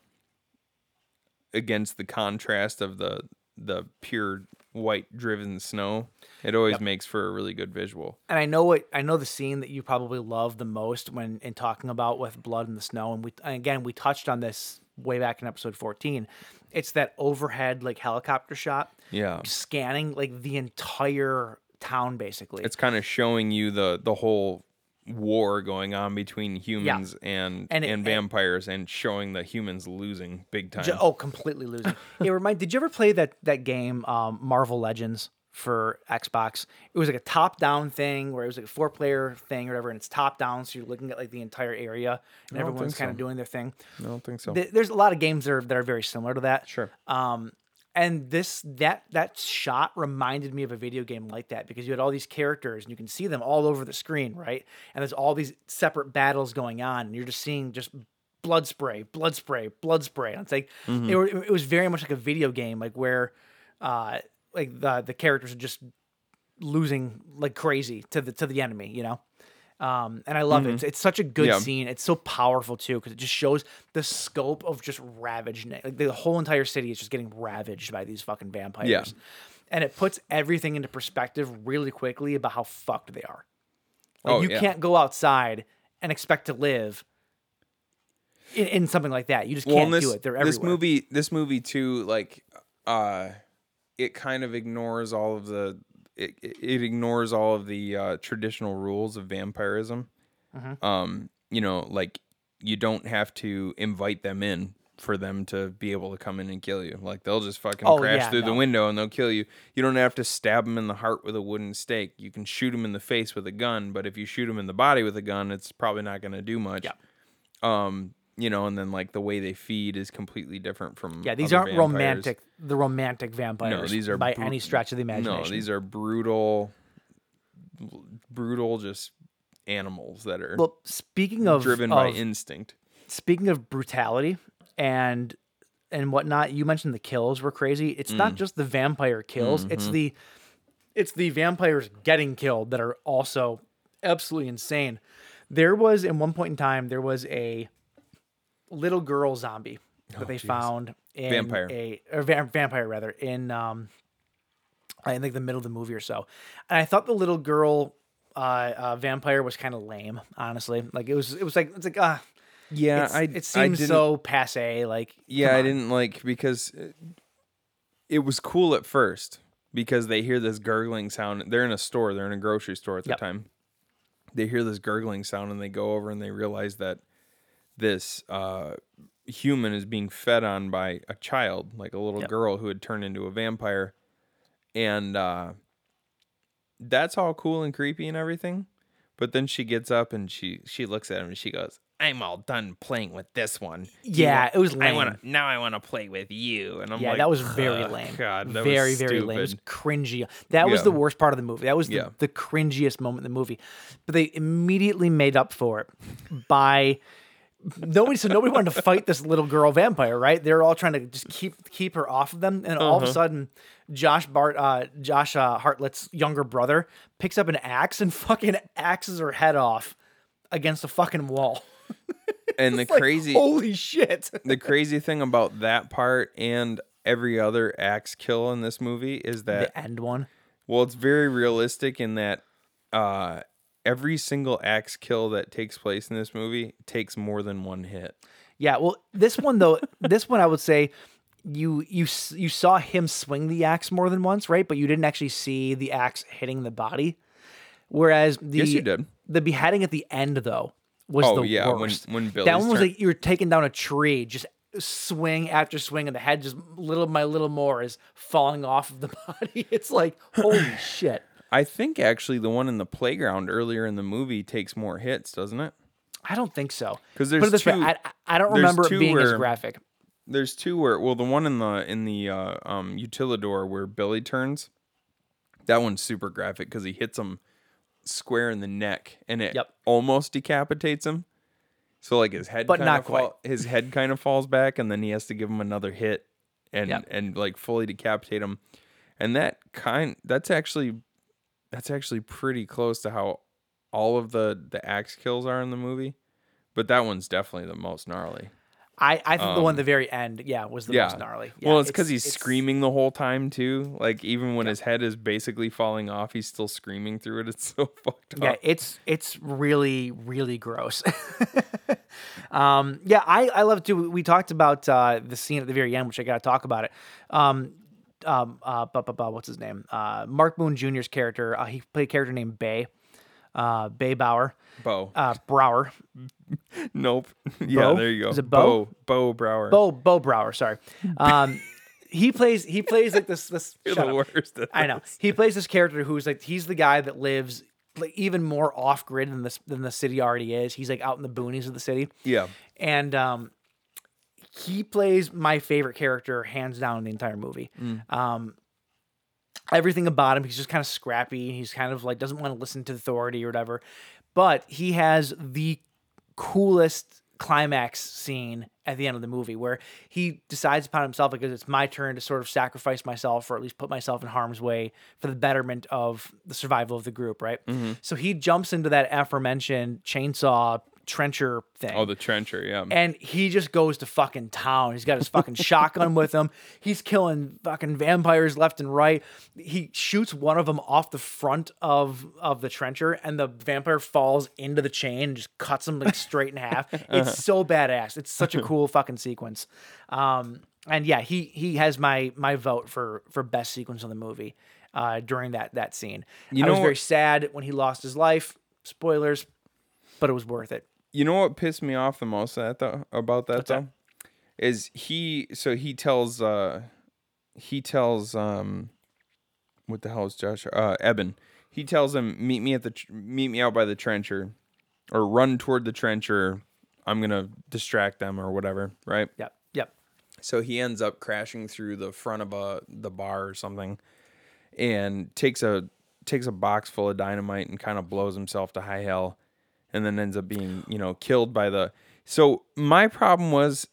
[SPEAKER 8] against the contrast of the the pure white driven snow. It always makes for a really good visual.
[SPEAKER 7] and I know what I know the scene that you probably love the most when in talking about with blood in the snow, and we and again we touched on this way back in episode fourteen. It's that overhead like helicopter shot,
[SPEAKER 8] Yeah.
[SPEAKER 7] scanning like the entire town basically.
[SPEAKER 8] It's kind of showing you the the whole war going on between humans and
[SPEAKER 7] And
[SPEAKER 8] and,
[SPEAKER 7] it- and-
[SPEAKER 8] vampires and showing the humans losing big time.
[SPEAKER 7] Ju- oh, completely losing. it remind. Did you ever play that that game, um, Marvel Legends for Xbox? It was like a top down thing where it was like a four player thing or whatever, and it's top down, so you're looking at like the entire area and
[SPEAKER 8] don't
[SPEAKER 7] everyone's
[SPEAKER 8] think
[SPEAKER 7] kind of
[SPEAKER 8] so.
[SPEAKER 7] doing their thing.
[SPEAKER 8] I don't think so.
[SPEAKER 7] Th- There's a lot of games that are, that are very similar to that.
[SPEAKER 8] Sure.
[SPEAKER 7] Um, and this that that shot reminded me of a video game like that because you had all these characters and you can see them all over the screen, right? And there's all these separate battles going on, and you're just seeing just blood spray, blood spray, blood spray. And it's like they were, it was very much like a video game, like where uh, like the the characters are just losing like crazy to the to the enemy, you know. Um, and I love it. It's, it's such a good
[SPEAKER 8] Mm-hmm. Yeah.
[SPEAKER 7] scene. It's so powerful too because it just shows the scope of just ravaging it. Like the whole entire city is just getting ravaged by these fucking vampires.
[SPEAKER 8] Yeah.
[SPEAKER 7] And it puts everything into perspective really quickly about how fucked they are. Like
[SPEAKER 8] Oh,
[SPEAKER 7] you
[SPEAKER 8] yeah.
[SPEAKER 7] can't go outside and expect to live in, in something like that. You just can't
[SPEAKER 8] and this,
[SPEAKER 7] do it. They're everywhere.
[SPEAKER 8] This movie, this movie too, like, uh, it kind of ignores all of the, it, it- it ignores all of the uh, traditional rules of vampirism.
[SPEAKER 7] Mm-hmm.
[SPEAKER 8] Um, you know, like you don't have to invite them in for them to be able to come in and kill you. Like they'll just fucking
[SPEAKER 7] Oh,
[SPEAKER 8] crash
[SPEAKER 7] yeah,
[SPEAKER 8] through the
[SPEAKER 7] no.
[SPEAKER 8] window and they'll kill you. You don't have to stab them in the heart with a wooden stake. You can shoot them in the face with a gun, but if you shoot them in the body with a gun, it's probably not going to do much um you know and then like the way they feed is completely different from
[SPEAKER 7] yeah, these
[SPEAKER 8] other
[SPEAKER 7] aren't
[SPEAKER 8] vampires.
[SPEAKER 7] romantic. The romantic vampires.
[SPEAKER 8] no these are
[SPEAKER 7] by
[SPEAKER 8] bru-
[SPEAKER 7] any stretch of the imagination.
[SPEAKER 8] no these are brutal brutal just animals that are
[SPEAKER 7] Well, speaking of
[SPEAKER 8] driven by
[SPEAKER 7] of-
[SPEAKER 8] instinct
[SPEAKER 7] speaking of brutality and and whatnot, you mentioned the kills were crazy. It's not just the vampire kills; it's the it's the vampires getting killed that are also absolutely insane. There was in one point in time there was a little girl zombie that they found in
[SPEAKER 8] Vampire.
[SPEAKER 7] a or va- vampire rather in um I think the middle of the movie or so, and I thought the little girl uh, uh vampire was kind of lame honestly like it was it was like it's like ah
[SPEAKER 8] yeah
[SPEAKER 7] it's- it seems so passe. Like,
[SPEAKER 8] yeah
[SPEAKER 7] come
[SPEAKER 8] i
[SPEAKER 7] on.
[SPEAKER 8] didn't like because it, it was cool at first because they hear this gurgling sound they're in a store they're in a grocery store at the
[SPEAKER 7] Yep.
[SPEAKER 8] time they hear this gurgling sound and they go over and they realize that this uh, human is being fed on by a child like a little girl who had turned into a vampire and uh, that's all cool and creepy and everything but then she gets up and she she looks at him and she goes i'm all done playing with this one
[SPEAKER 7] Yeah, it was
[SPEAKER 8] I
[SPEAKER 7] lame.
[SPEAKER 8] want now. I want to play with you, and I'm
[SPEAKER 7] yeah,
[SPEAKER 8] like,
[SPEAKER 7] that was very
[SPEAKER 8] "Ugh,
[SPEAKER 7] lame.
[SPEAKER 8] God, that
[SPEAKER 7] very,
[SPEAKER 8] was
[SPEAKER 7] very lame. It was
[SPEAKER 8] stupid."
[SPEAKER 7] cringy. That was
[SPEAKER 8] Yeah.
[SPEAKER 7] the worst part of the movie. That was the,
[SPEAKER 8] Yeah.
[SPEAKER 7] the cringiest moment in the movie. But they immediately made up for it by nobody. So nobody wanted to fight this little girl vampire, right? They're all trying to just keep keep her off of them, and all
[SPEAKER 8] Uh-huh.
[SPEAKER 7] of a sudden, Josh Bart, uh, Josh uh, Hartlett's younger brother, picks up an axe and fucking axes her head off against a fucking wall.
[SPEAKER 8] And the crazy,
[SPEAKER 7] Holy shit.
[SPEAKER 8] the crazy thing about that part and every other axe kill in this movie is that
[SPEAKER 7] the end one.
[SPEAKER 8] well, it's very realistic in that uh, every single axe kill that takes place in this movie takes more than one hit.
[SPEAKER 7] Yeah, well, this one though, this one I would say you you s- you saw him swing the axe more than once, right? But you didn't actually see the axe hitting the body. Whereas the
[SPEAKER 8] Yes, you did.
[SPEAKER 7] the beheading at the end though was
[SPEAKER 8] Oh,
[SPEAKER 7] the
[SPEAKER 8] yeah, when-
[SPEAKER 7] worst.
[SPEAKER 8] when
[SPEAKER 7] that
[SPEAKER 8] Billy's
[SPEAKER 7] one was
[SPEAKER 8] turn-
[SPEAKER 7] like you were taking down a tree, just swing after swing, and the head just little by little more is falling off of the body. It's like holy shit.
[SPEAKER 8] I think actually the one in the playground earlier in the movie takes more hits, doesn't it?
[SPEAKER 7] I don't think so.
[SPEAKER 8] 'Cause
[SPEAKER 7] Put it
[SPEAKER 8] there's
[SPEAKER 7] this way,
[SPEAKER 8] two-
[SPEAKER 7] I, I don't
[SPEAKER 8] there's
[SPEAKER 7] remember it
[SPEAKER 8] two
[SPEAKER 7] being as
[SPEAKER 8] where-
[SPEAKER 7] graphic.
[SPEAKER 8] there's two where well the one in the in the uh, um utilidor where Billy turns that one's super graphic because he hits him square in the neck and it
[SPEAKER 7] Yep.
[SPEAKER 8] almost decapitates him so like his head
[SPEAKER 7] But
[SPEAKER 8] kinda
[SPEAKER 7] not
[SPEAKER 8] fall- his head kind of falls back and then he has to give him another hit and
[SPEAKER 7] Yep.
[SPEAKER 8] and like fully decapitate him and that kind that's actually that's actually pretty close to how all of the the axe kills are in the movie but that one's definitely the most gnarly
[SPEAKER 7] I, I think the one at the very end, yeah, was the
[SPEAKER 8] Um, Yeah.
[SPEAKER 7] most gnarly. Yeah,
[SPEAKER 8] well, it's because he's
[SPEAKER 7] it's-
[SPEAKER 8] screaming the whole time too. Like even when his head is basically falling off, he's still screaming through it. It's so fucked up.
[SPEAKER 7] Yeah, it's it's really really gross. um, yeah, I I love to. We talked about uh, the scene at the very end, which I got to talk about it. Um, um, uh, bu- bu- bu- what's his name? Uh, Mark Boone Jr.'s character. Uh, he played a character named Bay, uh, Bay Bauer,
[SPEAKER 8] Bo.
[SPEAKER 7] uh, Brower,
[SPEAKER 8] nope. yeah,
[SPEAKER 7] Bo?
[SPEAKER 8] there you go.
[SPEAKER 7] Is it Bo?
[SPEAKER 8] Bo, Bo Brower.
[SPEAKER 7] Bo Bo Brower. Sorry. Um, he plays he plays like this this.
[SPEAKER 8] You're
[SPEAKER 7] shut
[SPEAKER 8] the
[SPEAKER 7] up.
[SPEAKER 8] worst. at
[SPEAKER 7] I know.
[SPEAKER 8] this.
[SPEAKER 7] He plays this character who's like he's the guy that lives like even more off grid than this than the city already is. He's like out in the boonies of the city.
[SPEAKER 8] Yeah.
[SPEAKER 7] And um he plays my favorite character hands down in the entire movie.
[SPEAKER 8] Mm.
[SPEAKER 7] Um everything about him, he's just kind of scrappy. He's kind of like doesn't want to listen to authority or whatever. But he has the coolest climax scene at the end of the movie where he decides upon himself because it's my turn to sort of sacrifice myself or at least put myself in harm's way for the betterment of the survival of the group, right?
[SPEAKER 8] Mm-hmm.
[SPEAKER 7] So he jumps into that aforementioned chainsaw trencher thing.
[SPEAKER 8] Oh, the trencher. Yeah.
[SPEAKER 7] And he just goes to fucking town. He's got his fucking shotgun with him. He's killing fucking vampires left and right. He shoots one of them off the front of of the trencher, and the vampire falls into the chain and just cuts him like straight in half. It's so badass. It's such a cool fucking sequence. Um, and yeah, he he has my my vote for for best sequence of the movie uh, during that that scene.
[SPEAKER 8] You
[SPEAKER 7] I was
[SPEAKER 8] know-
[SPEAKER 7] very sad when he lost his life. Spoilers, but it was worth it.
[SPEAKER 8] You know what pissed me off the most at though about that though? Is he so he tells uh he tells um what the hell is Josh uh Eben. He tells him meet me at the tr- meet me out by the trencher or run toward the trencher. I'm going to distract them or whatever, right?
[SPEAKER 7] Yep, yep.
[SPEAKER 8] So he ends up crashing through the front of a the bar or something, and takes a takes a box full of dynamite and kind of blows himself to high hell, and then ends up being you know killed by the. So my problem was,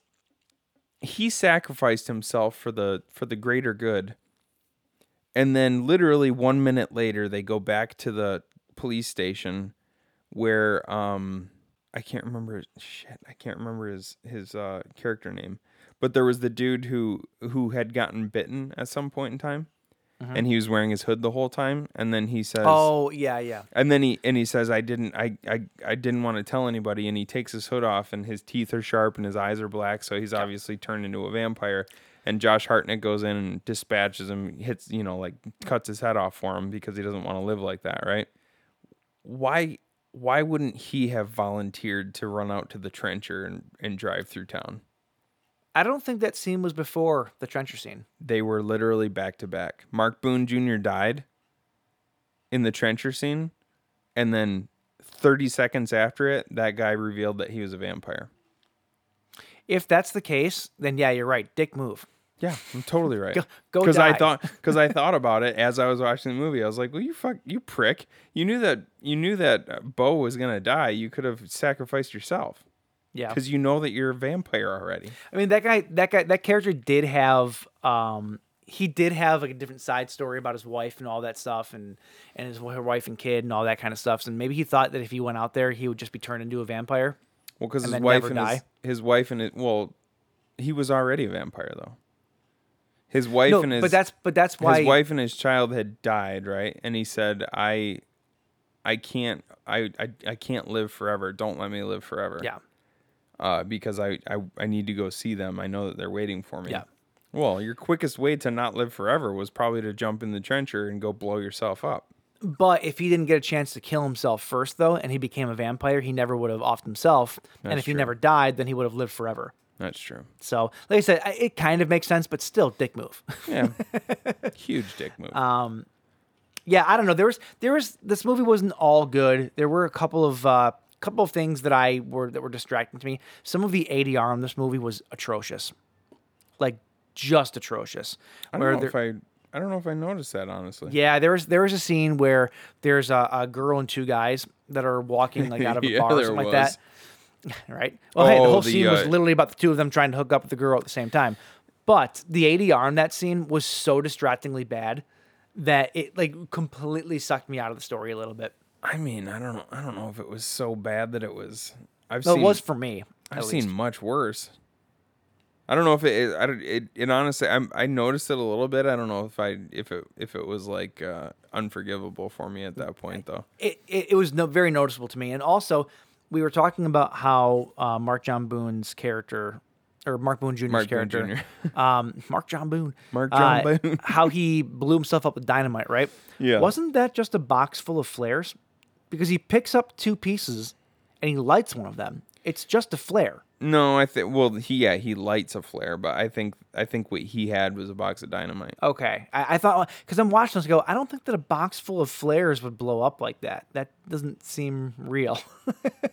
[SPEAKER 8] he sacrificed himself for the for the greater good, and then literally one minute later they go back to the police station, where um I can't remember shit. I can't remember his his uh, character name, but there was the dude who who had gotten bitten at some point in time, and he was wearing his hood the whole time. And then he says,
[SPEAKER 7] Oh yeah, yeah.
[SPEAKER 8] and then he and he says, I didn't, I I, I didn't want to tell anybody. And he takes his hood off, and his teeth are sharp, and his eyes are black, so he's obviously turned into a vampire. And Josh Hartnett goes in and dispatches him, hits you know like cuts his head off for him because he doesn't want to live like that, right? why why wouldn't he have volunteered to run out to the trencher and, and drive through town?
[SPEAKER 7] I don't think that scene was before the trencher scene.
[SPEAKER 8] They were literally back to back. Mark Boone Jr. died in the trencher scene, and then 30 seconds after it, that guy revealed that he was a vampire.
[SPEAKER 7] If that's the case, then yeah, you're right. Dick move.
[SPEAKER 8] Yeah, I'm totally right.
[SPEAKER 7] Go- go
[SPEAKER 8] Because I
[SPEAKER 7] die.
[SPEAKER 8] thought because I thought about it as I was watching the movie. I was like, "Well, you fuck, you prick! You knew that you knew that uh, Bo was gonna die. You could have sacrificed yourself
[SPEAKER 7] Yeah.
[SPEAKER 8] because you know that you're a vampire already."
[SPEAKER 7] I mean that guy that guy that character did have um he did have like a different side story about his wife and all that stuff and and his wi- her wife and kid and all that kind of stuff. So maybe he thought that if he went out there he would just be turned into a vampire.
[SPEAKER 8] Well, because
[SPEAKER 7] and
[SPEAKER 8] his
[SPEAKER 7] then
[SPEAKER 8] wife
[SPEAKER 7] never
[SPEAKER 8] and his,
[SPEAKER 7] die?
[SPEAKER 8] his wife and his, well, he was already a vampire though. His wife
[SPEAKER 7] No,
[SPEAKER 8] and his
[SPEAKER 7] but that's but that's why
[SPEAKER 8] his wife and his child had died, right? And he said, "I, I can't, I, I, I can't live forever. Don't let me live forever.
[SPEAKER 7] Yeah.
[SPEAKER 8] uh, because I, I, I need to go see them. I know that they're waiting for me.
[SPEAKER 7] Yeah.
[SPEAKER 8] Well, your quickest way to not live forever was probably to jump in the trencher and go blow yourself up.
[SPEAKER 7] But if he didn't get a chance to kill himself first though and he became a vampire, he never would have offed himself. and
[SPEAKER 8] That's
[SPEAKER 7] if he
[SPEAKER 8] true.
[SPEAKER 7] never died, then he would have lived forever.
[SPEAKER 8] That's true.
[SPEAKER 7] So, like I said, I- it kind of makes sense, but still, dick move.
[SPEAKER 8] Yeah, huge dick move.
[SPEAKER 7] Uh, yeah, I don't know. There was there was this movie wasn't all good. There were a couple of uh couple of things that I were that were distracting to me. Some of the ADR on this movie was atrocious. Like just atrocious.
[SPEAKER 8] I don't know
[SPEAKER 7] there,
[SPEAKER 8] if I, I don't know if I noticed that honestly.
[SPEAKER 7] yeah, there was there was a scene where there's a, a girl and two guys that are walking like out of a
[SPEAKER 8] Yeah,
[SPEAKER 7] bar or
[SPEAKER 8] there
[SPEAKER 7] something like
[SPEAKER 8] was.
[SPEAKER 7] that. right? Well, hey, the
[SPEAKER 8] Oh,
[SPEAKER 7] whole
[SPEAKER 8] the,
[SPEAKER 7] scene was
[SPEAKER 8] uh,
[SPEAKER 7] literally about the two of them trying to hook up with the girl at the same time. But the ADR in that scene was so distractingly bad that it like completely sucked me out of the story a little bit.
[SPEAKER 8] I mean, I don't know. I don't know if it was so bad that it was. I've
[SPEAKER 7] No,
[SPEAKER 8] seen.
[SPEAKER 7] it was for me.
[SPEAKER 8] I've
[SPEAKER 7] at
[SPEAKER 8] seen
[SPEAKER 7] least.
[SPEAKER 8] much worse. I don't know if it. it I don't. It, it honestly, I I noticed it a little bit. I don't know if I if it if it was like uh, unforgivable for me at that point though.
[SPEAKER 7] it, it, it was no, very noticeable to me. And also, we were talking about how uh, Mark John Boone's character, or Mark Boone Jr.'s
[SPEAKER 8] Mark Boone
[SPEAKER 7] character, um, Mark John Boone,
[SPEAKER 8] Mark John
[SPEAKER 7] uh,
[SPEAKER 8] Boone.
[SPEAKER 7] how he blew himself up with dynamite, right?
[SPEAKER 8] Yeah.
[SPEAKER 7] Wasn't that just a box full of flares? Because he picks up two pieces and he lights one of them. It's just a flare.
[SPEAKER 8] No, I think. Well, he yeah he lights a flare, but I think I think what he had was a box of dynamite.
[SPEAKER 7] Okay, I, I thought because I'm watching this, I go, I don't think that a box full of flares would blow up like that. That doesn't seem real.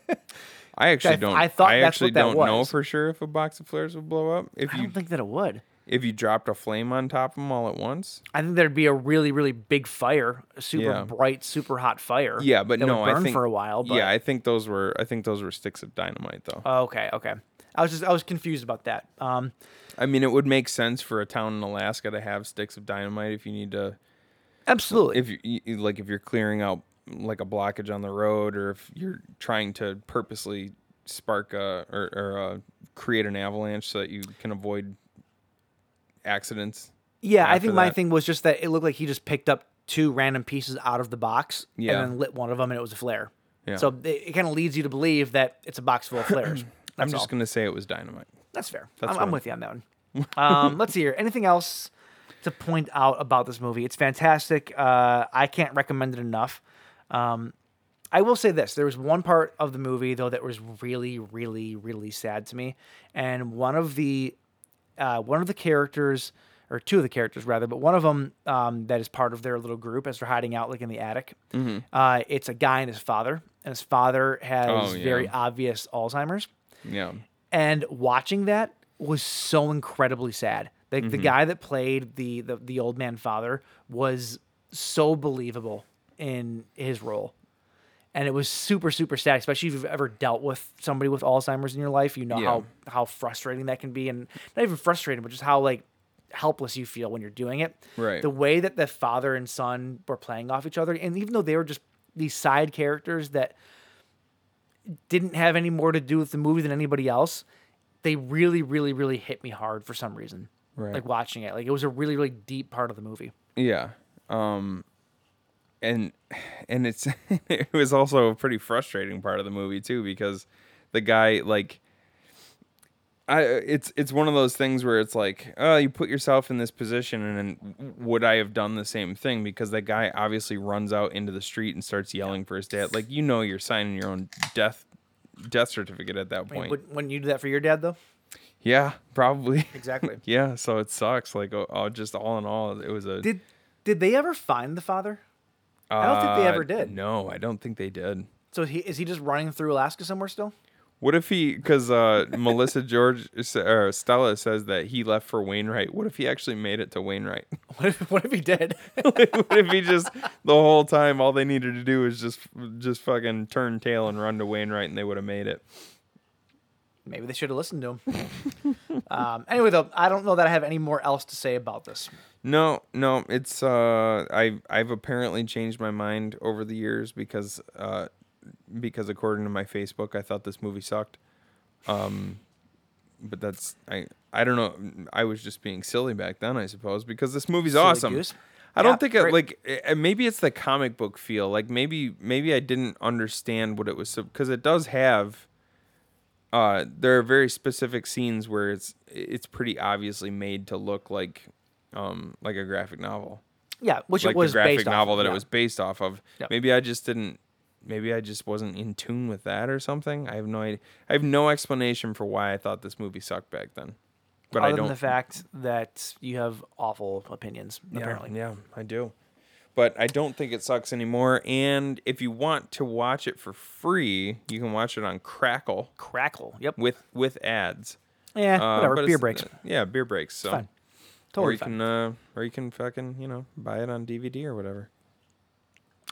[SPEAKER 8] I actually
[SPEAKER 7] I-
[SPEAKER 8] don't.
[SPEAKER 7] I thought
[SPEAKER 8] I
[SPEAKER 7] that's what
[SPEAKER 8] actually
[SPEAKER 7] that
[SPEAKER 8] don't know
[SPEAKER 7] was.
[SPEAKER 8] for sure if a box of flares would blow up. If
[SPEAKER 7] I
[SPEAKER 8] you
[SPEAKER 7] don't think that it would.
[SPEAKER 8] if you dropped a flame on top of them all at once.
[SPEAKER 7] I think there'd be a really, really big fire, a super
[SPEAKER 8] Yeah.
[SPEAKER 7] bright, super hot fire.
[SPEAKER 8] Yeah, but
[SPEAKER 7] that
[SPEAKER 8] no,
[SPEAKER 7] would burn
[SPEAKER 8] I think
[SPEAKER 7] for a while. But, Oh,
[SPEAKER 8] Yeah, I think those were I think those were sticks of dynamite though.
[SPEAKER 7] okay, okay. I was just I was confused about that. Um,
[SPEAKER 8] I mean, it would make sense for a town in Alaska to have sticks of dynamite if you need to
[SPEAKER 7] absolutely.
[SPEAKER 8] if you, you like if you're clearing out like a blockage on the road or if you're trying to purposely spark a or, or uh create an avalanche so that you can avoid accidents.
[SPEAKER 7] yeah, I
[SPEAKER 8] after
[SPEAKER 7] think my
[SPEAKER 8] that-
[SPEAKER 7] thing was just that it looked like he just picked up two random pieces out of the box
[SPEAKER 8] Yeah.
[SPEAKER 7] and then lit one of them, and it was a flare.
[SPEAKER 8] Yeah.
[SPEAKER 7] So it, it kind of leads you to believe that it's a box full of flares.
[SPEAKER 8] I'm
[SPEAKER 7] That's
[SPEAKER 8] just
[SPEAKER 7] all.
[SPEAKER 8] gonna say it was dynamite.
[SPEAKER 7] That's fair.
[SPEAKER 8] That's
[SPEAKER 7] I'm,
[SPEAKER 8] what
[SPEAKER 7] I'm
[SPEAKER 8] I'm-
[SPEAKER 7] with you on that one. Um, let's see here. Anything else to point out about this movie? It's fantastic. Uh, I can't recommend it enough. Um, I will say this: there was one part of the movie though that was really, really, really sad to me, and one of the uh, one of the characters, or two of the characters rather, but one of them um, that is part of their little group as they're hiding out like in the attic.
[SPEAKER 8] Mm-hmm.
[SPEAKER 7] Uh, it's a guy and his father, and his father has
[SPEAKER 8] Oh, yeah.
[SPEAKER 7] very obvious Alzheimer's
[SPEAKER 8] Yeah.
[SPEAKER 7] and watching that was so incredibly sad. Like
[SPEAKER 8] Mm-hmm.
[SPEAKER 7] the guy that played the, the the old man father was so believable in his role, and it was super super sad. Especially if you've ever dealt with somebody with Alzheimer's in your life, you know
[SPEAKER 8] Yeah.
[SPEAKER 7] how how frustrating that can be, and not even frustrating, but just how like helpless you feel when you're doing it.
[SPEAKER 8] Right.
[SPEAKER 7] The way that the father and son were playing off each other, and even though they were just these side characters that didn't have any more to do with the movie than anybody else, they really, really, really hit me hard for some reason.
[SPEAKER 8] Right.
[SPEAKER 7] Like watching it, like it was a really, really deep part of the movie.
[SPEAKER 8] Yeah. Um and and it's it was also a pretty frustrating part of the movie too because the guy like I it's it's one of those things where it's like, oh, you put yourself in this position and then would I have done the same thing because that guy obviously runs out into the street and starts yelling for his dad. Like you know you're signing your own death death certificate at that
[SPEAKER 7] I mean,
[SPEAKER 8] point.
[SPEAKER 7] wouldn't, wouldn't you do that for your dad though?
[SPEAKER 8] Yeah, probably.
[SPEAKER 7] Exactly.
[SPEAKER 8] yeah, so it sucks like oh, oh, just all in all it was a
[SPEAKER 7] Did Did they ever find the father? I don't think they
[SPEAKER 8] Uh,
[SPEAKER 7] ever did.
[SPEAKER 8] No, I don't think they did.
[SPEAKER 7] So he is he just running through Alaska somewhere still?
[SPEAKER 8] What if he? Because uh, Melissa George s- or Stella says that he left for Wainwright. What if he actually made it to Wainwright?
[SPEAKER 7] What if, what if he did?
[SPEAKER 8] what if he just the whole time all they needed to do was just just fucking turn tail and run to Wainwright and they would have made it?
[SPEAKER 7] Maybe they should have listened to him. um, anyway, though, I don't know that I have any more else to say about this.
[SPEAKER 8] No, no, it's uh, I I've apparently changed my mind over the years because uh, because according to my Facebook, I thought this movie sucked. Um, but that's I I don't know. I was just being silly back then, I suppose, because this movie's
[SPEAKER 7] Silly
[SPEAKER 8] awesome.
[SPEAKER 7] goose.
[SPEAKER 8] I don't
[SPEAKER 7] Yeah,
[SPEAKER 8] think it,
[SPEAKER 7] great.
[SPEAKER 8] like eh, eh, maybe it's the comic book feel. Like maybe maybe I didn't understand what it was because it does have uh, there are very specific scenes where it's it's pretty obviously made to look like um like a graphic novel
[SPEAKER 7] Yeah, which
[SPEAKER 8] like
[SPEAKER 7] it was
[SPEAKER 8] the graphic
[SPEAKER 7] based off
[SPEAKER 8] novel
[SPEAKER 7] of,
[SPEAKER 8] that
[SPEAKER 7] yeah.
[SPEAKER 8] it was based off of
[SPEAKER 7] Yep.
[SPEAKER 8] maybe i just didn't maybe i just wasn't in tune with that or something i have no idea i have no explanation for why i thought this movie sucked back then but
[SPEAKER 7] Other
[SPEAKER 8] i don't
[SPEAKER 7] than the fact that you have awful opinions,
[SPEAKER 8] yeah,
[SPEAKER 7] apparently.
[SPEAKER 8] yeah i do but i don't think it sucks anymore and if you want to watch it for free you can watch it on crackle
[SPEAKER 7] Crackle. Yep.
[SPEAKER 8] with with ads
[SPEAKER 7] Yeah,
[SPEAKER 8] Uh,
[SPEAKER 7] whatever.
[SPEAKER 8] but
[SPEAKER 7] Beer
[SPEAKER 8] it's-
[SPEAKER 7] breaks.
[SPEAKER 8] yeah beer breaks so
[SPEAKER 7] fine.
[SPEAKER 8] or
[SPEAKER 7] Totally
[SPEAKER 8] you
[SPEAKER 7] fine.
[SPEAKER 8] can uh, or you can fucking you know buy it on dvd or whatever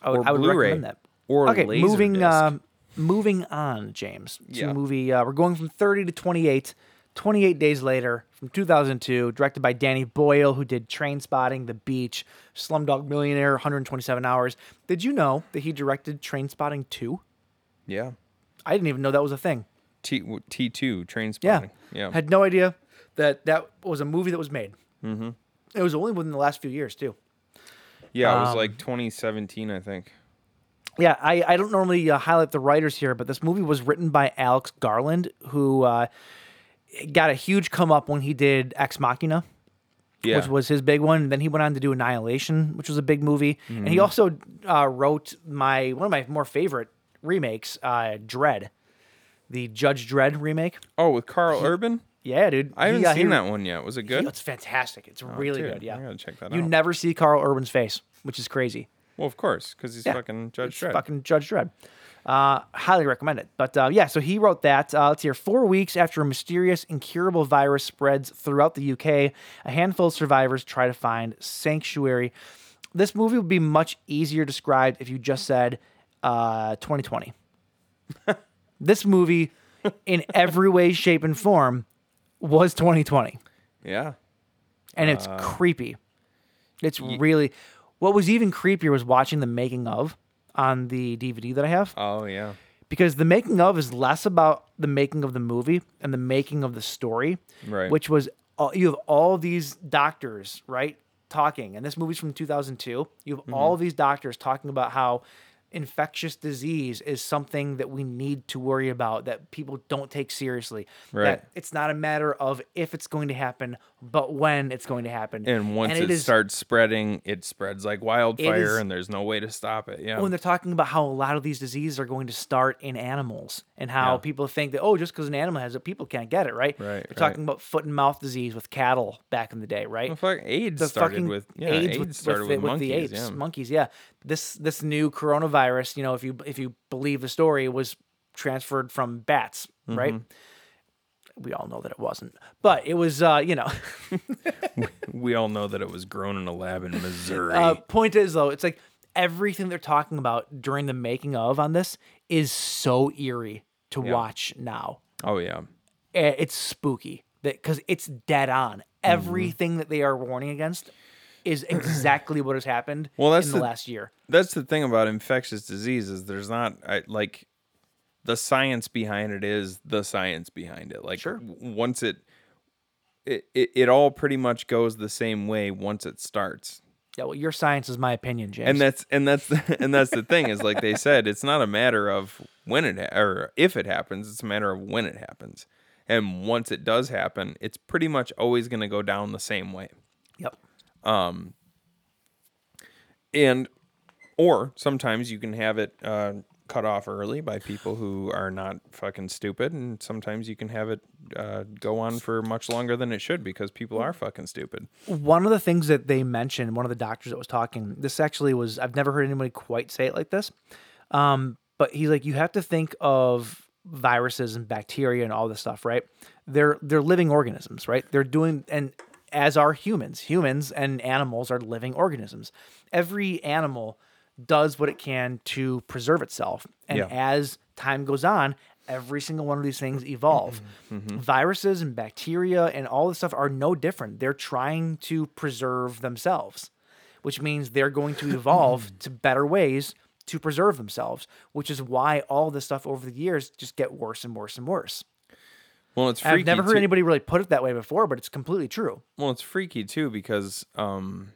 [SPEAKER 7] I would,
[SPEAKER 8] or
[SPEAKER 7] I would
[SPEAKER 8] Blu-ray
[SPEAKER 7] recommend that.
[SPEAKER 8] or
[SPEAKER 7] okay,
[SPEAKER 8] Laserdisc.
[SPEAKER 7] moving uh, moving on, James. To
[SPEAKER 8] Yeah.
[SPEAKER 7] movie uh, we're going from 30 to 28. 28 days later from 2002, directed by Danny Boyle, who did Train Spotting, The Beach, Slumdog Millionaire, 127 Hours. Did you know that he directed Train Spotting 2?
[SPEAKER 8] yeah
[SPEAKER 7] I didn't even know that was a thing.
[SPEAKER 8] T T two train
[SPEAKER 7] Yeah.
[SPEAKER 8] spotting. Yeah.
[SPEAKER 7] Had no idea. that that was a movie that was made. Mm-hmm. It was only within the last few years too.
[SPEAKER 8] Yeah, it
[SPEAKER 7] Um,
[SPEAKER 8] was like 2017, I think.
[SPEAKER 7] Yeah, I, I don't normally uh, highlight the writers here, but this movie was written by Alex Garland, who uh, got a huge come up when he did Ex Machina,
[SPEAKER 8] Yeah.
[SPEAKER 7] which was his big one. Then he went on to do Annihilation, which was a big movie, and
[SPEAKER 8] Mm-hmm.
[SPEAKER 7] he also uh, wrote my one of my more favorite remakes, uh, Dread, the Judge Dread remake.
[SPEAKER 8] oh, with Carl Urban?
[SPEAKER 7] Yeah, dude,
[SPEAKER 8] I haven't
[SPEAKER 7] He, uh, he-
[SPEAKER 8] seen that one yet. Was it good? Oh,
[SPEAKER 7] It's fantastic. It's really
[SPEAKER 8] dude,
[SPEAKER 7] good. Yeah,
[SPEAKER 8] I gotta check that
[SPEAKER 7] you
[SPEAKER 8] out.
[SPEAKER 7] never see Carl Urban's face, which is crazy.
[SPEAKER 8] Well, of course, because he's
[SPEAKER 7] Yeah.
[SPEAKER 8] fucking Judge
[SPEAKER 7] It's
[SPEAKER 8] Dredd.
[SPEAKER 7] Fucking Judge Dredd. Uh, highly recommend it. But uh, yeah, so he wrote that. Uh, let's hear. Four weeks after a mysterious, incurable virus spreads throughout the UK, a handful of survivors try to find sanctuary. This movie would be much easier described if you just said uh, 2020. this movie, in every way, shape, and form, was 2020
[SPEAKER 8] Yeah.
[SPEAKER 7] and it's creepy. It's really what was even creepier was watching the making of on the DVD that I have
[SPEAKER 8] Oh, yeah.
[SPEAKER 7] because the making of is less about the making of the movie and the making of the story,
[SPEAKER 8] Right.
[SPEAKER 7] Which was all, you have all these doctors right talking, and this movie's from 2002. You have all
[SPEAKER 8] Mm-hmm.
[SPEAKER 7] these doctors talking about how infectious disease is something that we need to worry about that people don't take seriously.
[SPEAKER 8] Right.
[SPEAKER 7] That it's not a matter of if it's going to happen, but when it's going to happen.
[SPEAKER 8] And once
[SPEAKER 7] it
[SPEAKER 8] it,
[SPEAKER 7] is-
[SPEAKER 8] starts spreading, it spreads like wildfire,
[SPEAKER 7] is-
[SPEAKER 8] and there's no way to stop it. Yeah.
[SPEAKER 7] when they're talking about how a lot of these diseases are going to start in animals and how people think that oh just because an animal has it people can't get it right
[SPEAKER 8] Right,
[SPEAKER 7] they're
[SPEAKER 8] right.
[SPEAKER 7] talking about foot and mouth disease with cattle back in the day right
[SPEAKER 8] Well, fuck, AIDS started with yeah, AIDS, started with,
[SPEAKER 7] the-
[SPEAKER 8] monkeys.
[SPEAKER 7] the apes
[SPEAKER 8] yeah.
[SPEAKER 7] monkeys yeah this this new coronavirus you know if you if you believe the story was transferred from bats right
[SPEAKER 8] Mm-hmm.
[SPEAKER 7] we all know that it wasn't but it was uh you know
[SPEAKER 8] We all know that it was grown in a lab in Missouri.
[SPEAKER 7] Uh, point is though, it's like everything they're talking about during the making of on this is so eerie to watch now.
[SPEAKER 8] oh yeah.
[SPEAKER 7] Eh, It's spooky because it's dead
[SPEAKER 8] Mm-hmm.
[SPEAKER 7] on. Everything that they are warning against is exactly what has happened
[SPEAKER 8] Well, that's
[SPEAKER 7] in the,
[SPEAKER 8] the-
[SPEAKER 7] last year.
[SPEAKER 8] That's the thing about infectious diseases. There's not I, like the science behind it is the science behind it. Like
[SPEAKER 7] Sure.
[SPEAKER 8] w- once it it, it it all pretty much goes the same way once it starts.
[SPEAKER 7] Yeah, well, your science is my opinion, James.
[SPEAKER 8] and that's and that's the, and that's the thing is like they said it's not a matter of when it ha- or if it happens it's a matter of when it happens and once it does happen it's pretty much always going to go down the same way
[SPEAKER 7] yep.
[SPEAKER 8] and or sometimes you can have it uh, cut off early by people who are not fucking stupid and sometimes you can have it uh, go on for much longer than it should because people are fucking stupid
[SPEAKER 7] One of the things that they mentioned, one of the doctors that was talking, this actually was I've never heard anybody quite say it like this. Um, but he's like, you have to think of viruses and bacteria and all this stuff, right? They're they're living organisms, right? They're doing and as are humans. Humans and animals are living organisms. Every animal does what it can to preserve itself. And
[SPEAKER 8] Yeah.
[SPEAKER 7] as time goes on, every single one of these things evolve. Viruses and bacteria and all this stuff are no different. They're trying to preserve themselves which means they're going to evolve to better ways to preserve themselves, which is why all this stuff over the years just get worse and worse and worse.
[SPEAKER 8] well it's
[SPEAKER 7] And
[SPEAKER 8] freaky
[SPEAKER 7] I've never heard
[SPEAKER 8] too-
[SPEAKER 7] anybody really put it that way before, but it's completely true.
[SPEAKER 8] well it's freaky too because um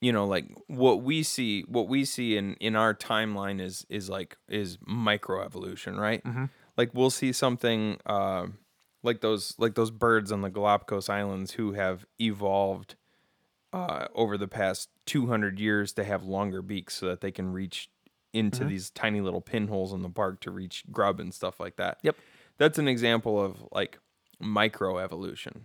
[SPEAKER 8] you know like what we see what we see in in our timeline is is like is microevolution right like we'll see something uh like those like those birds on the galapagos islands who have evolved uh over the past 200 years to have longer beaks so that they can reach into these tiny little pinholes in the bark to reach grub and stuff like that
[SPEAKER 7] Yep.
[SPEAKER 8] that's an example of like microevolution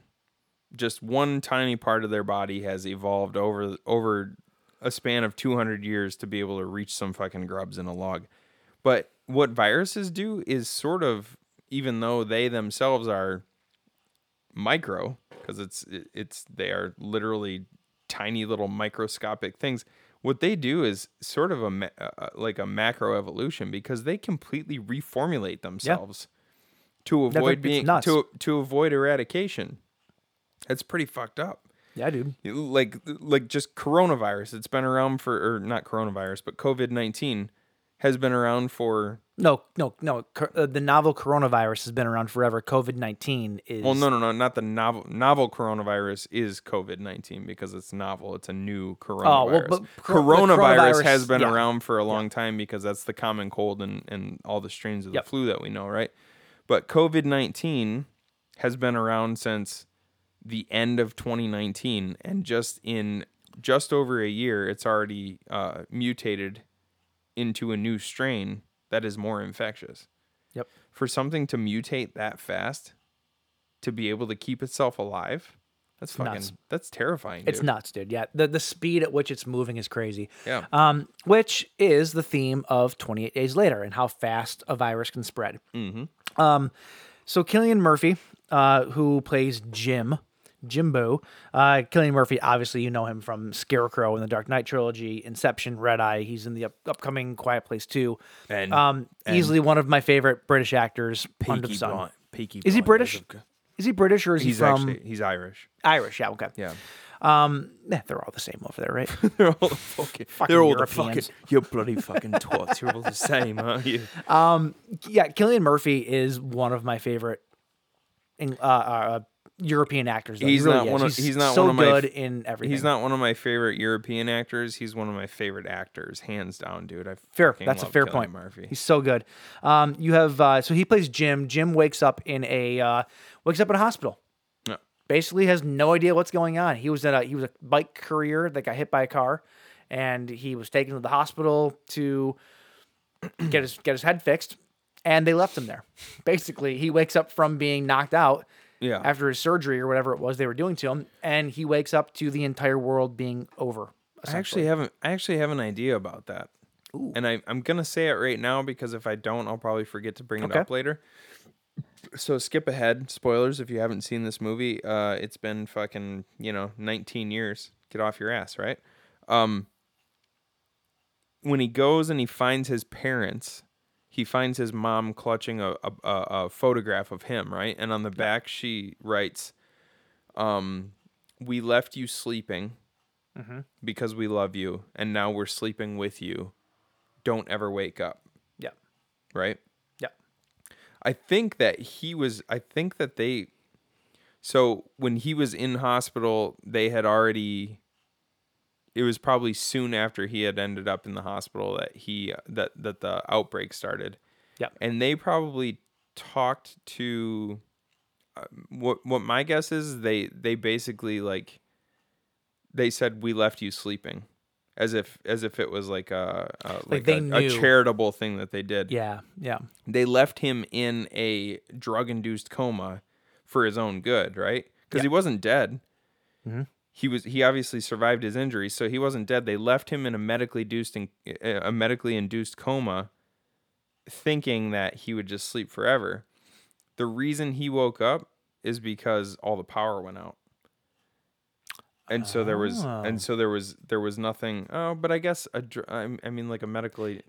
[SPEAKER 8] just one tiny part of their body has evolved over over a span of 200 years to be able to reach some fucking grubs in a log. But what viruses do is sort of even though they themselves are micro because it's it- it's they are literally tiny little microscopic things what they do is sort of a ma- uh, like a macro evolution because they completely reformulate themselves to
[SPEAKER 7] like,
[SPEAKER 8] avoid
[SPEAKER 7] it's
[SPEAKER 8] being
[SPEAKER 7] nuts.
[SPEAKER 8] to to avoid eradication that's pretty fucked up.
[SPEAKER 7] Yeah, dude.
[SPEAKER 8] You- Like like just coronavirus. It's been around for or not coronavirus, but COVID nineteen has been around for
[SPEAKER 7] No, no, no. cor- uh, The novel coronavirus has been around forever. COVID nineteen is
[SPEAKER 8] Well, no, no, no, not the novel. Novel coronavirus is COVID nineteen because it's novel. It's a new coronavirus.
[SPEAKER 7] Oh, well, but cor- the
[SPEAKER 8] coronavirus,
[SPEAKER 7] coronavirus-
[SPEAKER 8] has been
[SPEAKER 7] yeah.
[SPEAKER 8] around for a long time because that's the common cold and and all the strains of the
[SPEAKER 7] Yep.
[SPEAKER 8] flu that we know, right? But COVID nineteen has been around since the end of 2019, and just in just over a year, it's already uh, mutated into a new strain that is more infectious
[SPEAKER 7] Yep.
[SPEAKER 8] for something to mutate that fast to be able to keep itself alive that's fucking
[SPEAKER 7] nuts.
[SPEAKER 8] that's terrifying
[SPEAKER 7] It's
[SPEAKER 8] dude.
[SPEAKER 7] nuts, dude. Yeah, the the speed at which it's moving is crazy.
[SPEAKER 8] Yeah.
[SPEAKER 7] Um, which is the theme of Twenty Eight Days Later and how fast a virus can spread. Mm-hmm. Um, so Killian Murphy, uh, who plays Jim. Jimbo, uh, Killian Murphy. Obviously, you know him from Scarecrow in the Dark Knight trilogy, Inception, Red Eye. He's in the up- upcoming Quiet Place Two.
[SPEAKER 8] And-
[SPEAKER 7] um,
[SPEAKER 8] and-
[SPEAKER 7] easily one of my favorite British actors under the sun.
[SPEAKER 8] Blind- Peaky
[SPEAKER 7] Is he
[SPEAKER 8] Blinders,
[SPEAKER 7] British?
[SPEAKER 8] of cou-
[SPEAKER 7] Is he British or is
[SPEAKER 8] he's
[SPEAKER 7] he from
[SPEAKER 8] actually he's irish
[SPEAKER 7] Irish? Yeah, okay.
[SPEAKER 8] yeah
[SPEAKER 7] Eh, they're all the same over there, right?
[SPEAKER 8] they're all fucking,
[SPEAKER 7] Fucking
[SPEAKER 8] they're all the fucking
[SPEAKER 7] Europeans.
[SPEAKER 8] you're bloody fucking twats you're all the same aren't you
[SPEAKER 7] yeah, Killian Murphy is one of my favorite Eng- uh, uh, European actors. though. He
[SPEAKER 8] He's
[SPEAKER 7] really
[SPEAKER 8] not
[SPEAKER 7] is.
[SPEAKER 8] one of- he's not
[SPEAKER 7] so
[SPEAKER 8] one of my
[SPEAKER 7] good
[SPEAKER 8] f-
[SPEAKER 7] in everything.
[SPEAKER 8] he's not one of my favorite european actors he's one of my favorite actors hands down dude i
[SPEAKER 7] fair.
[SPEAKER 8] fucking
[SPEAKER 7] That's a
[SPEAKER 8] love
[SPEAKER 7] fair
[SPEAKER 8] Cillian
[SPEAKER 7] point.
[SPEAKER 8] murphy
[SPEAKER 7] He's so good. Um, you have uh, so he plays Jim. Jim wakes up in a uh, wakes up in a hospital.
[SPEAKER 8] Yeah.
[SPEAKER 7] Basically, has no idea what's going on. He was in a he was a bike courier that got hit by a car, and he was taken to the hospital to get his get his head fixed, and they left him there. Basically, he wakes up from being knocked out.
[SPEAKER 8] yeah
[SPEAKER 7] after his surgery or whatever it was they were doing to him, and he wakes up to the entire world being over.
[SPEAKER 8] I actually haven't. I actually have an idea about that, and I, I'm gonna say it right now because if I don't, I'll probably forget to bring it
[SPEAKER 7] Okay.
[SPEAKER 8] up later. So skip ahead. Spoilers if you haven't seen this movie. Uh, it's been fucking you know 19 years. Get off your ass, right? Um, when he goes and he finds his parents, he finds his mom clutching a a, a, a photograph of him, right? And on the back she writes, um, "We left you sleeping." because we love you and now we're sleeping with you. Don't ever wake up,
[SPEAKER 7] Yeah,
[SPEAKER 8] right?
[SPEAKER 7] yeah,
[SPEAKER 8] I think that he was I think that they so when he was in hospital, they had already it was probably soon after he had ended up in the hospital that he that that the outbreak started.
[SPEAKER 7] yeah.
[SPEAKER 8] And they probably talked to uh, what what my guess is they they basically like they said we left you sleeping as if as if it was like a, a like,
[SPEAKER 7] they
[SPEAKER 8] a,
[SPEAKER 7] knew.
[SPEAKER 8] a charitable thing that they did.
[SPEAKER 7] yeah, yeah,
[SPEAKER 8] They left him in a drug-induced coma for his own good, right? Cuz he wasn't dead. He was he obviously survived his injuries, so he wasn't dead. They left him in a medically induced in, a medically induced coma thinking that he would just sleep forever. The reason he woke up is because all the power went out. And so there was and so there was there was nothing. Oh, but I guess a dr- I'm- I mean like a medically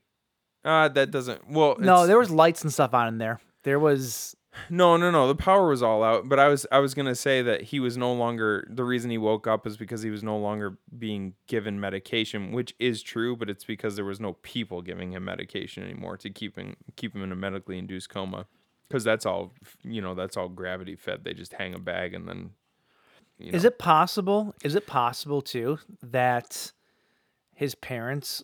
[SPEAKER 8] uh that doesn't well
[SPEAKER 7] No,
[SPEAKER 8] it's-
[SPEAKER 7] there was lights and stuff on in there. There was
[SPEAKER 8] no, no, no. The power was all out, but I was I was gonna say that he was no longer the reason he woke up is because he was no longer being given medication, which is true, but it's because there was no people giving him medication anymore to keep him keep him in a medically induced coma, because that's all you know. That's all gravity fed. They just hang a bag and then. You know.
[SPEAKER 7] Is it possible? Is it possible too that his parents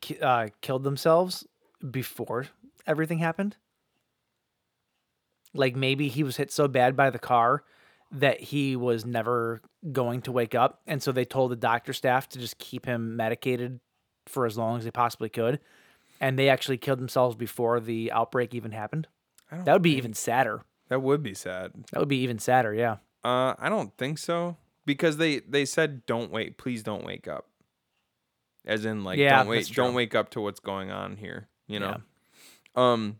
[SPEAKER 7] ki- uh, killed themselves before everything happened? Like maybe he was hit so bad by the car that he was never going to wake up, and so they told the doctor staff to just keep him medicated for as long as they possibly could, and they actually killed themselves before the outbreak even happened. That would be even sadder.
[SPEAKER 8] That would be sad.
[SPEAKER 7] That would be even sadder. Yeah.
[SPEAKER 8] Uh, I don't think so because they they said don't wait, please don't wake up. As in like
[SPEAKER 7] Yeah,
[SPEAKER 8] don't wait,
[SPEAKER 7] that's
[SPEAKER 8] don't
[SPEAKER 7] true.
[SPEAKER 8] wake up to what's going on here, you know. Um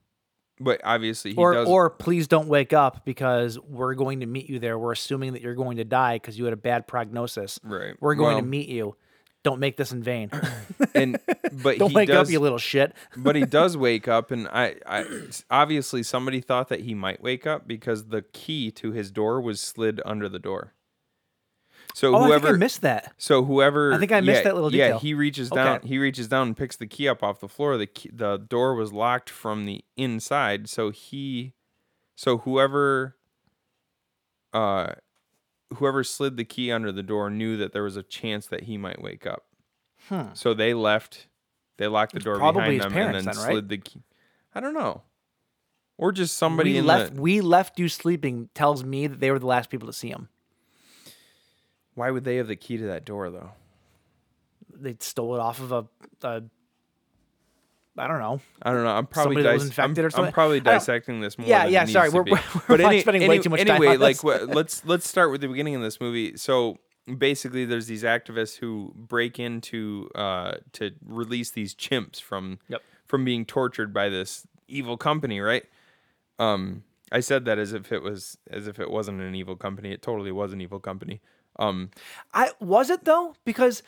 [SPEAKER 8] but obviously he
[SPEAKER 7] or
[SPEAKER 8] does
[SPEAKER 7] or please don't wake up because we're going to meet you there. We're assuming that you're going to die because you had a bad prognosis.
[SPEAKER 8] Right.
[SPEAKER 7] We're going
[SPEAKER 8] Well-
[SPEAKER 7] to meet you. Don't make this in vain.
[SPEAKER 8] and but
[SPEAKER 7] don't
[SPEAKER 8] he
[SPEAKER 7] wake
[SPEAKER 8] does,
[SPEAKER 7] up, you little shit.
[SPEAKER 8] but he does wake up and I, I obviously somebody thought that he might wake up because the key to his door was slid under the door. So
[SPEAKER 7] Oh, I
[SPEAKER 8] whoever
[SPEAKER 7] think I missed that.
[SPEAKER 8] So whoever
[SPEAKER 7] I think I missed
[SPEAKER 8] yeah,
[SPEAKER 7] that little
[SPEAKER 8] Yeah,
[SPEAKER 7] detail.
[SPEAKER 8] he reaches
[SPEAKER 7] Okay.
[SPEAKER 8] down. He reaches down and picks the key up off the floor. The key, the door was locked from the inside, so he, so whoever, uh, whoever slid the key under the door knew that there was a chance that he might wake up. So they left. They locked the door
[SPEAKER 7] Hmm. probably
[SPEAKER 8] behind
[SPEAKER 7] his
[SPEAKER 8] them
[SPEAKER 7] parents
[SPEAKER 8] and then,
[SPEAKER 7] then, right?
[SPEAKER 8] slid the key. I don't know. Or just somebody
[SPEAKER 7] we
[SPEAKER 8] in
[SPEAKER 7] left.
[SPEAKER 8] the.
[SPEAKER 7] We left you sleeping. Tells me that they were the last people to see him.
[SPEAKER 8] Why would they have the key to that door though?
[SPEAKER 7] They stole it off of a. a I don't know.
[SPEAKER 8] I don't know. I'm probably
[SPEAKER 7] Somebody that was
[SPEAKER 8] dis-
[SPEAKER 7] infected
[SPEAKER 8] I'm,
[SPEAKER 7] or something?
[SPEAKER 8] I'm probably
[SPEAKER 7] I don't-
[SPEAKER 8] dissecting this more.
[SPEAKER 7] Yeah,
[SPEAKER 8] than it
[SPEAKER 7] yeah,
[SPEAKER 8] needs
[SPEAKER 7] sorry,
[SPEAKER 8] to
[SPEAKER 7] we're-
[SPEAKER 8] be.
[SPEAKER 7] we're- we're probably spending way too much time
[SPEAKER 8] Anyway,
[SPEAKER 7] on
[SPEAKER 8] like
[SPEAKER 7] this.
[SPEAKER 8] wha- let's let's start with the beginning of this movie. So basically, there's these activists who break into uh, to release these chimps from
[SPEAKER 7] Yep.
[SPEAKER 8] from being tortured by this evil company, right? Um, I said that as if it was as if it wasn't an evil company. It totally was an evil company. Um,
[SPEAKER 7] I was it though because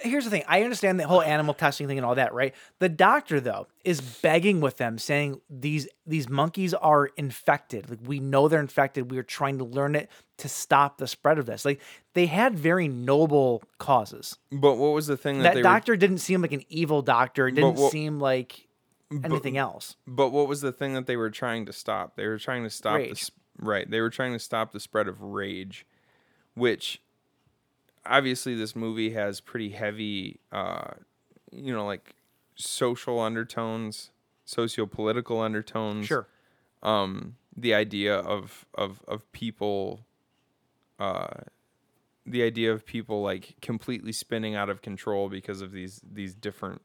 [SPEAKER 7] here's the thing. I understand the whole animal testing thing and all that, right? The doctor though is begging with them, saying these these monkeys are infected. Like we know they're infected. We are trying to learn it to stop the spread of this. Like they had very noble causes.
[SPEAKER 8] but what was the thing that,
[SPEAKER 7] That,
[SPEAKER 8] they were
[SPEAKER 7] doctor didn't seem like an evil doctor. It didn't
[SPEAKER 8] what-
[SPEAKER 7] seem like anything else.
[SPEAKER 8] But what was the thing that they were trying to stop? They were trying to stop the
[SPEAKER 7] Rage.
[SPEAKER 8] sp- right. They were trying to stop the spread of rage, which obviously this movie has pretty heavy, uh, you know, like social undertones, socio-political undertones. Um, the idea of of of people, uh, the idea of people like completely spinning out of control because of these these different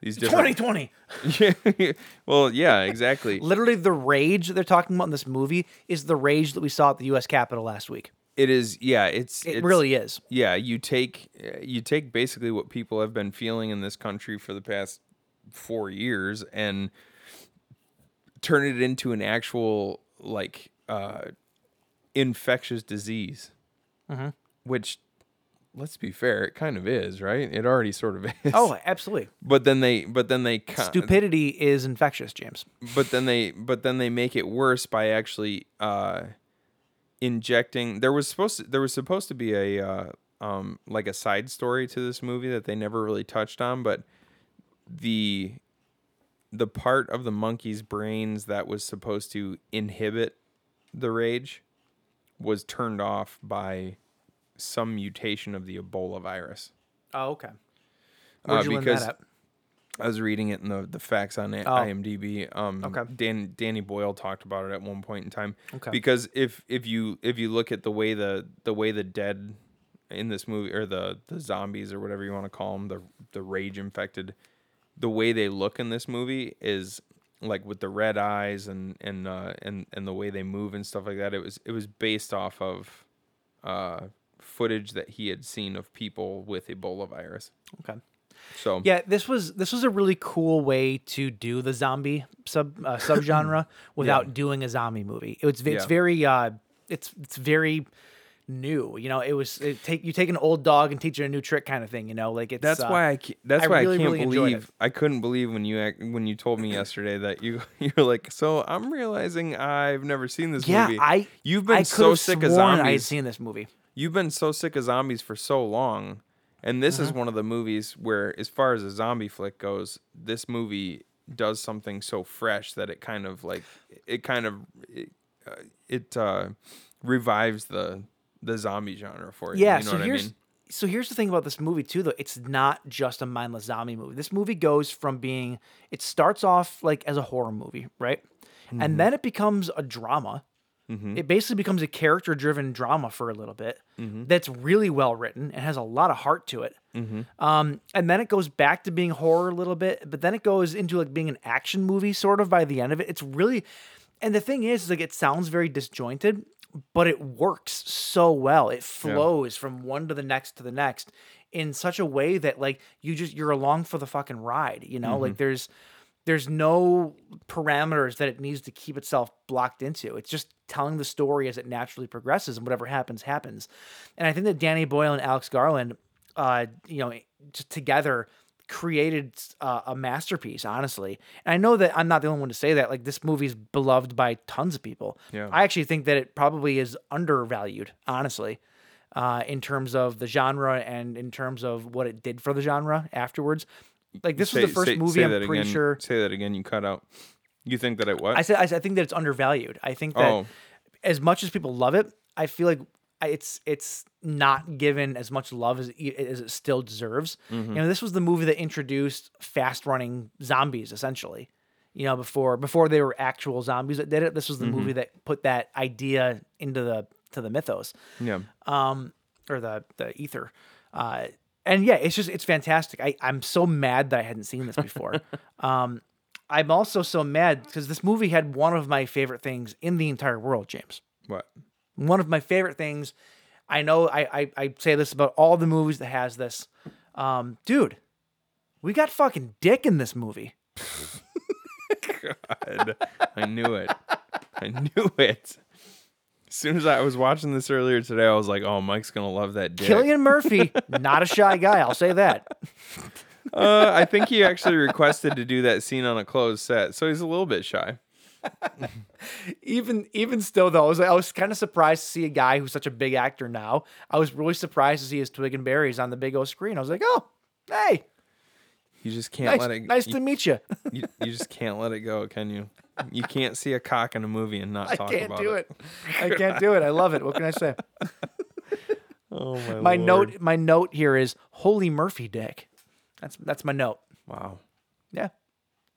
[SPEAKER 8] these different
[SPEAKER 7] 2020.
[SPEAKER 8] yeah. well, yeah, exactly.
[SPEAKER 7] Literally, the rage that they're talking about in this movie is the rage that we saw at the U.S. Capitol last week.
[SPEAKER 8] It is. Yeah, it's.
[SPEAKER 7] It
[SPEAKER 8] it's-
[SPEAKER 7] really is.
[SPEAKER 8] Yeah, you take you take basically what people have been feeling in this country for the past four years and turn it into an actual like uh, infectious disease,
[SPEAKER 7] Mm-hmm.
[SPEAKER 8] which. Let's be fair; it kind of is, right? It already sort of is.
[SPEAKER 7] Oh, absolutely.
[SPEAKER 8] but then they, but then they, con-
[SPEAKER 7] Stupidity is infectious, James.
[SPEAKER 8] but then they but then they make it worse by actually uh injecting there was supposed to there was supposed to be a uh um like a side story to this movie that they never really touched on but the the part of the monkey's brains that was supposed to inhibit the rage was turned off by some mutation of the Ebola virus.
[SPEAKER 7] Oh, okay.
[SPEAKER 8] Uh,
[SPEAKER 7] Where'd you learn
[SPEAKER 8] because-
[SPEAKER 7] that at?
[SPEAKER 8] I was reading it in the, the facts on IMDb. Um,
[SPEAKER 7] Oh. Okay.
[SPEAKER 8] Dan Danny Boyle talked about it at one point in time.
[SPEAKER 7] Okay.
[SPEAKER 8] Because if if you if you look at the way the the way the dead in this movie or the the zombies or whatever you want to call them the the rage infected, the way they look in this movie is like with the red eyes and and uh, and and the way they move and stuff like that. It was it was based off of uh, footage that he had seen of people with Ebola virus.
[SPEAKER 7] Okay.
[SPEAKER 8] So
[SPEAKER 7] Yeah, this was this was a really cool way to do the zombie sub uh, subgenre without doing a zombie movie. It was it's
[SPEAKER 8] Yeah.
[SPEAKER 7] very uh it's it's very new. You know, it was it take you take an old dog and teach it a new trick kind of thing, you know? Like it's
[SPEAKER 8] That's
[SPEAKER 7] uh,
[SPEAKER 8] why I. ca- That's
[SPEAKER 7] I
[SPEAKER 8] why I
[SPEAKER 7] really,
[SPEAKER 8] can't
[SPEAKER 7] really enjoyed it.
[SPEAKER 8] believe I couldn't believe when you act, when you told me yesterday that you you're like so I'm realizing I've never seen this
[SPEAKER 7] yeah,
[SPEAKER 8] movie.
[SPEAKER 7] I
[SPEAKER 8] you've been
[SPEAKER 7] I
[SPEAKER 8] so
[SPEAKER 7] could've
[SPEAKER 8] sick of
[SPEAKER 7] sworn I had
[SPEAKER 8] zombies.
[SPEAKER 7] seen this movie.
[SPEAKER 8] You've been so sick of zombies for so long, and this
[SPEAKER 7] Uh-huh.
[SPEAKER 8] is one of the movies where, as far as a zombie flick goes, this movie does something so fresh that it kind of like it kind of it, uh, it uh, revives the the zombie genre for you.
[SPEAKER 7] Yeah,
[SPEAKER 8] you know
[SPEAKER 7] so
[SPEAKER 8] what
[SPEAKER 7] here's
[SPEAKER 8] I mean?
[SPEAKER 7] so here's the thing about this movie too, though. It's not just a mindless zombie movie. This movie goes from being it starts off like as a horror movie, right?
[SPEAKER 8] Mm-hmm.
[SPEAKER 7] And then it becomes a drama. It basically becomes a character driven drama for a little bit
[SPEAKER 8] Mm-hmm.
[SPEAKER 7] that's really well written and has a lot of heart to it. Um, and then it goes back to being horror a little bit, but then it goes into like being an action movie sort of by the end of it. It's really, and the thing is, is, like it sounds very disjointed, but it works so well. It flows from one to the next to the next in such a way that like you just you're along for the fucking ride. You know, like there's there's no parameters that it needs to keep itself blocked into. It's just telling the story as it naturally progresses, and whatever happens, happens. And I think that Danny Boyle and Alex Garland, uh, you know, just together created uh, a masterpiece. Honestly, and I know that I'm not the only one to say that. Like this movie's beloved by tons of people.
[SPEAKER 8] Yeah.
[SPEAKER 7] I actually think that it probably is undervalued. Honestly, uh, in terms of the genre and in terms of what it did for the genre afterwards. Like this was the first movie I'm
[SPEAKER 8] that
[SPEAKER 7] pretty
[SPEAKER 8] again.
[SPEAKER 7] sure.
[SPEAKER 8] Say that again. You cut out. You think that it what?
[SPEAKER 7] I said, I said I think that it's undervalued. I think that
[SPEAKER 8] Oh.
[SPEAKER 7] as much as people love it, I feel like I- it's it's not given as much love as it, as it still deserves.
[SPEAKER 8] Mm-hmm.
[SPEAKER 7] You know, this was the movie that introduced fast running zombies essentially. You know, before before they were actual zombies that did it, this was the
[SPEAKER 8] Mm-hmm.
[SPEAKER 7] movie that put that idea into the to the mythos
[SPEAKER 8] yeah.
[SPEAKER 7] um, or the the ether. Uh, and yeah, it's just it's fantastic. I I'm so mad that I hadn't seen this before. um, I'm also so mad because this movie had one of my favorite things in the entire world, James.
[SPEAKER 8] What?
[SPEAKER 7] One of my favorite things. I know I I, I say this about all the movies that has this. Um, dude, we got fucking dick in this movie.
[SPEAKER 8] God, I knew it. I knew it. As soon as I was watching this earlier today, I was like, "Oh, Mike's gonna love that dick."
[SPEAKER 7] Killian Murphy, not a shy guy. I'll say that.
[SPEAKER 8] Uh, I think he actually requested to do that scene on a closed set, so he's a little bit shy.
[SPEAKER 7] even even still though, I was I was kind of surprised to see a guy who's such a big actor now. I was really surprised to see his twig and berries on the big old screen. I was like, oh, hey,
[SPEAKER 8] You just can't
[SPEAKER 7] nice,
[SPEAKER 8] let it.
[SPEAKER 7] nice
[SPEAKER 8] you,
[SPEAKER 7] to meet you.
[SPEAKER 8] you, you just can't let it go, can you? You can't see a cock in a movie and not
[SPEAKER 7] I
[SPEAKER 8] talk
[SPEAKER 7] can't
[SPEAKER 8] about
[SPEAKER 7] do it. I can't do it. I love it. What can I say?
[SPEAKER 8] Oh my!
[SPEAKER 7] My
[SPEAKER 8] Lord.
[SPEAKER 7] note my note here is holy Murphy dick. That's that's my note.
[SPEAKER 8] Wow.
[SPEAKER 7] Yeah.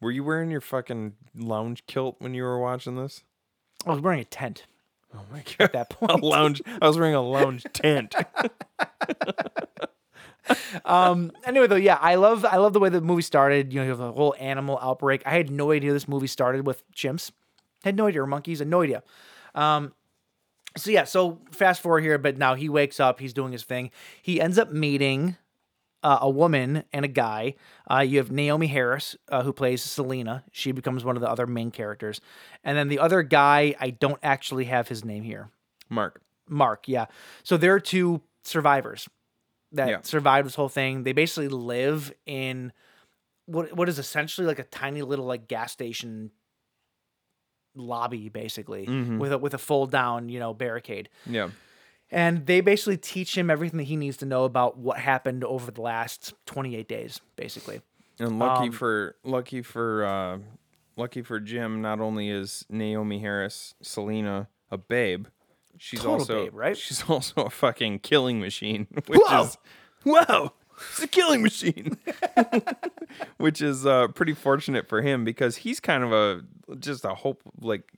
[SPEAKER 8] Were you wearing your fucking lounge kilt when you were watching this?
[SPEAKER 7] I was wearing a tent
[SPEAKER 8] Oh my god!
[SPEAKER 7] at that
[SPEAKER 8] A
[SPEAKER 7] point.
[SPEAKER 8] lounge. I was wearing a lounge tent.
[SPEAKER 7] anyway though yeah i love i love the way the movie started you know you have the whole animal outbreak i had no idea this movie started with chimps had no idea or monkeys had no idea um so yeah so fast forward here but now he wakes up he's doing his thing he ends up meeting uh, a woman and a guy uh, you have naomi harris uh, who plays selena she becomes one of the other main characters and then the other guy i don't actually have his name here
[SPEAKER 8] Mark.
[SPEAKER 7] Mark, yeah. So there are two survivors that
[SPEAKER 8] Yeah.
[SPEAKER 7] survived this whole thing. They basically live in what what is essentially like a tiny little like gas station lobby, basically
[SPEAKER 8] Mm-hmm.
[SPEAKER 7] with a, with a fold down you know barricade.
[SPEAKER 8] Yeah.
[SPEAKER 7] And they basically teach him everything that he needs to know about what happened over the last twenty eight days, basically.
[SPEAKER 8] And lucky
[SPEAKER 7] Um,
[SPEAKER 8] for lucky for uh, lucky for Jim, not only is Naomi Harris Selena a babe, she's
[SPEAKER 7] Total
[SPEAKER 8] also
[SPEAKER 7] babe, right?
[SPEAKER 8] She's also a fucking killing machine. Which
[SPEAKER 7] Whoa!
[SPEAKER 8] Is, whoa! It's a killing machine, which is uh, pretty fortunate for him because he's kind of a just a hope like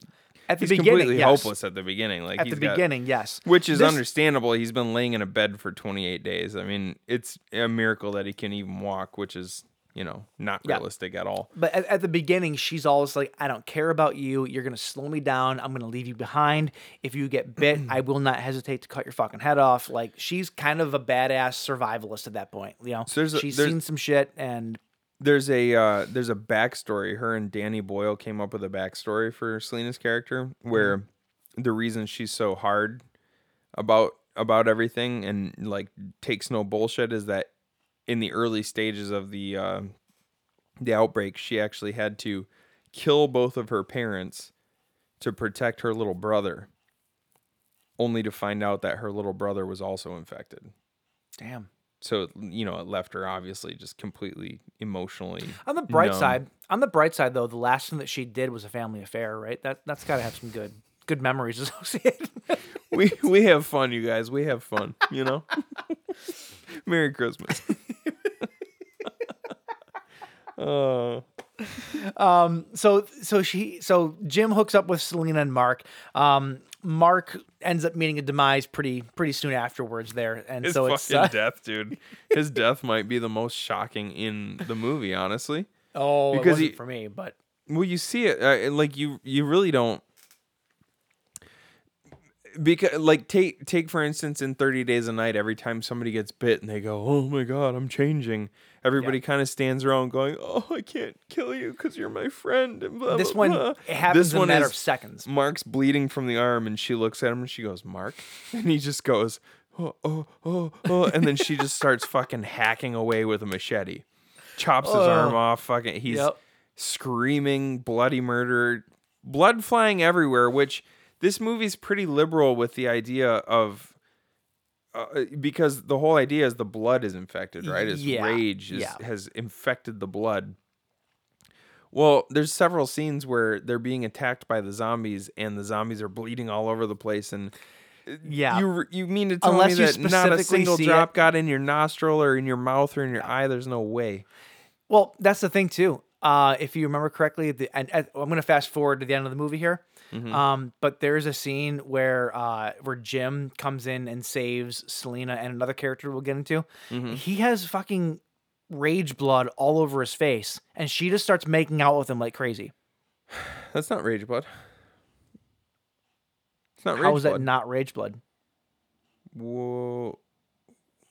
[SPEAKER 7] At the
[SPEAKER 8] he's
[SPEAKER 7] beginning,
[SPEAKER 8] completely
[SPEAKER 7] yes.
[SPEAKER 8] hopeless at the beginning. Like
[SPEAKER 7] At the
[SPEAKER 8] he's got-
[SPEAKER 7] beginning, yes.
[SPEAKER 8] which is
[SPEAKER 7] This-
[SPEAKER 8] understandable. He's been laying in a bed for 28 days. I mean, it's a miracle that he can even walk, which is, you know, not
[SPEAKER 7] Yeah.
[SPEAKER 8] realistic at all.
[SPEAKER 7] But at, at the beginning, she's always like, I don't care about you. You're going to slow me down. I'm going to leave you behind. If you get bit,
[SPEAKER 8] Mm-hmm.
[SPEAKER 7] I will not hesitate to cut your fucking head off. Like, she's kind of a badass survivalist at that point. You know,
[SPEAKER 8] So there's a-
[SPEAKER 7] she's
[SPEAKER 8] there's-
[SPEAKER 7] seen some shit and
[SPEAKER 8] There's a uh, there's a backstory. Her and Danny Boyle came up with a backstory for Selena's character, where the reason she's so hard about about everything and like takes no bullshit is that in the early stages of the uh, the outbreak, she actually had to kill both of her parents to protect her little brother, only to find out that her little brother was also infected.
[SPEAKER 7] damn.
[SPEAKER 8] So you know, it left her obviously just completely emotionally.
[SPEAKER 7] On the bright
[SPEAKER 8] numb.
[SPEAKER 7] side, on the bright side, though, the last thing that she did was a family affair, right? That, that's got to have some good, good memories associated.
[SPEAKER 8] we we have fun, you guys. We have fun, you know. Merry Christmas. Oh,
[SPEAKER 7] so so she so Jim hooks up with Selena and Mark. Um, Mark ends up meeting a demise pretty pretty soon afterwards there, and
[SPEAKER 8] his
[SPEAKER 7] so
[SPEAKER 8] fucking
[SPEAKER 7] it's uh,
[SPEAKER 8] death, dude. His death might be the most shocking in the movie, honestly.
[SPEAKER 7] oh
[SPEAKER 8] because
[SPEAKER 7] because it wasn't
[SPEAKER 8] he-
[SPEAKER 7] for me, but
[SPEAKER 8] Well, you see it uh, and, like you you really don't because like take take for instance in 30 days a night every time somebody gets bit and they go oh my god i'm changing everybody kind of stands around going oh i can't kill you because you're my friend and blah,
[SPEAKER 7] this
[SPEAKER 8] blah,
[SPEAKER 7] one
[SPEAKER 8] blah.
[SPEAKER 7] it happens
[SPEAKER 8] This
[SPEAKER 7] in a
[SPEAKER 8] one
[SPEAKER 7] matter
[SPEAKER 8] is-
[SPEAKER 7] of seconds.
[SPEAKER 8] mark's bleeding from the arm and she looks at him and she goes mark and he just goes oh oh oh oh and then she just starts fucking hacking away with a machete chops his arm off fucking he's
[SPEAKER 7] Oh. Yep.
[SPEAKER 8] screaming bloody murder blood flying everywhere which this movie's pretty liberal with the idea of uh, because the whole idea is the blood is infected, right? Is
[SPEAKER 7] Yeah,
[SPEAKER 8] rage is,
[SPEAKER 7] yeah.
[SPEAKER 8] has infected the blood. Well, there's several scenes where they're being attacked by the zombies, and the zombies are bleeding all over the place, and
[SPEAKER 7] Yeah.
[SPEAKER 8] you you mean to tell
[SPEAKER 7] Unless
[SPEAKER 8] me
[SPEAKER 7] you
[SPEAKER 8] that not a
[SPEAKER 7] specifically
[SPEAKER 8] single
[SPEAKER 7] see
[SPEAKER 8] drop
[SPEAKER 7] it.
[SPEAKER 8] got in your nostril or in your mouth or in your eye? There's no way.
[SPEAKER 7] Well, that's the thing too. Uh, if you remember correctly, at the end, at- I'm going to fast forward to the end of the movie here.
[SPEAKER 8] Mm-hmm.
[SPEAKER 7] Um, but there is a scene where uh, where Jim comes in and saves Selena and another character we'll get into.
[SPEAKER 8] Mm-hmm.
[SPEAKER 7] He has fucking rage blood all over his face, and she just starts making out with him like crazy.
[SPEAKER 8] That's not rage blood. It's not rage
[SPEAKER 7] How is
[SPEAKER 8] blood.
[SPEAKER 7] that not rage blood?
[SPEAKER 8] Whoa.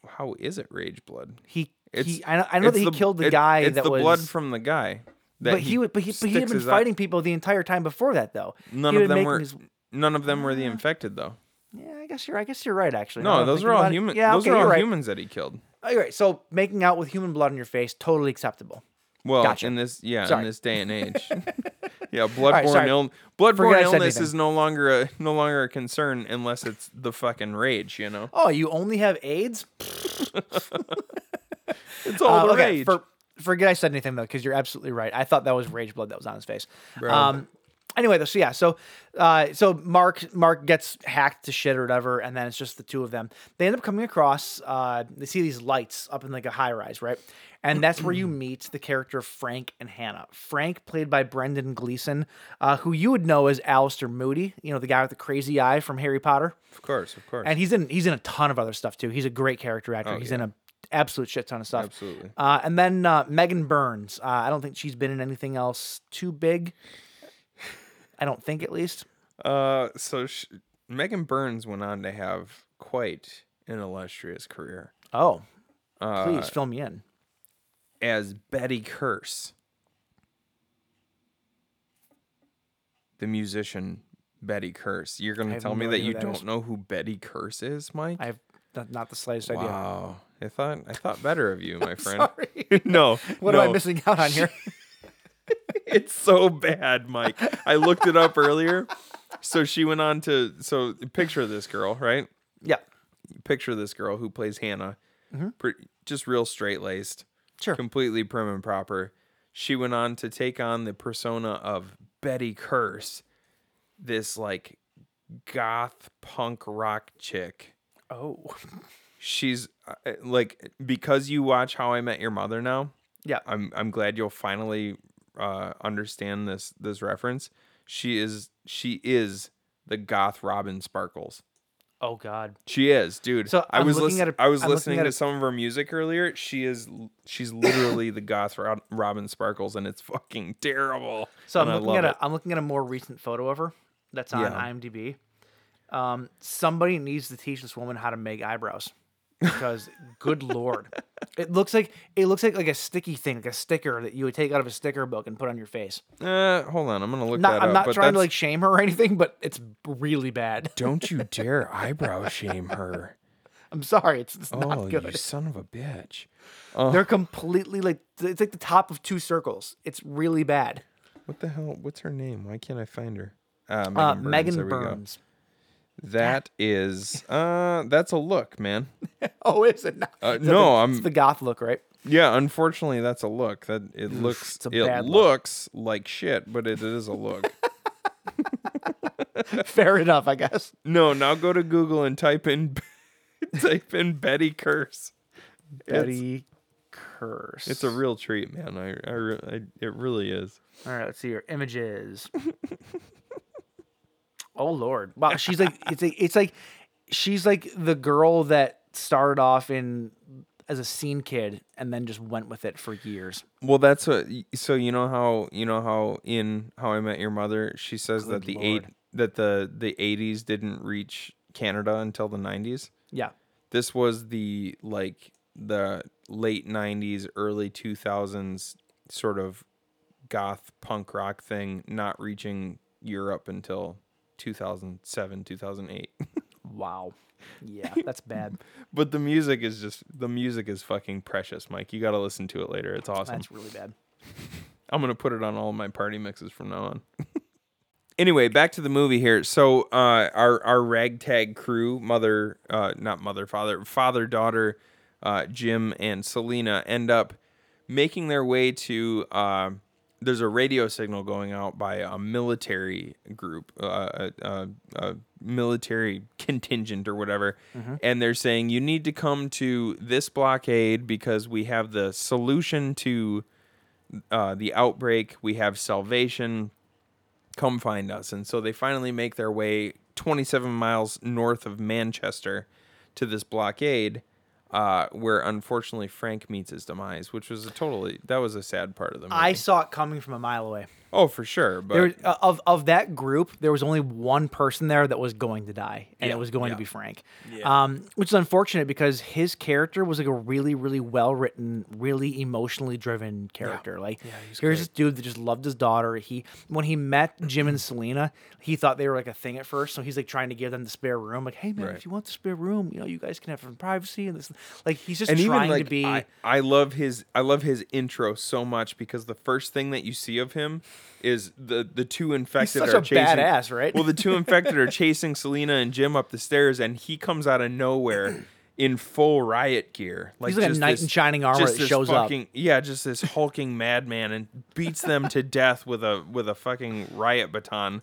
[SPEAKER 8] How is it rage blood?
[SPEAKER 7] He,
[SPEAKER 8] It's,
[SPEAKER 7] he I know, I know
[SPEAKER 8] it's
[SPEAKER 7] that he killed the
[SPEAKER 8] it-
[SPEAKER 7] guy
[SPEAKER 8] It's
[SPEAKER 7] that
[SPEAKER 8] the
[SPEAKER 7] was
[SPEAKER 8] blood from the guy. That
[SPEAKER 7] but he, would, but he, but he had
[SPEAKER 8] sticks
[SPEAKER 7] been
[SPEAKER 8] his eye-
[SPEAKER 7] fighting people the entire time before that, though. He
[SPEAKER 8] None
[SPEAKER 7] had
[SPEAKER 8] of
[SPEAKER 7] been
[SPEAKER 8] them
[SPEAKER 7] making
[SPEAKER 8] were.
[SPEAKER 7] his-
[SPEAKER 8] None of them were the infected though.
[SPEAKER 7] yeah, I guess you're. I guess you're right. Actually, now
[SPEAKER 8] No,
[SPEAKER 7] that I'm
[SPEAKER 8] those were
[SPEAKER 7] thinking
[SPEAKER 8] all
[SPEAKER 7] about it.
[SPEAKER 8] human.
[SPEAKER 7] Yeah,
[SPEAKER 8] those
[SPEAKER 7] okay,
[SPEAKER 8] were all
[SPEAKER 7] you're right.
[SPEAKER 8] humans that he killed.
[SPEAKER 7] All right, so making out with human blood on your face totally acceptable.
[SPEAKER 8] Well,
[SPEAKER 7] Gotcha.
[SPEAKER 8] in this yeah,
[SPEAKER 7] Sorry.
[SPEAKER 8] in this day and age, yeah,
[SPEAKER 7] right,
[SPEAKER 8] bloodborne
[SPEAKER 7] sorry.
[SPEAKER 8] ill
[SPEAKER 7] Forget I
[SPEAKER 8] bloodborne
[SPEAKER 7] said
[SPEAKER 8] illness
[SPEAKER 7] anything.
[SPEAKER 8] is no longer a no longer a concern unless it's the fucking rage. You know,
[SPEAKER 7] Oh, you only have AIDS?
[SPEAKER 8] it's all
[SPEAKER 7] Uh, okay,
[SPEAKER 8] the Oh, rage.
[SPEAKER 7] for- forget I said anything though, because you're absolutely right. I thought that was rage blood that was on his face.
[SPEAKER 8] Bro.
[SPEAKER 7] Um, anyway, though, so yeah, so uh, so Mark Mark gets hacked to shit or whatever, and then it's just the two of them. They end up coming across. Uh, they see these lights up in like a high rise, right? And that's where you meet the character Frank and Hannah. Frank, played by Brendan Gleeson, uh, who you would know as Alistair Moody, you know the guy with the crazy eye from Harry Potter.
[SPEAKER 8] of course, of course.
[SPEAKER 7] And he's in he's in a ton of other stuff too. He's a great character actor. he's in a absolute shit ton of stuff.
[SPEAKER 8] Oh, Absolutely.
[SPEAKER 7] Uh, and then uh, Megan Burns. Uh, I don't think she's been in anything else too big. I don't think, at least.
[SPEAKER 8] Uh, so sh- Megan Burns went on to have quite an illustrious career
[SPEAKER 7] Oh,
[SPEAKER 8] Uh,
[SPEAKER 7] please fill me in.
[SPEAKER 8] as Betty Curse, the musician Betty Curse. You're going
[SPEAKER 7] I
[SPEAKER 8] to
[SPEAKER 7] have
[SPEAKER 8] tell me
[SPEAKER 7] no
[SPEAKER 8] that
[SPEAKER 7] idea who
[SPEAKER 8] you
[SPEAKER 7] that
[SPEAKER 8] don't
[SPEAKER 7] is.
[SPEAKER 8] know who Betty Curse is, Mike?
[SPEAKER 7] I have not, not the slightest idea.
[SPEAKER 8] wow, I thought I thought better of you, my friend.
[SPEAKER 7] Sorry.
[SPEAKER 8] No,
[SPEAKER 7] What am I
[SPEAKER 8] no.
[SPEAKER 7] missing out on here?
[SPEAKER 8] It's so bad, Mike. I looked it up earlier. So she went on to so picture this girl, right?
[SPEAKER 7] yeah,
[SPEAKER 8] picture this girl who plays Hannah, pre- just real straight laced,
[SPEAKER 7] Mm-hmm. Sure.
[SPEAKER 8] completely prim and proper. She went on to take on the persona of Betty Curse, this like goth punk rock chick.
[SPEAKER 7] Oh.
[SPEAKER 8] she's uh, like because you watch How I Met Your Mother now.
[SPEAKER 7] yeah.
[SPEAKER 8] I'm I'm glad you'll finally uh, understand this this reference. She is she is the goth Robin Sparkles.
[SPEAKER 7] Oh God.
[SPEAKER 8] She is, dude.
[SPEAKER 7] So
[SPEAKER 8] I
[SPEAKER 7] I'm
[SPEAKER 8] was
[SPEAKER 7] looking
[SPEAKER 8] listening.
[SPEAKER 7] at a-
[SPEAKER 8] I was
[SPEAKER 7] I'm looking
[SPEAKER 8] listening
[SPEAKER 7] at
[SPEAKER 8] to
[SPEAKER 7] a-
[SPEAKER 8] some of her music earlier. She is. l- She's literally the goth Rob, Robin Sparkles, and it's fucking terrible.
[SPEAKER 7] So I'm
[SPEAKER 8] and I
[SPEAKER 7] looking at
[SPEAKER 8] love
[SPEAKER 7] a, I'm looking at a more recent photo of her that's on
[SPEAKER 8] Yeah.
[SPEAKER 7] IMDb. Um, somebody needs to teach this woman how to make eyebrows because good lord, it looks like it looks like like a sticky thing, like a sticker that you would take out of a sticker book and put on your face.
[SPEAKER 8] it. Uh, hold on, I'm gonna look
[SPEAKER 7] Not,
[SPEAKER 8] that
[SPEAKER 7] I'm
[SPEAKER 8] up.
[SPEAKER 7] not
[SPEAKER 8] but
[SPEAKER 7] trying to
[SPEAKER 8] that's-
[SPEAKER 7] like shame her or anything, but it's really bad.
[SPEAKER 8] Don't you dare eyebrow shame her.
[SPEAKER 7] I'm sorry, it's, it's
[SPEAKER 8] Oh,
[SPEAKER 7] not good.
[SPEAKER 8] you uh. son of a bitch.
[SPEAKER 7] They're completely like it's like the top of two circles. It's really bad.
[SPEAKER 8] What the hell? What's her name? Why can't I find her? Uh, Megan
[SPEAKER 7] Uh,
[SPEAKER 8] Burns. there
[SPEAKER 7] Megan
[SPEAKER 8] we go.
[SPEAKER 7] Burns.
[SPEAKER 8] That is. Uh, that's a look, man.
[SPEAKER 7] Oh, is it not?
[SPEAKER 8] Uh,
[SPEAKER 7] Is that
[SPEAKER 8] no,
[SPEAKER 7] the-
[SPEAKER 8] I'm-
[SPEAKER 7] It's the goth look, right?
[SPEAKER 8] Yeah, unfortunately, that's a look. That it looks.
[SPEAKER 7] it's a
[SPEAKER 8] it
[SPEAKER 7] bad look.
[SPEAKER 8] looks like shit, but it is a look.
[SPEAKER 7] Fair enough, I guess.
[SPEAKER 8] No, now go to Google and type in type in Betty Curse. It's,
[SPEAKER 7] Betty Curse.
[SPEAKER 8] it's a real treat, man. I, I, re- I it really is.
[SPEAKER 7] All right, let's see your images. oh lord. Wow, she's like it's like it's like she's like the girl that started off in as a scene kid and then just went with it for years.
[SPEAKER 8] Well, that's what. So you know how you know how in How I Met Your Mother, she says that the eight
[SPEAKER 7] lord.
[SPEAKER 8] that the the eighties didn't reach Canada until the nineties.
[SPEAKER 7] Yeah.
[SPEAKER 8] This was the like the late nineties, early two thousands sort of goth punk rock thing, not reaching Europe until two thousand seven, two thousand eight.
[SPEAKER 7] Wow. Yeah, that's bad.
[SPEAKER 8] But the music is just the music is fucking precious, Mike. You got to listen to it later. It's awesome.
[SPEAKER 7] That's really bad.
[SPEAKER 8] I'm gonna put it on all my party mixes from now on. anyway, back to the movie here. So uh, our our ragtag crew, mother, uh, not mother, father, father, daughter, uh, Jim and Selena end up making their way to. Uh, there's a radio signal going out by a military group, uh, a, a, a military contingent or whatever, and they're saying you need to come to this blockade because we have the solution to uh, the outbreak. We have salvation come find us. And so they finally make their way 27 miles north of Manchester to this blockade, uh, where unfortunately Frank meets his demise, which was a totally that was a sad part of the movie.
[SPEAKER 7] I saw it coming from a mile away.
[SPEAKER 8] oh, for sure, but
[SPEAKER 7] There was, uh, of of that group, there was only one person there that was going to die, and
[SPEAKER 8] Yeah,
[SPEAKER 7] it was going
[SPEAKER 8] yeah.
[SPEAKER 7] to be Frank.
[SPEAKER 8] Yeah.
[SPEAKER 7] Um, which is unfortunate because his character was like a really, really well written, really emotionally driven character. Like here's this dude that just loved his daughter. He when he met Jim and Selena, he thought they were like a thing at first, so he's like trying to give them the spare room. Like, hey man,
[SPEAKER 8] Right.
[SPEAKER 7] if you want the spare room, you know, you guys can have some privacy and this. Like he's just
[SPEAKER 8] and
[SPEAKER 7] trying
[SPEAKER 8] even like
[SPEAKER 7] to be.
[SPEAKER 8] I, I love his I love his intro so much because the first thing that you see of him is the the two infected
[SPEAKER 7] such
[SPEAKER 8] are
[SPEAKER 7] a
[SPEAKER 8] chasing
[SPEAKER 7] badass, right?
[SPEAKER 8] Well, the two infected are chasing Selena and Jim up the stairs, and he comes out of nowhere in full riot gear. Like
[SPEAKER 7] He's like a
[SPEAKER 8] just
[SPEAKER 7] knight
[SPEAKER 8] this-
[SPEAKER 7] in shining armor
[SPEAKER 8] just
[SPEAKER 7] that
[SPEAKER 8] this
[SPEAKER 7] shows up.
[SPEAKER 8] fucking- Yeah, just this hulking madman and beats them to death with a with a fucking riot baton.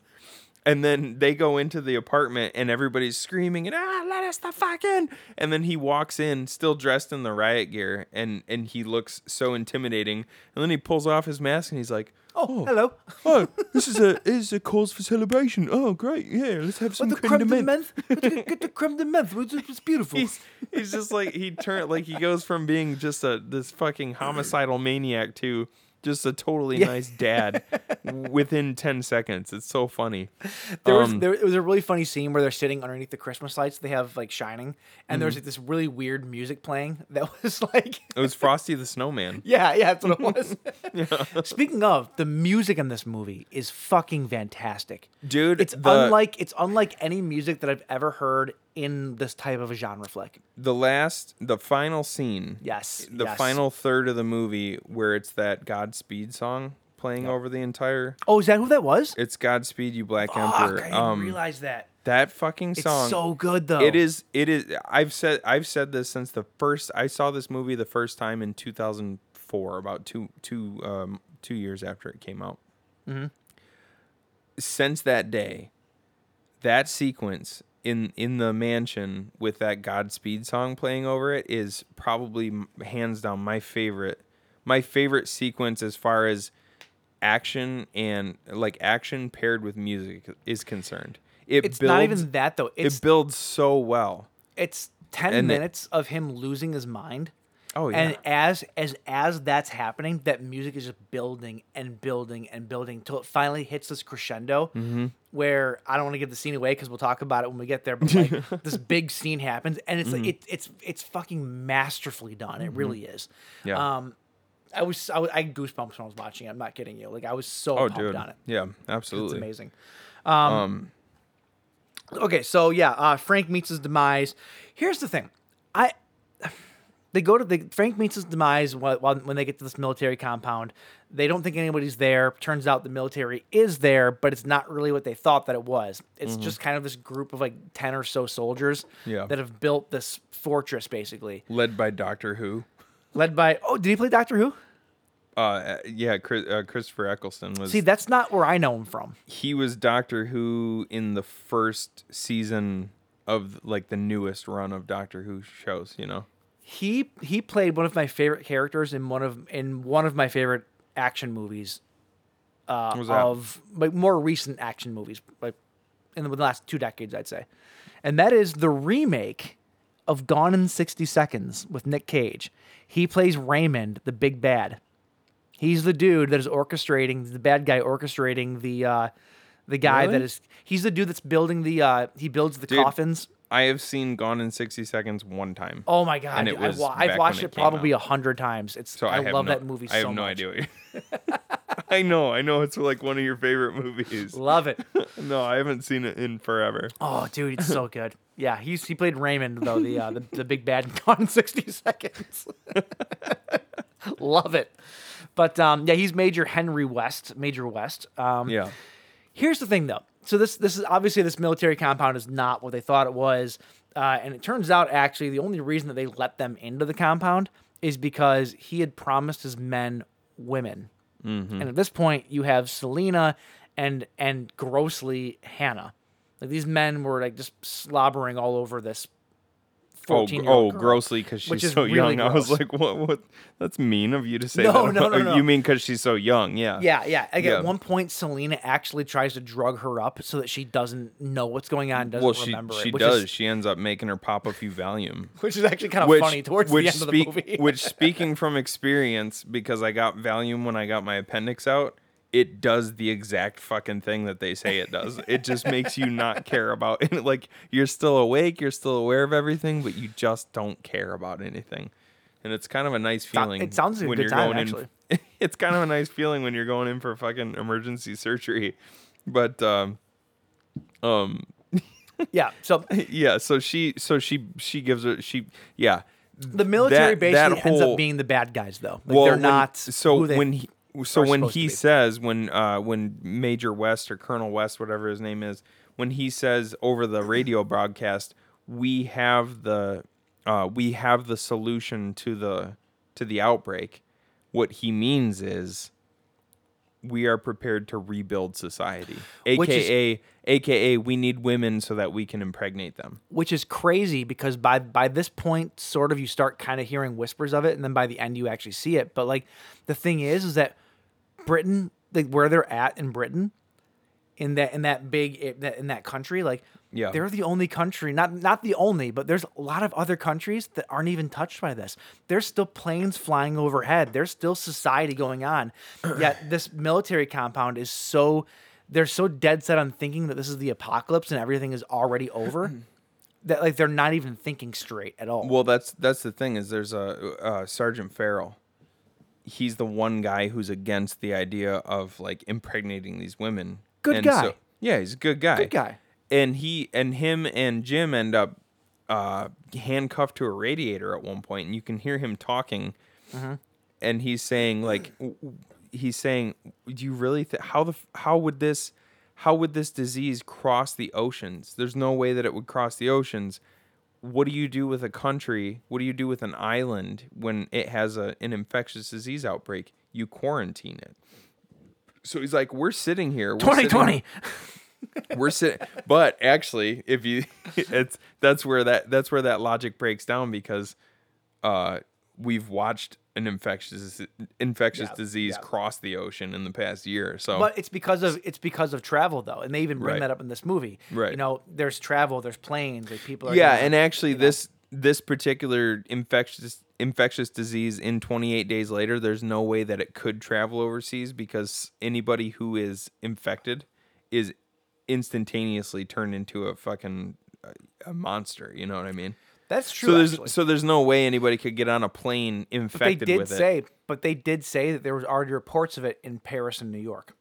[SPEAKER 8] And then they go into the apartment and everybody's screaming and ah, let us the fuck in. And then he walks in, still dressed in the riot gear, and and he looks so intimidating. And then he pulls off his mask and he's like,
[SPEAKER 7] oh, hello.
[SPEAKER 8] "Oh, this is a this is a cause for celebration. Oh, great, yeah, let's have some
[SPEAKER 7] the
[SPEAKER 8] creme de
[SPEAKER 7] creme de
[SPEAKER 8] menthe."
[SPEAKER 7] menthe. Get the creme de menthe. It's, it's beautiful.
[SPEAKER 8] He's he's just like he turned like he goes from being just a this fucking homicidal maniac to just a totally nice dad within ten seconds. It's so funny.
[SPEAKER 7] There was
[SPEAKER 8] Um,
[SPEAKER 7] there it was a really funny scene where they're sitting underneath the Christmas lights they have like shining, and
[SPEAKER 8] Mm-hmm.
[SPEAKER 7] there's like this really weird music playing that was like,
[SPEAKER 8] It was Frosty the Snowman.
[SPEAKER 7] yeah, yeah, that's what it was. Speaking of the music in this movie is fucking fantastic,
[SPEAKER 8] Dude,
[SPEAKER 7] It's
[SPEAKER 8] the-
[SPEAKER 7] unlike it's unlike any music that I've ever heard in this type of a genre flick.
[SPEAKER 8] The last, the final scene.
[SPEAKER 7] Yes,
[SPEAKER 8] The
[SPEAKER 7] yes.
[SPEAKER 8] final third of the movie where it's that Godspeed song playing over the entire.
[SPEAKER 7] Oh, is that who that was?
[SPEAKER 8] It's Godspeed, you Black
[SPEAKER 7] Fuck, I
[SPEAKER 8] Emperor.
[SPEAKER 7] didn't
[SPEAKER 8] um,
[SPEAKER 7] realize that.
[SPEAKER 8] that fucking
[SPEAKER 7] It's
[SPEAKER 8] song.
[SPEAKER 7] so good though.
[SPEAKER 8] It is. It is. I've said. I've said this since the first. I saw this movie the first time in 2004, about two two um two years after it came out. Mm-hmm. Since that day, that sequence in in the mansion with that Godspeed song playing over it is probably m- hands down my favorite. My favorite sequence as far as action and like action paired with music is concerned. It
[SPEAKER 7] It's
[SPEAKER 8] builds,
[SPEAKER 7] not even that though. It's
[SPEAKER 8] it builds so well.
[SPEAKER 7] it's 10
[SPEAKER 8] And the-
[SPEAKER 7] minutes of him losing his mind
[SPEAKER 8] Oh,
[SPEAKER 7] and
[SPEAKER 8] yeah.
[SPEAKER 7] as as as that's happening that music is just building and building and building till it finally hits this crescendo
[SPEAKER 8] Mm-hmm.
[SPEAKER 7] where i don't want to give the scene away because we'll talk about it when we get there but like this big scene happens and
[SPEAKER 8] Mm-hmm.
[SPEAKER 7] it's like it, it's it's fucking masterfully done it really is
[SPEAKER 8] Yeah.
[SPEAKER 7] um i was i, was- I had goosebumps when i was watching it i'm not kidding you like i was so
[SPEAKER 8] oh,
[SPEAKER 7] pumped
[SPEAKER 8] dude.
[SPEAKER 7] on it
[SPEAKER 8] Yeah, absolutely. Um,
[SPEAKER 7] it's amazing. Um, okay, so yeah, uh, Frank meets his demise. Here's the thing, I they go to the Frank meets his demise while, while, when they get to this military compound. They don't think anybody's there. Turns out the military is there, but it's not really what they thought that it was. It's just kind of this group of like ten or so soldiers
[SPEAKER 8] Mm-hmm. Yeah.
[SPEAKER 7] that have built this fortress, basically
[SPEAKER 8] Led by Doctor Who.
[SPEAKER 7] led by. Oh, did he play Doctor Who?
[SPEAKER 8] Uh, yeah, Chris, uh, Christopher Eccleston was.
[SPEAKER 7] See, that's not where I know him from.
[SPEAKER 8] he was Doctor Who in the first season of like the newest run of Doctor Who shows. You know.
[SPEAKER 7] he he played one of my favorite characters in one of in one of my favorite action movies uh,
[SPEAKER 8] What was that?
[SPEAKER 7] of like more recent action movies like in the last two decades I'd say, and that is the remake of Gone in sixty seconds with Nick Cage. He plays Raymond, the big bad. He's the dude that is orchestrating the bad guy orchestrating the uh, the guy
[SPEAKER 8] Really?
[SPEAKER 7] that is he's the dude that's building the uh, he builds the
[SPEAKER 8] Dude.
[SPEAKER 7] coffins.
[SPEAKER 8] I have seen Gone in sixty seconds one time.
[SPEAKER 7] Oh my god!
[SPEAKER 8] And it
[SPEAKER 7] dude, I've
[SPEAKER 8] was
[SPEAKER 7] wa-
[SPEAKER 8] back
[SPEAKER 7] I've
[SPEAKER 8] when
[SPEAKER 7] watched
[SPEAKER 8] it
[SPEAKER 7] it,
[SPEAKER 8] came
[SPEAKER 7] probably a
[SPEAKER 8] out.
[SPEAKER 7] hundred times. It's
[SPEAKER 8] So I,
[SPEAKER 7] I,
[SPEAKER 8] have
[SPEAKER 7] love
[SPEAKER 8] no-
[SPEAKER 7] that movie.
[SPEAKER 8] I have
[SPEAKER 7] so
[SPEAKER 8] no
[SPEAKER 7] much.
[SPEAKER 8] idea. What you I know. I know. It's like one of your favorite movies.
[SPEAKER 7] Love it.
[SPEAKER 8] No, I haven't seen it in forever.
[SPEAKER 7] Oh, dude, it's so good. Yeah, he's he played Raymond though the uh, the, the big bad in Gone in sixty seconds. love it. But um, yeah, he's Major Henry West. Major West. Um,
[SPEAKER 8] Yeah.
[SPEAKER 7] Here's the thing, though. So this this is obviously this military compound is not what they thought it was, uh, and it turns out actually the only reason that they let them into the compound is because he had promised his men women,
[SPEAKER 8] Mm-hmm.
[SPEAKER 7] and at this point you have Selena and and grossly Hannah. Like these men were like just slobbering all over this.
[SPEAKER 8] Oh,
[SPEAKER 7] 14 year
[SPEAKER 8] oh,
[SPEAKER 7] old girl,
[SPEAKER 8] grossly because
[SPEAKER 7] which
[SPEAKER 8] she's
[SPEAKER 7] is
[SPEAKER 8] so
[SPEAKER 7] really
[SPEAKER 8] young. I was
[SPEAKER 7] gross.
[SPEAKER 8] like, what? What? That's mean of you to say
[SPEAKER 7] No,
[SPEAKER 8] that.
[SPEAKER 7] no, no,
[SPEAKER 8] Oh,
[SPEAKER 7] no.
[SPEAKER 8] You mean because she's so young? Yeah.
[SPEAKER 7] Yeah, yeah. Like
[SPEAKER 8] Yeah.
[SPEAKER 7] at one point, Selena actually tries to drug her up so that she doesn't know what's going on, doesn't
[SPEAKER 8] Well, she
[SPEAKER 7] remember
[SPEAKER 8] she
[SPEAKER 7] it, which
[SPEAKER 8] does.
[SPEAKER 7] is
[SPEAKER 8] she ends up making her pop a few Valium.
[SPEAKER 7] which is actually kind of funny towards the end
[SPEAKER 8] speak-
[SPEAKER 7] of the movie.
[SPEAKER 8] which, speaking from experience, because I got Valium when I got my appendix out, it does the exact fucking thing that they say it does. it just makes you not care about it. Like you're still awake, you're still aware of everything, but you just don't care about anything. And it's kind of a nice
[SPEAKER 7] Sou-
[SPEAKER 8] feeling.
[SPEAKER 7] it sounds like a good time,
[SPEAKER 8] going In, it's kind of a nice feeling when you're going in for fucking emergency surgery. But um, um,
[SPEAKER 7] yeah. So
[SPEAKER 8] yeah. So she, so she, she gives her, she, yeah.
[SPEAKER 7] the military
[SPEAKER 8] that
[SPEAKER 7] basically ends
[SPEAKER 8] whole-
[SPEAKER 7] up being the bad guys, though. Like, they're
[SPEAKER 8] when-
[SPEAKER 7] not.
[SPEAKER 8] so
[SPEAKER 7] who they-
[SPEAKER 8] when he, so
[SPEAKER 7] are
[SPEAKER 8] when
[SPEAKER 7] supposed to
[SPEAKER 8] he
[SPEAKER 7] be.
[SPEAKER 8] says when uh when Major West or Colonel West whatever his name is when he says over the radio broadcast we have the uh we have the solution to the to the outbreak what he means is we are prepared to rebuild society
[SPEAKER 7] Which is-
[SPEAKER 8] aka aka we need women so that we can impregnate them
[SPEAKER 7] which is crazy because by by this point, sort of, you start kind of hearing whispers of it, and then by the end, you actually see it. But like, the thing is, is that Britain, like where they're at in Britain, in that in that big i- that- in that country, like
[SPEAKER 8] Yeah.
[SPEAKER 7] they're the only country, not not the only, but there's a lot of other countries that aren't even touched by this. There's still planes flying overhead. There's still society going on. Yet this military compound is so they're so dead set on thinking that this is the apocalypse and everything is already over that like they're not even thinking straight at all.
[SPEAKER 8] Well, that's that's the thing is there's a uh, Sergeant Farrell. He's the one guy who's against the idea of like impregnating these women.
[SPEAKER 7] Good
[SPEAKER 8] And
[SPEAKER 7] guy.
[SPEAKER 8] yeah, he's a good guy.
[SPEAKER 7] Good guy.
[SPEAKER 8] And he and him and Jim end up uh, handcuffed to a radiator at one point, and you can hear him talking.
[SPEAKER 7] Mm-hmm.
[SPEAKER 8] And he's saying like, w- w- he's saying, do you really th- how the f- how would this how would this disease cross the oceans? There's no way that it would cross the oceans what do you do with a country? What do you do with an island when it has a, an infectious disease outbreak? You quarantine it. So he's like, we're sitting here. We're sitting-
[SPEAKER 7] 2020.
[SPEAKER 8] we're sitting, but actually, if you, it's that's where that that's where that logic breaks down because, uh, we've watched an infectious infectious disease cross the ocean in the past year. So
[SPEAKER 7] But it's because of it's because of travel though, and they even bring
[SPEAKER 8] Oh. Right.
[SPEAKER 7] that up in this movie.
[SPEAKER 8] Right.
[SPEAKER 7] You know, there's travel, there's planes, like people are
[SPEAKER 8] yeah
[SPEAKER 7] gonna-
[SPEAKER 8] and actually this this particular infectious infectious disease in 28 days later there's no way that it could travel overseas because anybody who is infected is instantaneously turned into a fucking uh, a monster you know what i mean
[SPEAKER 7] that's true.
[SPEAKER 8] so there's
[SPEAKER 7] actually.
[SPEAKER 8] so there's no way anybody could get on a plane
[SPEAKER 7] they
[SPEAKER 8] infected
[SPEAKER 7] did
[SPEAKER 8] with it
[SPEAKER 7] say, but they did say that there was already reports of it in Paris and New York.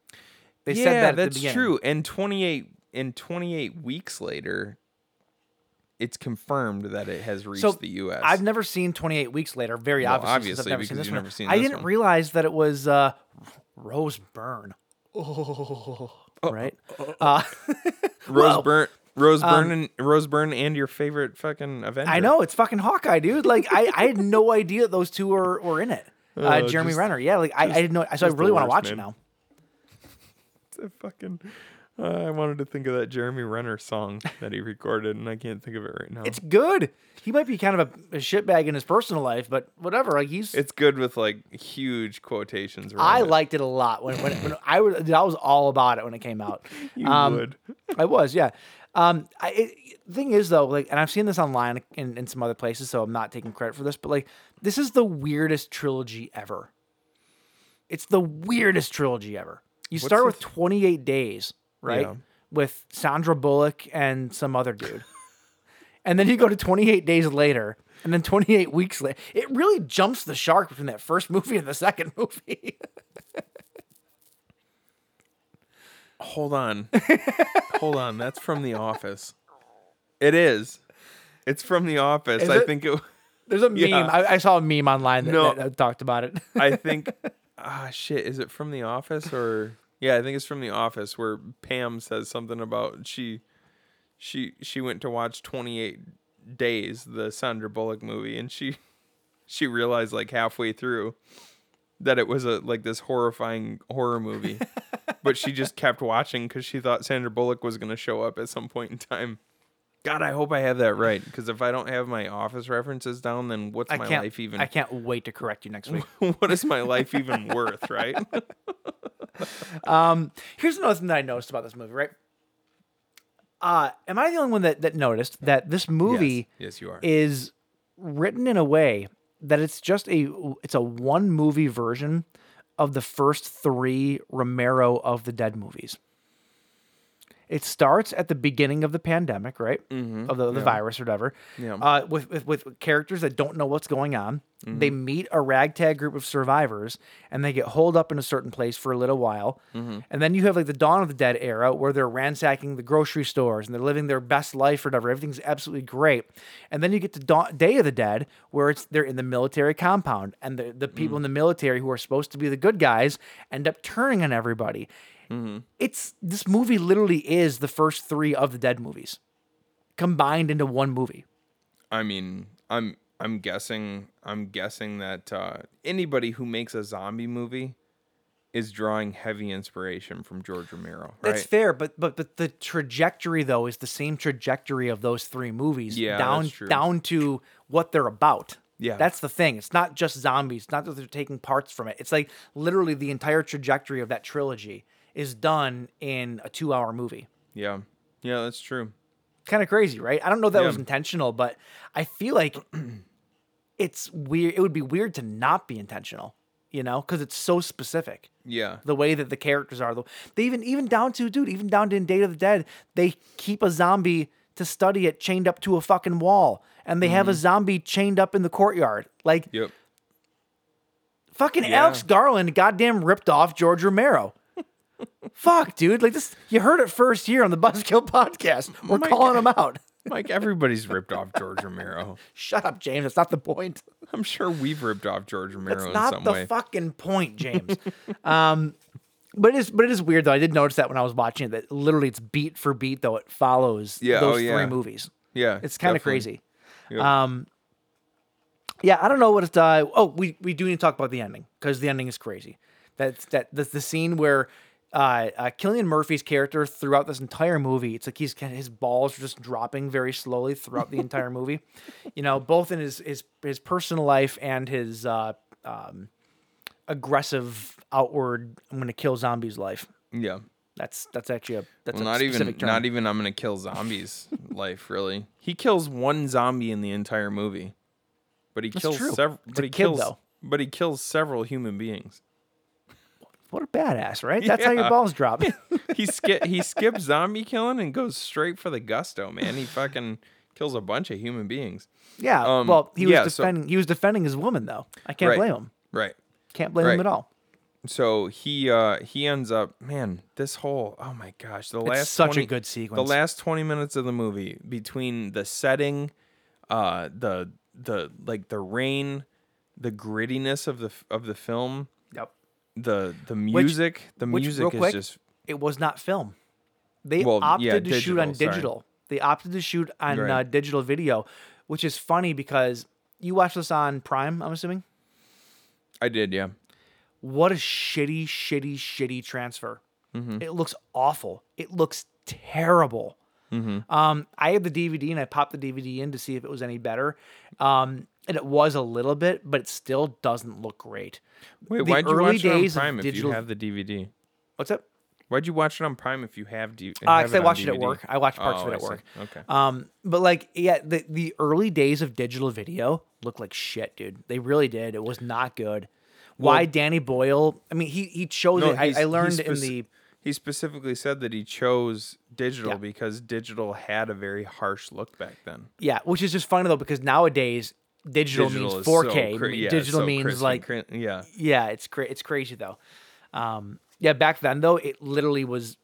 [SPEAKER 7] They
[SPEAKER 8] yeah
[SPEAKER 7] said that at the
[SPEAKER 8] that's
[SPEAKER 7] beginning.
[SPEAKER 8] true and 28 and 28 weeks later it's confirmed that it has reached
[SPEAKER 7] So
[SPEAKER 8] the us
[SPEAKER 7] I've never seen 28 Weeks Later. Very
[SPEAKER 8] Well,
[SPEAKER 7] obviously, obviously I've
[SPEAKER 8] obviously,
[SPEAKER 7] never
[SPEAKER 8] because
[SPEAKER 7] seen this
[SPEAKER 8] you've
[SPEAKER 7] one.
[SPEAKER 8] never seen
[SPEAKER 7] I
[SPEAKER 8] this
[SPEAKER 7] didn't
[SPEAKER 8] one.
[SPEAKER 7] realize that it was uh, Rose Byrne. Oh, right.
[SPEAKER 8] Rose
[SPEAKER 7] Well, um,
[SPEAKER 8] Byrne, Rose Byrne, and Rose Byrne, and your favorite fucking Avenger.
[SPEAKER 7] I know it's fucking Hawkeye, dude. Like I, I had no idea that those two were, were in it. Uh,
[SPEAKER 8] Oh,
[SPEAKER 7] Jeremy
[SPEAKER 8] just-
[SPEAKER 7] Renner, yeah. Like I, I didn't know. So I
[SPEAKER 8] just the
[SPEAKER 7] really want to
[SPEAKER 8] worst,
[SPEAKER 7] watch it
[SPEAKER 8] man.
[SPEAKER 7] now.
[SPEAKER 8] It's a fucking. uh, I wanted to think of that Jeremy Renner song that he recorded, and I can't think of it right now.
[SPEAKER 7] It's good. He might be kind of a, a shitbag in his personal life, but whatever. Like he's.
[SPEAKER 8] it's good with like huge quotations. Around
[SPEAKER 7] I
[SPEAKER 8] it.
[SPEAKER 7] liked it a lot when, when, when I was. dude, I was all about it when it came out. Um,
[SPEAKER 8] You would.
[SPEAKER 7] I was, yeah. Um, I, it, thing is though, like, and I've seen this online and in some other places, so I'm not taking credit for this, but like, this is the weirdest trilogy ever. It's the weirdest trilogy ever. You start with 28 Days, right?
[SPEAKER 8] Yeah.
[SPEAKER 7] With Sandra Bullock and some other dude. and then you go to 28 Days Later, and then 28 Weeks Later. It really jumps the shark between that first movie and the second movie.
[SPEAKER 8] Hold on, hold on. That's from The Office. It is. It's from The Office.
[SPEAKER 7] Is
[SPEAKER 8] I
[SPEAKER 7] it?
[SPEAKER 8] think it.
[SPEAKER 7] There's a meme.
[SPEAKER 8] Yeah.
[SPEAKER 7] I, I saw a meme online that,
[SPEAKER 8] No.
[SPEAKER 7] that- that talked about it.
[SPEAKER 8] I think. Ah, shit. Is it from The Office or? Yeah, I think it's from The Office where Pam says something about she she she went to watch 28 Days, the Sandra Bullock movie, and she she realized like halfway through that it was a like this horrifying horror movie. but she just kept watching cuz she thought Sandra Bullock was going to show up at some point in time. God, I hope I have that right cuz if I don't have my office references down then what's
[SPEAKER 7] I
[SPEAKER 8] my
[SPEAKER 7] can't.
[SPEAKER 8] life even
[SPEAKER 7] I can't wait to correct you next week.
[SPEAKER 8] what is my life even worth, right?
[SPEAKER 7] Here's another thing that I noticed about this movie, right? Uh, am I the only one that, that noticed that this movie
[SPEAKER 8] Yes, you are.
[SPEAKER 7] is written in a way that it's just a it's a one movie version of the first three Romero of the Dead movies. It starts at the beginning of the pandemic, right? Of the, the virus or whatever.
[SPEAKER 8] Yeah.
[SPEAKER 7] Uh, with, with with characters that don't know what's going on, they meet a ragtag group of survivors, and they get holed up in a certain place for a little while, and then you have like the Dawn of the Dead era where they're ransacking the grocery stores and they're living their best life or whatever. Everything's absolutely great, and then you get to Dawn, Day of the Dead where it's they're in the military compound, and the the people in the military who are supposed to be the good guys end up turning on everybody it's this movie literally is the first three of the dead movies combined into one movie
[SPEAKER 8] I mean, I'm I'm guessing I'm guessing that uh, anybody who makes a zombie movie is drawing heavy inspiration from George Romero, right?
[SPEAKER 7] that's fair but but but the trajectory though is the same trajectory of those three movies
[SPEAKER 8] Yeah,
[SPEAKER 7] down
[SPEAKER 8] that's true.
[SPEAKER 7] down to what they're about
[SPEAKER 8] Yeah.
[SPEAKER 7] that's the thing it's not just zombies it's not that they're taking parts from it it's like literally the entire trajectory of that trilogy is done in a two hour movie
[SPEAKER 8] yeah, yeah, that's true.
[SPEAKER 7] kind of crazy, right? I don't know if that
[SPEAKER 8] Yeah.
[SPEAKER 7] was intentional, but I feel like it's weird. It would be weird to not be intentional, you know, because it's so specific.
[SPEAKER 8] Yeah,
[SPEAKER 7] The way that the characters are, though, they even even down to dude, even down to in Date of the Dead, they keep a zombie to study it chained up to a fucking wall, and they
[SPEAKER 8] Mm-hmm.
[SPEAKER 7] have a zombie chained up in the courtyard. Like
[SPEAKER 8] yep.
[SPEAKER 7] fucking Alex Garland, goddamn ripped off George Romero. Fuck, dude! Like this, you heard it first here on the Buzzkill podcast. We're
[SPEAKER 8] My
[SPEAKER 7] calling him out.
[SPEAKER 8] Like everybody's ripped off George Romero.
[SPEAKER 7] Shut up, James. That's not the point.
[SPEAKER 8] I'm sure we've ripped off George Romero
[SPEAKER 7] That's
[SPEAKER 8] in
[SPEAKER 7] not
[SPEAKER 8] some
[SPEAKER 7] the
[SPEAKER 8] way.
[SPEAKER 7] fucking point, James. um, but it is but it is weird though. I did notice that when I was watching it that literally it's beat for beat though it follows
[SPEAKER 8] Yeah, oh,
[SPEAKER 7] those
[SPEAKER 8] yeah.
[SPEAKER 7] three movies.
[SPEAKER 8] yeah,
[SPEAKER 7] It's kind of
[SPEAKER 8] definitely.
[SPEAKER 7] crazy. Um,
[SPEAKER 8] Yep.
[SPEAKER 7] Yeah, I don't know what it's. Uh, oh, we we do need to talk about the ending because the ending is crazy. That's that that's the scene where. Uh, uh, Killian Murphy's character throughout this entire movie, it's like he's kind of his balls are just dropping very slowly throughout the entire movie, you know, both in his his his personal life and his uh, um, aggressive outward "I'm going to kill zombies" life.
[SPEAKER 8] yeah.
[SPEAKER 7] That's that's actually a that's
[SPEAKER 8] Well,
[SPEAKER 7] a
[SPEAKER 8] not
[SPEAKER 7] specific
[SPEAKER 8] even
[SPEAKER 7] term.
[SPEAKER 8] not e even I'm gonna kill zombies. life really. He kills one zombie in the entire movie, but he kills
[SPEAKER 7] true.
[SPEAKER 8] several.
[SPEAKER 7] It's
[SPEAKER 8] But
[SPEAKER 7] a
[SPEAKER 8] he
[SPEAKER 7] kid,
[SPEAKER 8] kills.
[SPEAKER 7] though.
[SPEAKER 8] But he kills several human beings.
[SPEAKER 7] what a badass, right? That's how
[SPEAKER 8] Yeah.
[SPEAKER 7] your balls drop.
[SPEAKER 8] He skip he skips zombie killing and goes straight for the gusto, man. He fucking kills a bunch of human beings.
[SPEAKER 7] yeah.
[SPEAKER 8] Um,
[SPEAKER 7] well, he was
[SPEAKER 8] yeah, so-
[SPEAKER 7] defending he was defending his woman though. I can't
[SPEAKER 8] Right.
[SPEAKER 7] blame him.
[SPEAKER 8] Right.
[SPEAKER 7] Can't blame
[SPEAKER 8] Right.
[SPEAKER 7] him at all.
[SPEAKER 8] So he uh he ends up man, this whole oh my gosh, the last
[SPEAKER 7] such a
[SPEAKER 8] 20
[SPEAKER 7] good sequence.
[SPEAKER 8] The last twenty minutes of the movie between the setting, uh the the like the rain, the grittiness of the f- of the film,
[SPEAKER 7] Yep.
[SPEAKER 8] the the music, the
[SPEAKER 7] which,
[SPEAKER 8] music
[SPEAKER 7] real
[SPEAKER 8] is
[SPEAKER 7] quick,
[SPEAKER 8] just
[SPEAKER 7] It was not film. They
[SPEAKER 8] Well,
[SPEAKER 7] opted
[SPEAKER 8] yeah,
[SPEAKER 7] to shoot on
[SPEAKER 8] digital, sorry.
[SPEAKER 7] digital. They opted to shoot on
[SPEAKER 8] Right.
[SPEAKER 7] uh, digital video, which is funny because you watch this on Prime, I'm assuming.
[SPEAKER 8] I did, yeah.
[SPEAKER 7] What a shitty, shitty, shitty transfer.
[SPEAKER 8] Mm-hmm.
[SPEAKER 7] It looks awful. It looks terrible.
[SPEAKER 8] Mm-hmm.
[SPEAKER 7] Um, I had the DVD and I popped the DVD in to see if it was any better. Um, and it was a little bit, but it still doesn't look great.
[SPEAKER 8] Wait,
[SPEAKER 7] The
[SPEAKER 8] why'd you
[SPEAKER 7] early
[SPEAKER 8] watch it on
[SPEAKER 7] days of
[SPEAKER 8] Prime if
[SPEAKER 7] digital-
[SPEAKER 8] you have the DVD?
[SPEAKER 7] What's up?
[SPEAKER 8] Why'd you watch it on Prime if you have D?
[SPEAKER 7] Uh,
[SPEAKER 8] have
[SPEAKER 7] 'cause I
[SPEAKER 8] on
[SPEAKER 7] watched it at
[SPEAKER 8] DVD?
[SPEAKER 7] work. I watched parts of
[SPEAKER 8] Oh,
[SPEAKER 7] it
[SPEAKER 8] I
[SPEAKER 7] at
[SPEAKER 8] see.
[SPEAKER 7] work.
[SPEAKER 8] Okay.
[SPEAKER 7] Um, but like, yeah, the the early days of digital video looked like shit, dude. They really did. It was not good. Why Danny Boyle? I mean, he he chose it. I,
[SPEAKER 8] he's-
[SPEAKER 7] I
[SPEAKER 8] he
[SPEAKER 7] learned in
[SPEAKER 8] spec-
[SPEAKER 7] the
[SPEAKER 8] He specifically said that he chose digital
[SPEAKER 7] Yeah.
[SPEAKER 8] because digital had a very harsh look back then.
[SPEAKER 7] yeah, which is just funny though because nowadays digital,
[SPEAKER 8] Digital is
[SPEAKER 7] means
[SPEAKER 8] so
[SPEAKER 7] 4K.
[SPEAKER 8] cra- yeah,
[SPEAKER 7] digital
[SPEAKER 8] so
[SPEAKER 7] means
[SPEAKER 8] crisp and
[SPEAKER 7] like
[SPEAKER 8] cra- yeah,
[SPEAKER 7] yeah, it's cra- it's crazy though. Um, yeah, back then though, it literally was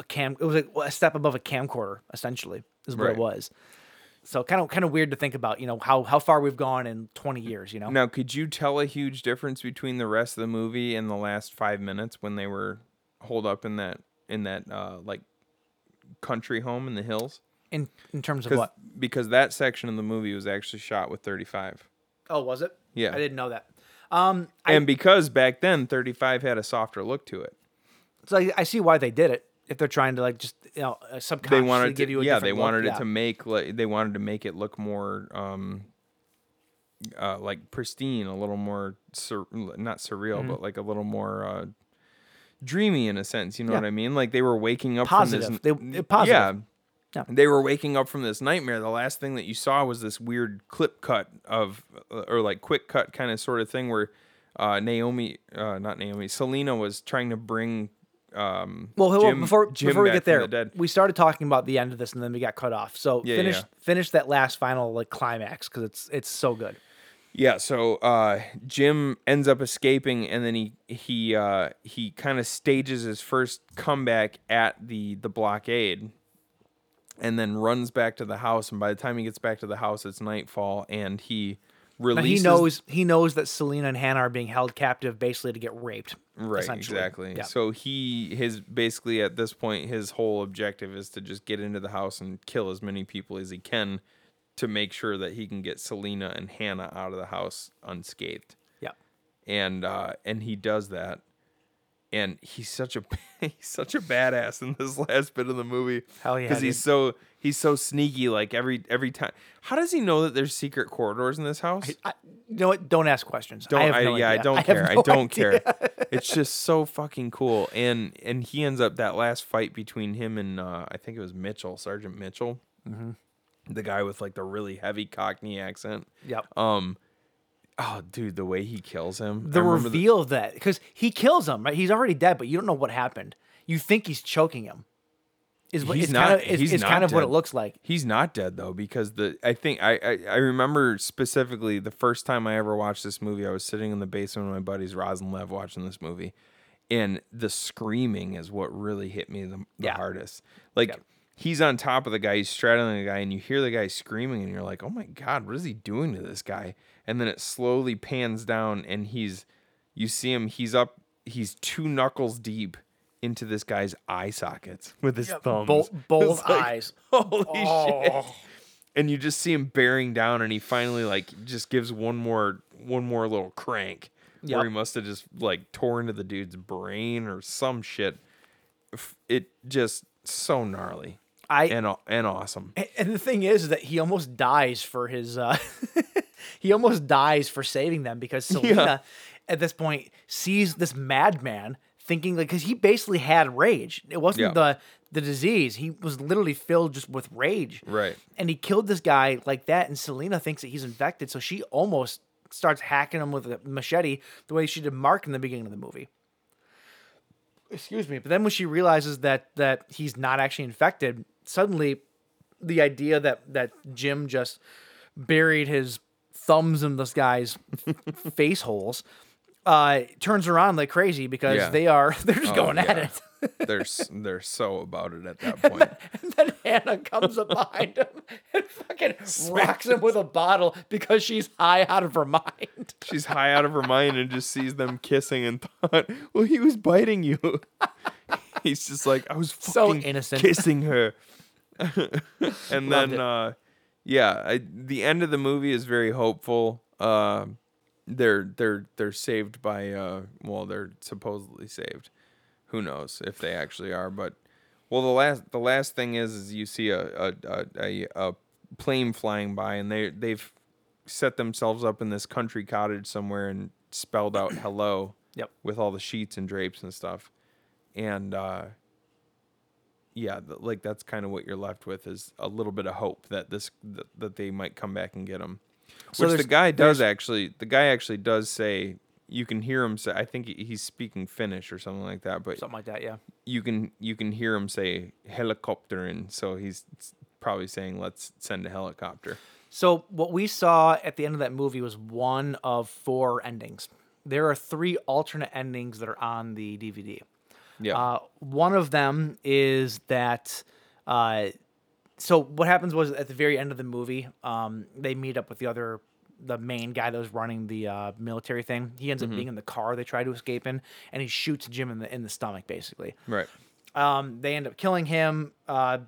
[SPEAKER 7] a cam. It was like a step above a camcorder, essentially, is what
[SPEAKER 8] Right.
[SPEAKER 7] it was. So kind of kind of weird to think about, you know how how far we've gone in 20 years, you know.
[SPEAKER 8] Now, could you tell a huge difference between the rest of the movie and the last five minutes when they were hold up in that in that uh, like country home in the hills?
[SPEAKER 7] In in terms of
[SPEAKER 8] 'Cause-
[SPEAKER 7] what?
[SPEAKER 8] Because that section of the movie was actually shot with 35.
[SPEAKER 7] Oh, was it?
[SPEAKER 8] Yeah.
[SPEAKER 7] I didn't know that. Um, I,
[SPEAKER 8] and because back then 35 had a softer look to it.
[SPEAKER 7] so I, I see why they did it. If they're trying to like just you know uh, subconsciously
[SPEAKER 8] They wanted to,
[SPEAKER 7] give you a
[SPEAKER 8] yeah,
[SPEAKER 7] different
[SPEAKER 8] they
[SPEAKER 7] look,
[SPEAKER 8] wanted
[SPEAKER 7] yeah.
[SPEAKER 8] it to make like they wanted to make it look more um uh like pristine, a little more sur- not surreal,
[SPEAKER 7] Mm-hmm.
[SPEAKER 8] but like a little more uh dreamy in a sense, you know
[SPEAKER 7] Yeah.
[SPEAKER 8] what I mean? Like they were waking up from
[SPEAKER 7] Positive.
[SPEAKER 8] this
[SPEAKER 7] They- eh, positive.
[SPEAKER 8] Yeah.
[SPEAKER 7] Yeah.
[SPEAKER 8] They were waking up from this nightmare. The last thing that you saw was this weird clip cut of, uh, or like quick cut kind of sort of thing where uh, Naomi, uh, not Naomi, Selena was trying to bring. Um,
[SPEAKER 7] Well, hold on,
[SPEAKER 8] Jim-
[SPEAKER 7] before
[SPEAKER 8] Jim
[SPEAKER 7] before we
[SPEAKER 8] back
[SPEAKER 7] get
[SPEAKER 8] from
[SPEAKER 7] there,
[SPEAKER 8] the dead.
[SPEAKER 7] we started talking about the end of this, and then we got cut off. So
[SPEAKER 8] Yeah,
[SPEAKER 7] finish
[SPEAKER 8] yeah.
[SPEAKER 7] finish that last final like climax because it's it's so good.
[SPEAKER 8] Yeah, so uh, Jim ends up escaping, and then he he uh, he kind of stages his first comeback at the the blockade, and then runs back to the house. And by the time he gets back to the house, it's nightfall, and he
[SPEAKER 7] Now,
[SPEAKER 8] releases.
[SPEAKER 7] he knows he knows that Selena and Hannah are being held captive, basically to get raped.
[SPEAKER 8] right
[SPEAKER 7] essentially.
[SPEAKER 8] exactly.
[SPEAKER 7] Yeah.
[SPEAKER 8] So he his basically at this point his whole objective is to just get into the house and kill as many people as he can to make sure that he can get Selena and Hannah out of the house unscathed.
[SPEAKER 7] yeah,
[SPEAKER 8] and uh, and he does that, and he's such a he's such a badass in this last bit of the movie.
[SPEAKER 7] Hell yeah,
[SPEAKER 8] because he's so he's so sneaky. Like every every time, how does he know that there's secret corridors in this house?
[SPEAKER 7] I, you know what? Don't ask questions.
[SPEAKER 8] don't
[SPEAKER 7] I, have no idea.
[SPEAKER 8] yeah I don't
[SPEAKER 7] have
[SPEAKER 8] care I
[SPEAKER 7] no
[SPEAKER 8] don't
[SPEAKER 7] idea.
[SPEAKER 8] care it's just so fucking cool and and he ends up that last fight between him and uh, I think it was Mitchell Sergeant Mitchell
[SPEAKER 7] Mm-hmm.
[SPEAKER 8] the guy with like the really heavy Cockney accent
[SPEAKER 7] Yep.
[SPEAKER 8] um oh dude the way he kills him
[SPEAKER 7] the
[SPEAKER 8] I remember
[SPEAKER 7] reveal of that because he kills him. Right? He's already dead, but you don't know what happened. You think he's choking him. Is what
[SPEAKER 8] he's
[SPEAKER 7] it's
[SPEAKER 8] not
[SPEAKER 7] kind of is,
[SPEAKER 8] he's
[SPEAKER 7] is
[SPEAKER 8] not
[SPEAKER 7] kind of what it
[SPEAKER 8] dead.
[SPEAKER 7] looks like.
[SPEAKER 8] He's not dead though, because the I think I, I I remember specifically the first time I ever watched this movie. I was sitting in the basement with my buddies Roz and Lev watching this movie, and the screaming is what really hit me the, the
[SPEAKER 7] Yeah.
[SPEAKER 8] hardest. Like he's on top of the guy, he's straddling the guy, and you hear the guy screaming, and you're like, "Oh my god, what is he doing to this guy?" And then it slowly pans down, and he's you see him. He's up. He's two knuckles deep into this guy's eye sockets with his thumbs.
[SPEAKER 7] Bowl, bowl
[SPEAKER 8] It's
[SPEAKER 7] of
[SPEAKER 8] like,
[SPEAKER 7] eyes.
[SPEAKER 8] Holy shit. Oh. And you just see him bearing down and he finally like just gives one more one more little crank
[SPEAKER 7] Yep.
[SPEAKER 8] where he must have just like tore into the dude's brain or some shit. F- It just so gnarly.
[SPEAKER 7] I-
[SPEAKER 8] and aw- and awesome.
[SPEAKER 7] And- And the thing is that he almost dies for his uh he almost dies for saving them because Selena at this point sees this madman thinking like cuz he basically had rage. It wasn't
[SPEAKER 8] Yeah.
[SPEAKER 7] the the disease. He was literally filled just with rage.
[SPEAKER 8] Right.
[SPEAKER 7] And he killed this guy like that and Selena thinks that he's infected so she almost starts hacking him with a machete the way she did Mark in the beginning of the movie. Excuse me. But then when she realizes that that he's not actually infected, suddenly the idea that that Jim just buried his thumbs in this guy's face holes uh turns around like crazy because
[SPEAKER 8] Yeah.
[SPEAKER 7] they are they're just going at
[SPEAKER 8] yeah.
[SPEAKER 7] it.
[SPEAKER 8] They're s- they're so about it at that point.
[SPEAKER 7] And then Hannah comes up behind him and fucking rocks him with a bottle because she's high out of her mind.
[SPEAKER 8] She's high out of her mind and just sees them kissing and thought, "Well, he was biting you." He's just like, "I was
[SPEAKER 7] So
[SPEAKER 8] fucking
[SPEAKER 7] innocent.
[SPEAKER 8] kissing her." and
[SPEAKER 7] Loved
[SPEAKER 8] then,
[SPEAKER 7] it.
[SPEAKER 8] uh, yeah, I, the end of the movie is very hopeful. Uh, they're they're they're saved by uh, well, they're supposedly saved. Who knows if they actually are? But well, the last the last thing is is you see a a a, a, a plane flying by and they they've set themselves up in this country cottage somewhere and spelled out hello
[SPEAKER 7] Yep.
[SPEAKER 8] with all the sheets and drapes and stuff and uh yeah th- like that's kind of what you're left with is a little bit of hope that this th- that they might come back and get him which the
[SPEAKER 7] there's-
[SPEAKER 8] guy does actually the guy actually does say you can hear him say i think he- he's speaking finnish or something like that but
[SPEAKER 7] Something like that, yeah.
[SPEAKER 8] you can you can hear him say helicopter and so he's probably saying let's send a helicopter
[SPEAKER 7] So what we saw at the end of that movie was one of four endings. There are three alternate endings that are on the DVD.
[SPEAKER 8] yeah
[SPEAKER 7] Uh, one of them is that. Uh, so what happens was at the very end of the movie, um, they meet up with the other the main guy that was running the uh, military thing. He ends up being in the car they try to escape in, and he shoots Jim in the in the stomach basically.
[SPEAKER 8] Right.
[SPEAKER 7] Um, they end up killing him uh,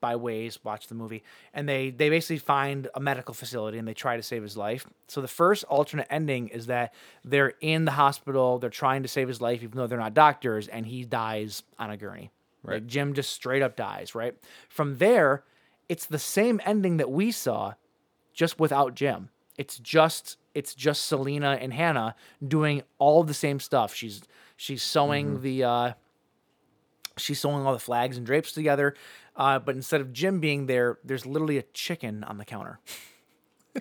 [SPEAKER 7] by ways. Watch the movie, and they they basically find a medical facility and they try to save his life. So the first alternate ending is that they're in the hospital, they're trying to save his life, even though they're not doctors, and he dies on a gurney. Right, Jim just straight up dies. Right from there, it's the same ending that we saw, just without Jim. It's just it's just Selena and Hannah doing all the same stuff. She's she's sewing the uh, she's sewing all the flags and drapes together. Uh, but instead of Jim being there, there's literally a chicken on the counter,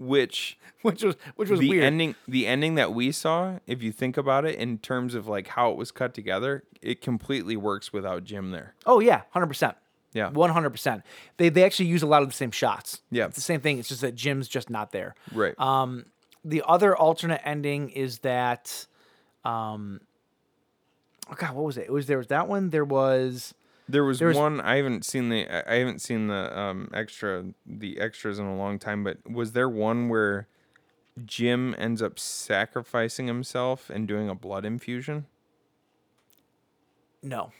[SPEAKER 8] Which
[SPEAKER 7] which was which was
[SPEAKER 8] the
[SPEAKER 7] weird.
[SPEAKER 8] ending the ending that we saw, if you think about it in terms of like how it was cut together, it completely works without Jim there.
[SPEAKER 7] oh yeah, hundred percent.
[SPEAKER 8] Yeah.
[SPEAKER 7] one hundred percent. They they actually use a lot of the same shots.
[SPEAKER 8] Yeah.
[SPEAKER 7] it's the same thing. It's just that Jim's just not there.
[SPEAKER 8] Right.
[SPEAKER 7] Um, the other alternate ending is that, um, oh god, what was it? It was there was that one. There was
[SPEAKER 8] There was,
[SPEAKER 7] There was-
[SPEAKER 8] one I haven't seen the I- I haven't seen the um extra the extras in a long time, but was there one where Jim ends up sacrificing himself and doing a blood infusion?
[SPEAKER 7] no.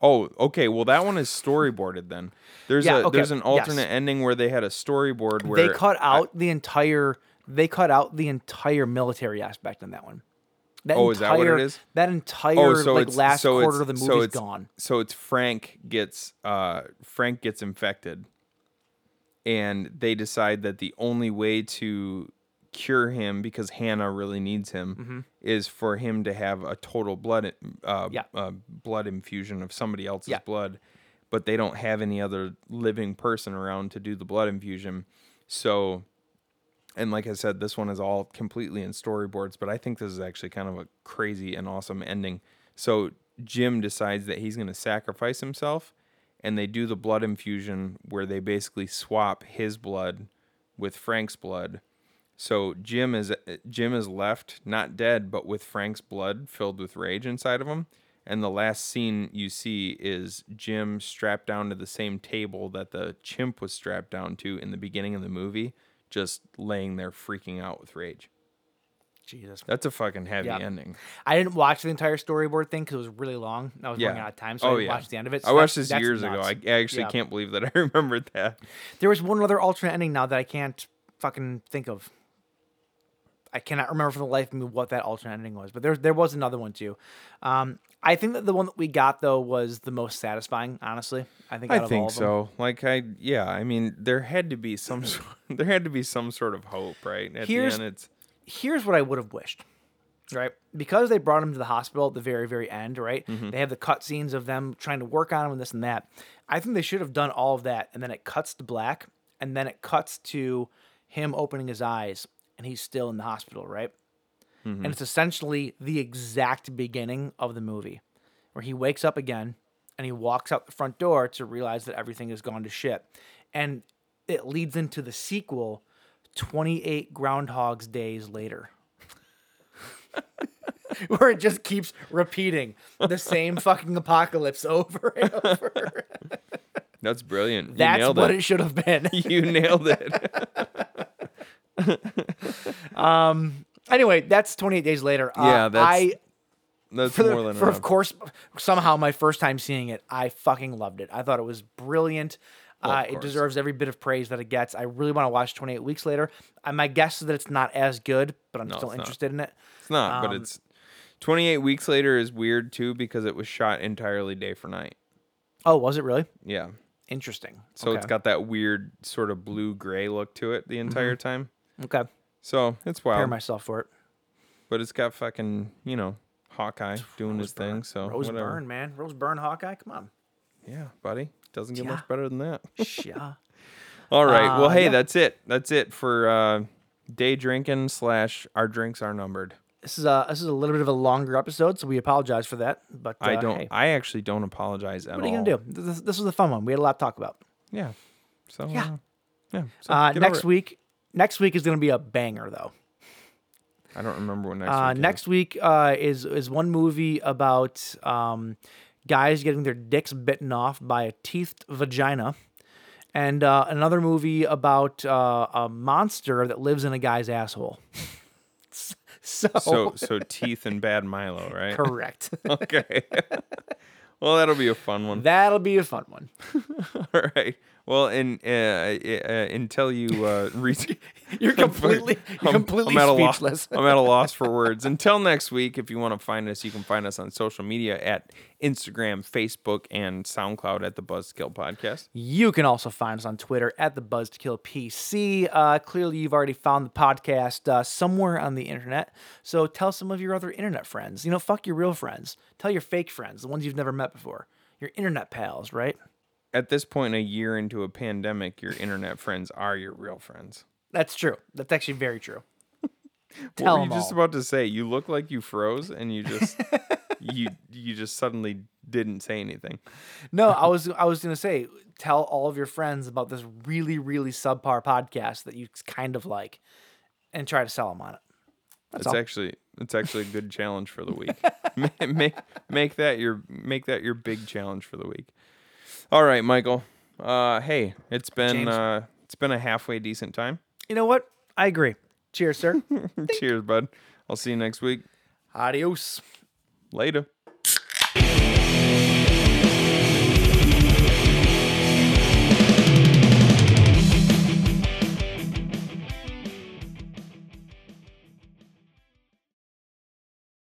[SPEAKER 8] Oh, okay. Well, that one is storyboarded then. There's
[SPEAKER 7] Yeah,
[SPEAKER 8] a
[SPEAKER 7] okay,
[SPEAKER 8] there's an
[SPEAKER 7] yes.
[SPEAKER 8] alternate ending where they had a storyboard where
[SPEAKER 7] they cut out the entire they cut out the entire military aspect in that one. That
[SPEAKER 8] Oh, is that what it is?
[SPEAKER 7] That entire
[SPEAKER 8] oh, so
[SPEAKER 7] like
[SPEAKER 8] it's,
[SPEAKER 7] last
[SPEAKER 8] so
[SPEAKER 7] quarter
[SPEAKER 8] it's,
[SPEAKER 7] of the movie's
[SPEAKER 8] so it's,
[SPEAKER 7] gone.
[SPEAKER 8] So it's Frank gets uh Frank gets infected, and they decide that the only way to cure him because Hannah really needs him
[SPEAKER 7] Mm-hmm.
[SPEAKER 8] is for him to have a total blood uh,
[SPEAKER 7] Yeah.
[SPEAKER 8] uh blood infusion of somebody else's
[SPEAKER 7] Yeah.
[SPEAKER 8] blood, but they don't have any other living person around to do the blood infusion, so. And like I said, this one is all completely in storyboards, but I think this is actually kind of a crazy and awesome ending. So Jim decides that he's going to sacrifice himself, and they do the blood infusion where they basically swap his blood with Frank's blood. So Jim is Jim is left not dead, but with Frank's blood filled with rage inside of him. And the last scene you see is Jim strapped down to the same table that the chimp was strapped down to in the beginning of the movie, just laying there freaking out with rage.
[SPEAKER 7] Jesus.
[SPEAKER 8] That's a fucking heavy
[SPEAKER 7] Yeah.
[SPEAKER 8] ending.
[SPEAKER 7] I didn't watch the entire storyboard thing because it was really long. and I was running out of time, so I didn't watch the end of it. so
[SPEAKER 8] Oh, I watched
[SPEAKER 7] that's-
[SPEAKER 8] this
[SPEAKER 7] that's
[SPEAKER 8] years
[SPEAKER 7] nuts.
[SPEAKER 8] ago. I actually
[SPEAKER 7] Yeah.
[SPEAKER 8] can't believe that I remembered that.
[SPEAKER 7] There was one other alternate ending now that I can't fucking think of. I cannot remember for the life of me what that alternate ending was, but there there was another one too. Um, I think that the one that we got though was the most satisfying. Honestly, I think out
[SPEAKER 8] I
[SPEAKER 7] of all
[SPEAKER 8] think
[SPEAKER 7] of them.
[SPEAKER 8] so. Like I, yeah. I mean, there had to be some sort. There had to be some sort of hope, right? At
[SPEAKER 7] Here's-
[SPEAKER 8] the end, it's
[SPEAKER 7] here's what I would have wished, right? Because they brought him to the hospital at the very, very end, right? They have the cut scenes of them trying to work on him and this and that. I think they should have done all of that, and then it cuts to black, and then it cuts to him opening his eyes, and he's still in the hospital, right? And it's essentially the exact beginning of the movie, where he wakes up again and he walks out the front door to realize that everything has gone to shit, and it leads into the sequel 28 groundhog's days later where it just keeps repeating the same fucking apocalypse over and over
[SPEAKER 8] that's brilliant. You
[SPEAKER 7] that's
[SPEAKER 8] nailed
[SPEAKER 7] what
[SPEAKER 8] it.
[SPEAKER 7] it should have been
[SPEAKER 8] you nailed it.
[SPEAKER 7] anyway that's 28 days later Uh,
[SPEAKER 8] Yeah, that's
[SPEAKER 7] i
[SPEAKER 8] That's
[SPEAKER 7] for, the-
[SPEAKER 8] more than
[SPEAKER 7] for
[SPEAKER 8] enough.
[SPEAKER 7] of course somehow my first time seeing it i fucking loved it i thought it was brilliant uh, it
[SPEAKER 8] course.
[SPEAKER 7] deserves every bit of praise that it gets i really want to watch 28 weeks later Uh, my guess is that it's not as good but i'm still
[SPEAKER 8] it's not.
[SPEAKER 7] interested in it
[SPEAKER 8] It's not,
[SPEAKER 7] Um,
[SPEAKER 8] but it's 28 weeks later is weird too because it was shot entirely day for night.
[SPEAKER 7] oh was it really
[SPEAKER 8] Yeah.
[SPEAKER 7] interesting
[SPEAKER 8] So it's
[SPEAKER 7] Okay. Mm-hmm.
[SPEAKER 8] got that weird sort of blue gray look to it the entire time.
[SPEAKER 7] okay
[SPEAKER 8] So it's wild.
[SPEAKER 7] prepare myself for it
[SPEAKER 8] But it's got fucking, you know, Hawkeye doing his thing. So
[SPEAKER 7] Rose
[SPEAKER 8] Oh, whatever.
[SPEAKER 7] Byrne, man. Rose Byrne, Hawkeye. Come on.
[SPEAKER 8] Yeah, buddy. Doesn't get
[SPEAKER 7] Yeah.
[SPEAKER 8] much better than that.
[SPEAKER 7] Yeah.
[SPEAKER 8] All right. well,
[SPEAKER 7] Uh,
[SPEAKER 8] hey,
[SPEAKER 7] yeah.
[SPEAKER 8] that's it. That's it for uh, day drinking slash our drinks are numbered.
[SPEAKER 7] this is a this is a little bit of a longer episode, so we apologize for that. But
[SPEAKER 8] I
[SPEAKER 7] uh,
[SPEAKER 8] don't.
[SPEAKER 7] hey,
[SPEAKER 8] I actually don't apologize at
[SPEAKER 7] what are you
[SPEAKER 8] all.
[SPEAKER 7] gonna do? This, this was a fun one. We had a lot to talk about.
[SPEAKER 8] Yeah. So
[SPEAKER 7] Yeah.
[SPEAKER 8] Uh, yeah. So
[SPEAKER 7] Uh,
[SPEAKER 8] get over
[SPEAKER 7] next
[SPEAKER 8] it.
[SPEAKER 7] week, next week is gonna be a banger though.
[SPEAKER 8] I don't remember what next.
[SPEAKER 7] Uh,
[SPEAKER 8] week is.
[SPEAKER 7] next week uh, is is one movie about um, guys getting their dicks bitten off by a teethed vagina, and uh, another movie about uh, a monster that lives in a guy's asshole. so,
[SPEAKER 8] So so teeth and bad Milo, right?
[SPEAKER 7] correct.
[SPEAKER 8] Okay. well, that'll be a fun one.
[SPEAKER 7] That'll be a fun one.
[SPEAKER 8] All right. Well, and uh, uh, until you uh, reach,
[SPEAKER 7] You're completely, you're completely
[SPEAKER 8] at a lo-
[SPEAKER 7] speechless.
[SPEAKER 8] I'm at a loss for words. Until next week, if you want to find us, you can find us on social media at Instagram, Facebook, and SoundCloud at the Buzzkill Podcast.
[SPEAKER 7] You can also find us on Twitter at the Buzz to Kill PC. Uh, clearly, you've already found the podcast uh, somewhere on the internet. So tell some of your other internet friends. You know, fuck your real friends. Tell your fake friends, the ones you've never met before. Your internet pals, right?
[SPEAKER 8] At this point, a year into a pandemic, your internet friends are your real friends.
[SPEAKER 7] That's true. That's actually very true.
[SPEAKER 8] what
[SPEAKER 7] Tell
[SPEAKER 8] were you
[SPEAKER 7] them
[SPEAKER 8] just
[SPEAKER 7] all.
[SPEAKER 8] about to say? You look like you froze, and you just you you just suddenly didn't say anything.
[SPEAKER 7] No, I was I was gonna say tell all of your friends about this really really subpar podcast that you kind of like, and try to sell them on it.
[SPEAKER 8] That's
[SPEAKER 7] all.
[SPEAKER 8] actually that's actually a good challenge for the week. Ma- make make that your make that your big challenge for the week. All right, Michael. Uh, hey, it's been
[SPEAKER 7] James.
[SPEAKER 8] uh, it's been a halfway decent time.
[SPEAKER 7] You know what? I agree. Cheers, sir.
[SPEAKER 8] Cheers, bud. I'll see you next week.
[SPEAKER 7] Adios.
[SPEAKER 8] Later.